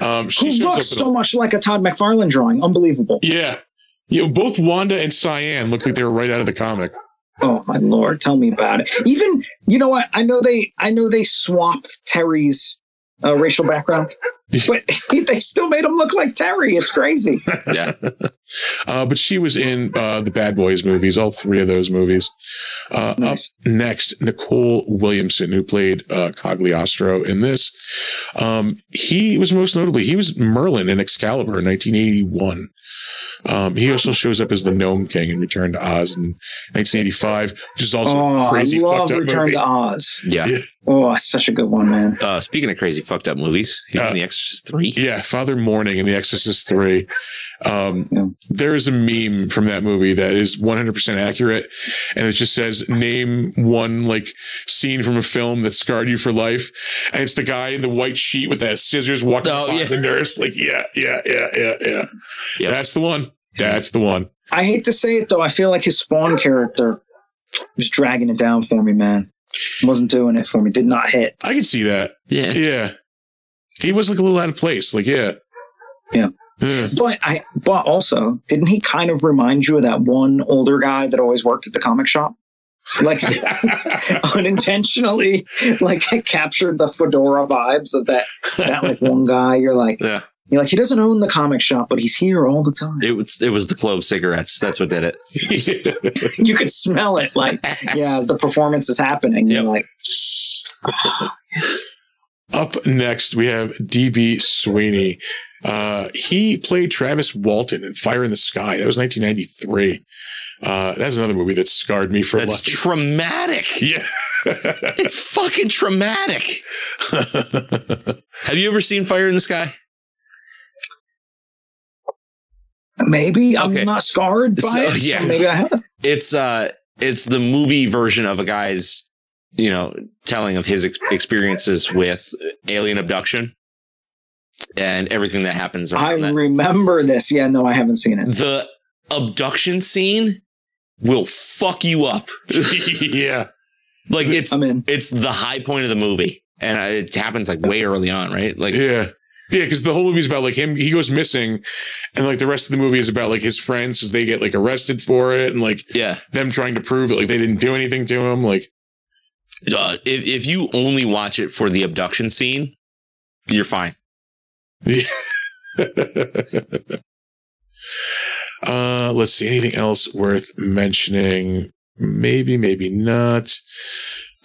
B: Um, she
E: Who
B: shows
E: looks
B: up in
E: so much like a Todd McFarlane drawing. Unbelievable.
B: a, yeah. You know, both Wanda and Cyan look like they were right out of the comic.
E: Oh my lord, tell me about it. Even you know what? I know they I know they swapped Terry's uh, racial background, but they still made him look like Terry. It's crazy.
F: Yeah.
B: Uh, but she was in uh, the Bad Boys movies, all three of those movies. Uh,
E: Nice.
B: Up next, Nicole Williamson, who played uh, Cagliostro in this. Um, he was most notably, he was Merlin in Excalibur in 1981. Um, he also shows up as the Gnome King in Return to Oz in 1985, which is also
E: oh,
B: a crazy
E: I
B: fucked
E: love
B: up
E: Return
B: movie.
E: to Oz.
F: Yeah.
B: Yeah.
E: Oh, it's such a good one, man.
F: Uh, speaking of crazy fucked up movies, he's
B: Uh,
F: in The Exorcist Three.
B: Yeah, Father Morning in The Exorcist 3. Um,
E: Yeah.
B: There is a meme from that movie that is 100% accurate. And it just says, name one like scene from a film that scarred you for life. And it's the guy in the white sheet with the scissors walking
F: Oh,
B: behind
F: yeah.
B: the nurse. Like, yeah, yeah, yeah, yeah, yeah.
F: Yep.
B: That's the one. That's the one.
E: I hate to say it though, I feel like his Spawn character was dragging it down for me, man. Wasn't doing it for me. Did not hit.
B: I can see that.
F: Yeah.
B: Yeah. He was like a little out of place. Like, yeah.
E: Yeah.
B: Yeah.
E: But I but also, didn't he kind of remind you of that one older guy that always worked at the comic shop? Like unintentionally like I captured the fedora vibes of that that like one guy. You're like
F: Yeah.
E: you're like he doesn't own the comic shop, but he's here all the time.
F: It was it was the clove cigarettes. That's what did it.
E: You can smell it, like yeah, as the performance is happening.
F: Yep.
E: You're like,
B: Up next, we have DB Sweeney. Uh, he played Travis Walton in Fire in the Sky. That was 1993. Uh, that's another movie that scarred me for
F: That's
B: life.
F: traumatic.
B: yeah.
F: It's fucking traumatic. Have you ever seen Fire in the Sky?
E: Maybe
F: Okay.
E: I'm not scarred by
F: So,
E: it. so
F: yeah.
E: maybe I have.
F: it's uh it's the movie version of a guy's you know telling of his ex- experiences with alien abduction and everything that happens around
E: I
F: that.
E: remember this. Yeah, no, I haven't seen it.
F: the abduction scene will fuck you up
B: yeah.
F: like it's
E: I'm in.
F: it's the high point of the movie and uh, it happens like way early on right like
B: yeah. Yeah, because the whole movie's about like him. He goes missing, and like the rest of the movie is about like his friends because they get like arrested for it, and like
F: yeah
B: them trying to prove that like they didn't do anything to him. Like,
F: Uh, if, if you only watch it for the abduction scene you're fine
B: uh, let's see, anything else worth mentioning? Maybe, maybe not.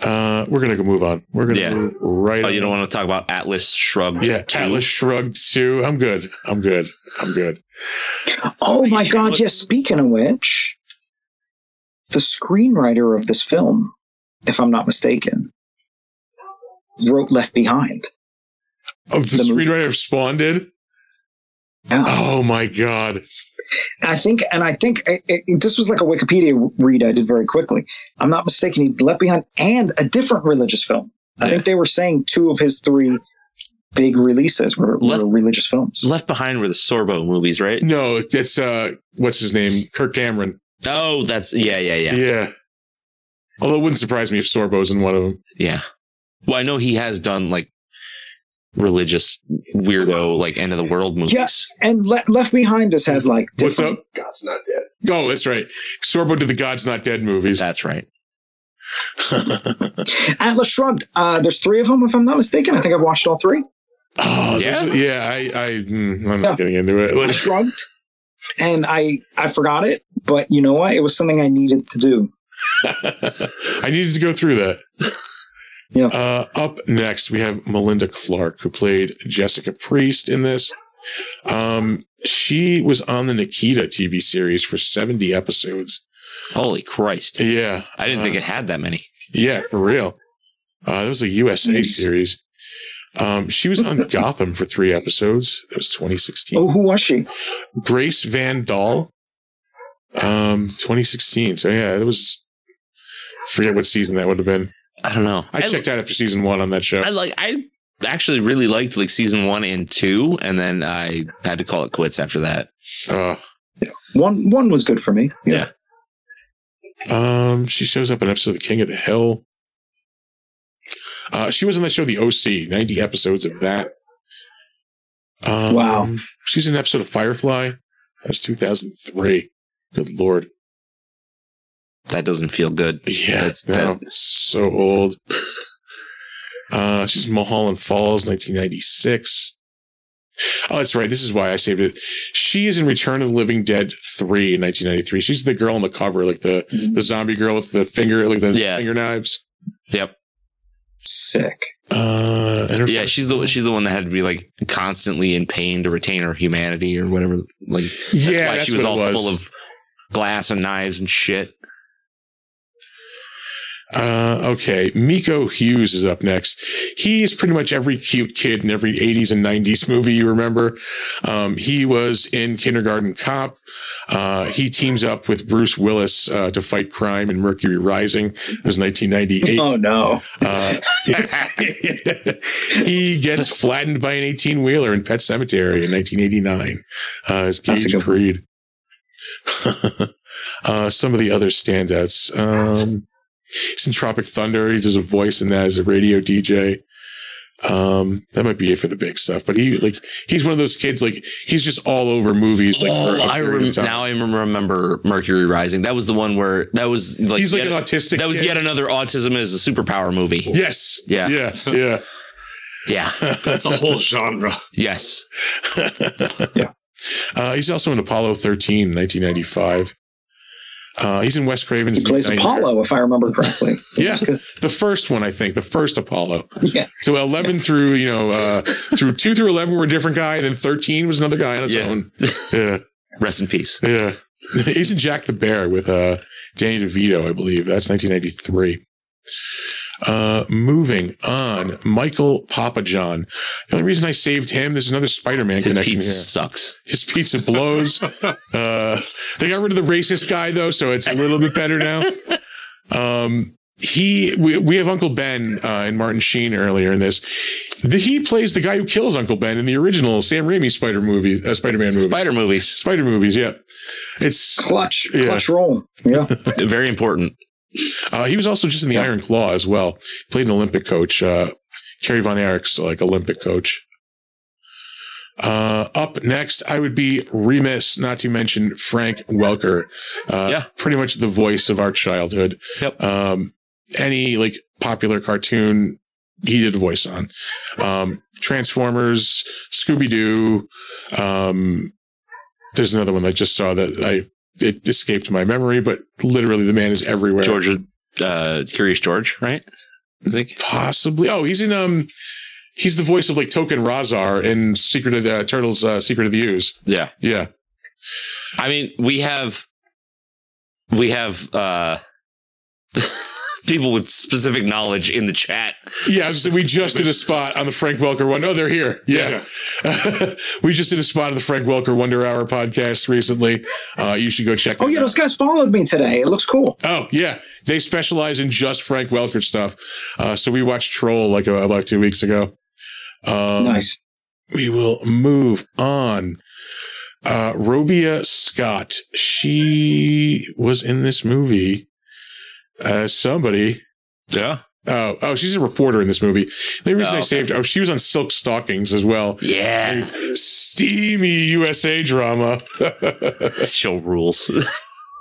B: Uh, we're gonna go move on. We're gonna
F: Yeah.
B: move right.
F: oh you
B: on.
F: don't want to talk about atlas shrugged
B: Yeah,
F: too?
B: Atlas shrugged too. I'm good. I'm good. I'm good.
E: Oh my
F: you
E: god,
F: look-
E: yes, speaking of which, the screenwriter of this film, if I'm not mistaken, wrote Left Behind.
B: Oh, the,
E: The movie.
B: screenwriter of Spawn did.
E: Yeah.
B: Oh my god.
E: I think, and I think it, it, this was like a Wikipedia read I did very quickly. I'm not mistaken. He left behind and a different religious film. I think they were saying two of his three big releases were, were
F: Left-
E: religious films.
F: left behind were the sorbo movies right
B: No, that's uh, what's his name? Kirk Cameron.
F: oh that's yeah yeah yeah
B: Yeah. Although it wouldn't surprise me if Sorbo's in one of them.
F: Yeah. Well, I know he has done like religious weirdo, like end of the world movies.
E: And Le- Left Behind has had like
B: What's
E: different.
B: up? God's not dead. Oh, that's right. Sorbo did the God's Not Dead movies.
F: That's right.
E: Atlas Shrugged. Uh, there's three of them, if I'm not mistaken. I think I've watched all three.
B: Oh, yeah.
F: Yeah?
B: yeah. I, I, mm, I'm not getting into it.
E: I
B: Like,
E: shrugged, and I I forgot it. But you know what? It was something I needed to do.
B: I needed to go through that.
E: Yeah.
B: Uh, up next, we have Melinda Clark, who played Jessica Priest in this. Um, she was on the Nikita TV series for 70 episodes.
F: Holy Christ.
B: Yeah.
F: I didn't think
B: Uh,
F: it had that many.
B: Yeah, for real. Uh, that was a USA
E: Nice.
B: series. Um, she was on Gotham for three episodes. That was 2016.
E: Oh, who was she?
B: Grace Van Dahl, um, 2016. So yeah, it was. Forget what season that would have been.
F: I don't know.
B: I checked out after season one on that show.
F: I like I actually really liked like season one and two, and then I had to call it quits after that.
B: Uh,
E: One one was good for me.
F: Yeah.
B: um, she shows up in an episode of The King of the Hill. Uh, she was on that show, The OC, 90 episodes of that. Um,
E: Wow.
B: She's in an episode of Firefly. That was 2003. Good Lord.
F: That doesn't feel good.
B: Yeah, no,
F: That-
B: so old. Uh, she's in Mulholland Falls, 1996. Oh, that's right. This is why I saved it. She is in Return of the Living Dead 3 in 1993. She's the girl on the cover, like the, the zombie girl with the finger, like the
F: Yeah.
B: finger knives.
F: Yep.
E: Sick.
B: Uh, and her
F: Yeah,
B: first-
F: she's the she's the one that had to be like constantly in pain to retain her humanity or whatever. Like that's
B: yeah,
F: why
B: that's
F: she was
B: what
F: all
B: it was.
F: full of glass and knives and shit.
B: Uh, okay. Miko Hughes is up next. He is pretty much every cute kid in every 80s and 90s movie you remember. Um, he was in Kindergarten Cop. Uh, he teams up with Bruce Willis uh, to fight crime in Mercury Rising. It was 1998.
E: Oh no.
B: Uh, he gets flattened by an 18 wheeler in Pet Cemetery in 1989. Uh, is
E: That's a
B: Gage
E: good one.
B: Creed. uh, some of the other standouts. Um, he's in Tropic Thunder. He does a voice in that as a radio DJ. Um, that might be it for the big stuff, but he like he's one of those kids like he's just all over movies like for
F: oh,
B: a
F: I
B: period
F: rem-
B: of time.
F: now I rem- remember Mercury Rising. That was the one where that was like,
B: he's like
F: yet,
B: an autistic.
F: that was
B: kid.
F: yet another autism as a superpower movie.
B: yes,
F: Yeah.
B: yeah, yeah.
F: Yeah.
G: That's a whole genre.
F: Yes.
B: yeah. Uh, he's also in Apollo 13, 1995. Uh, he's in Wes Craven's.
E: He plays
B: Midnight-
E: Apollo, if I remember correctly.
B: Yeah, the first one, I think, the first Apollo.
E: yeah.
B: So 11 through, you know, uh, through two through 11 were a different guy, and then 13 was another guy on its
F: Yeah.
B: own. Yeah,
F: Rest in peace.
B: yeah. He's in Jack the Bear with uh, Danny DeVito, I believe. That's 1993. Uh, moving on, Michael Papa John. The only reason I saved him, there's another Spider-Man
F: His
B: connection
F: pizza
B: here.
F: sucks.
B: His pizza blows. uh, they got rid of the racist guy though, so it's a little bit better now. Um, he, we, we have Uncle Ben uh, and Martin Sheen earlier in this. The, he plays the guy who kills Uncle Ben in the original Sam Raimi Spider movie, uh, Spider-Man movie,
F: Spider movies,
B: Spider movies. Yeah, it's
E: Clutch,
B: Yeah.
E: clutch roll. Yeah.
F: very important.
B: uh, he was also just in the Iron Claw as well. He played an Olympic coach, uh, Kerry Von Erich's like Olympic coach. Uh, up next, I would be remiss not to mention Frank Welker. Uh,
F: Yeah.
B: pretty much the voice of our childhood.
F: Yep.
B: Um, any like popular cartoon he did a voice on. Um, Transformers, Scooby Doo. Um, there's another one I just saw that I, it escaped my memory, but literally the man is everywhere.
F: George, uh, Curious George, right? I think.
B: Possibly. Oh, he's in um he's the voice of like Token Razar in Secret of the Turtles uh, Secret of the Ooze.
F: Yeah.
B: Yeah.
F: I mean, we have we have uh people with specific knowledge in the chat.
B: Yeah, so we just did a spot on the Frank Welker one. Oh, they're here. Yeah. we just did a spot on the Frank Welker Wonder Hour podcast recently. Uh you should go check
E: Oh
B: that
E: yeah,
B: out.
E: those guys followed me today. It looks cool.
B: Oh yeah, they specialize in just Frank Welker stuff. Uh, so we watched Troll like uh, about two weeks ago. Um,
E: nice.
B: we will move on. Uh, Robia Scott, she was in this movie as somebody.
F: Yeah.
B: Oh, oh, she's a reporter in this movie. The reason
F: Oh,
B: I
F: okay.
B: saved. Oh, she was on Silk Stockings as well.
F: Yeah.
B: A steamy USA drama.
F: This show rules.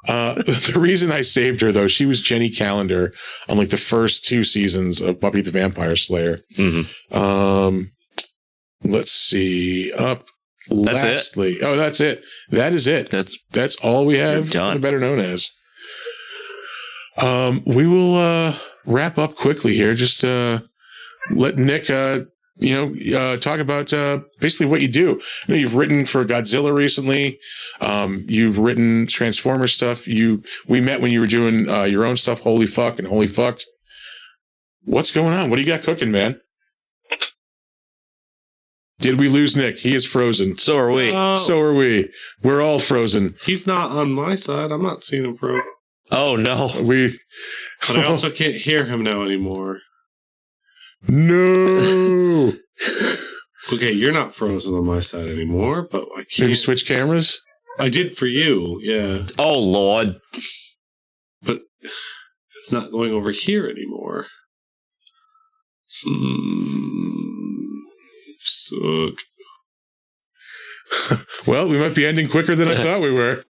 B: Uh, the reason I saved her though, she was Jenny Calendar on like the first two seasons of Buffy the Vampire Slayer.
F: Mhm.
B: Um, let's see. Up.
F: That's it?
B: lastly. Oh, that's it. That is it.
F: That's
B: That's all we have.
F: You're done.
B: The better known as. Um, we will uh, wrap up quickly here. Just uh, let Nick, uh, you know, uh, talk about uh, basically what you do. I know you've written for Godzilla recently. Um, you've written Transformer stuff. You we met when you were doing uh, your own stuff. Holy fuck and holy fucked. What's going on? What do you got cooking, man? Did we lose Nick? He is frozen.
F: so are we.
G: Oh,
B: So are we. We're all frozen.
G: he's not on my side. I'm not seeing him pro.
F: Oh no.
B: We.
G: But I also can't hear him now anymore.
B: no.
G: Okay, you're not frozen on my side anymore, but I
B: Maybe
G: can't.
B: switch cameras.
G: I did for you, yeah.
F: Oh lord.
G: It's not going over here anymore. Hmm. Suck.
B: Well, we might be ending quicker than I thought we were.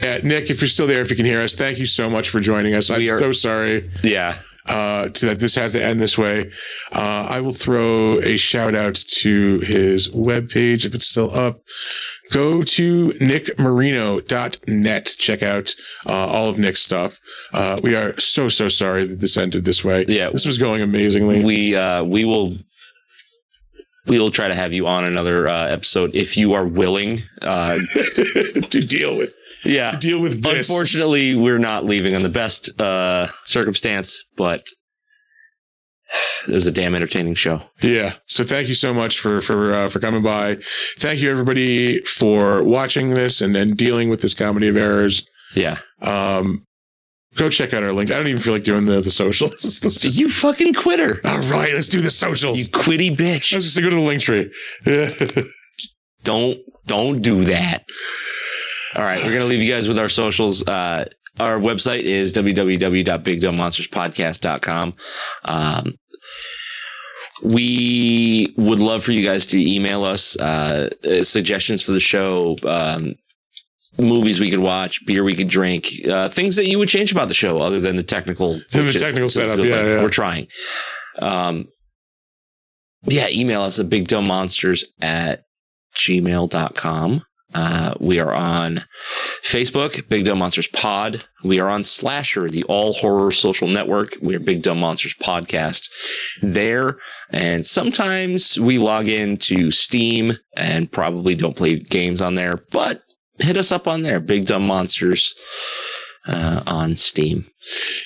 B: Yeah, Uh, Nick, if you're still there, if you can hear us, thank you so much for joining us. I'm
F: We are-
B: so sorry.
F: Yeah.
B: uh, to that this has to end this way. Uh, I will throw a shout out to his webpage if it's still up. Go to nickmarino.net. Check out uh, all of Nick's stuff. Uh, we are so, so sorry that this ended this way.
F: Yeah.
B: This was going amazingly.
F: We uh we will we will try to have you on another uh, episode if you are willing. Uh
B: to deal with.
F: yeah.
B: To deal with this.
F: Unfortunately, we're not leaving on the best uh circumstance, but it was a damn entertaining show.
B: Yeah. So thank you so much for for uh, for coming by. Thank you everybody for watching this and then dealing with this comedy of errors.
F: Yeah.
B: Um, go check out our link. I don't even feel like doing the, the socials. Let's just-
F: You fucking quitter.
B: all right, let's do the
F: You
B: socials.
F: quitty bitch.
B: I was just gonna go to the link tree.
F: don't don't do that all right we're gonna leave you guys with our socials uh our website is www.bigdumbmonsterspodcast.com um we would love for you guys to email us uh uh, suggestions for the show um movies we could watch beer we could drink uh things that you would change about the show other than the technical
B: Than the
F: which is-
B: technical setup,
F: which is-
B: yeah, yeah.
F: we're trying um yeah email us at bigdumbmonsters at gmail.com.
A: Uh, we are on Facebook, Big Dumb Monsters Pod. We are on Slasher, the all horror social network. We're Big Dumb Monsters Podcast there. And sometimes we log into Steam and probably don't play games on there, but hit us up on there, Big Dumb Monsters uh, on Steam.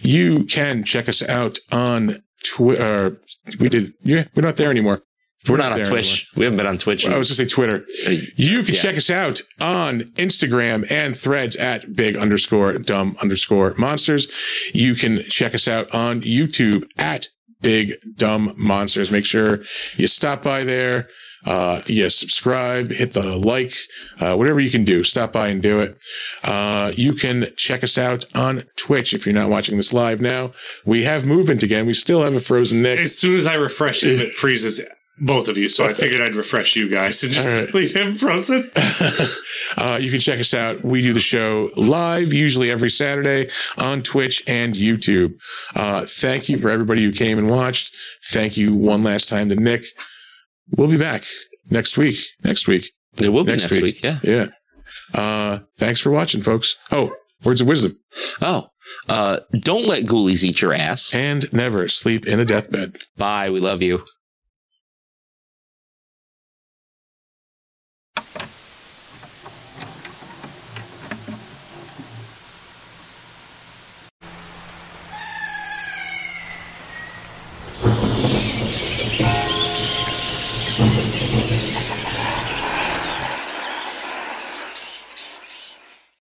B: You can check us out on Twitter. We did, yeah, we're not there anymore.
A: We're not on
B: there
A: Twitch. We haven't been on Twitch.
B: anymore. I was going to say Twitter.
A: Uh,
B: You can
A: Yeah.
B: check us out on Instagram and threads at big underscore dumb underscore monsters. You can check us out on YouTube at big dumb monsters. Make sure you stop by there. Uh, yeah, subscribe, hit the like, uh, whatever you can do, stop by and do it. Uh, you can check us out on Twitch. If you're not watching this live now, we have movement again. We still have a frozen Nick.
G: As soon as I refresh him, it freezes both of you. So I figured I'd refresh you guys and just
B: All right.
G: leave him frozen.
B: uh, you can check us out. We do the show live, usually every Saturday on Twitch and YouTube. Uh, thank you for everybody who came and watched. Thank you one last time to Nick. We'll be back next week. Next week.
A: It will be
B: Next
A: next, week.
B: week.
A: Yeah.
B: Yeah. Uh, thanks for watching, folks. Oh, words of wisdom.
A: Oh, uh, don't let ghoulies eat your ass.
B: And never sleep in a deathbed.
A: Bye. We love you.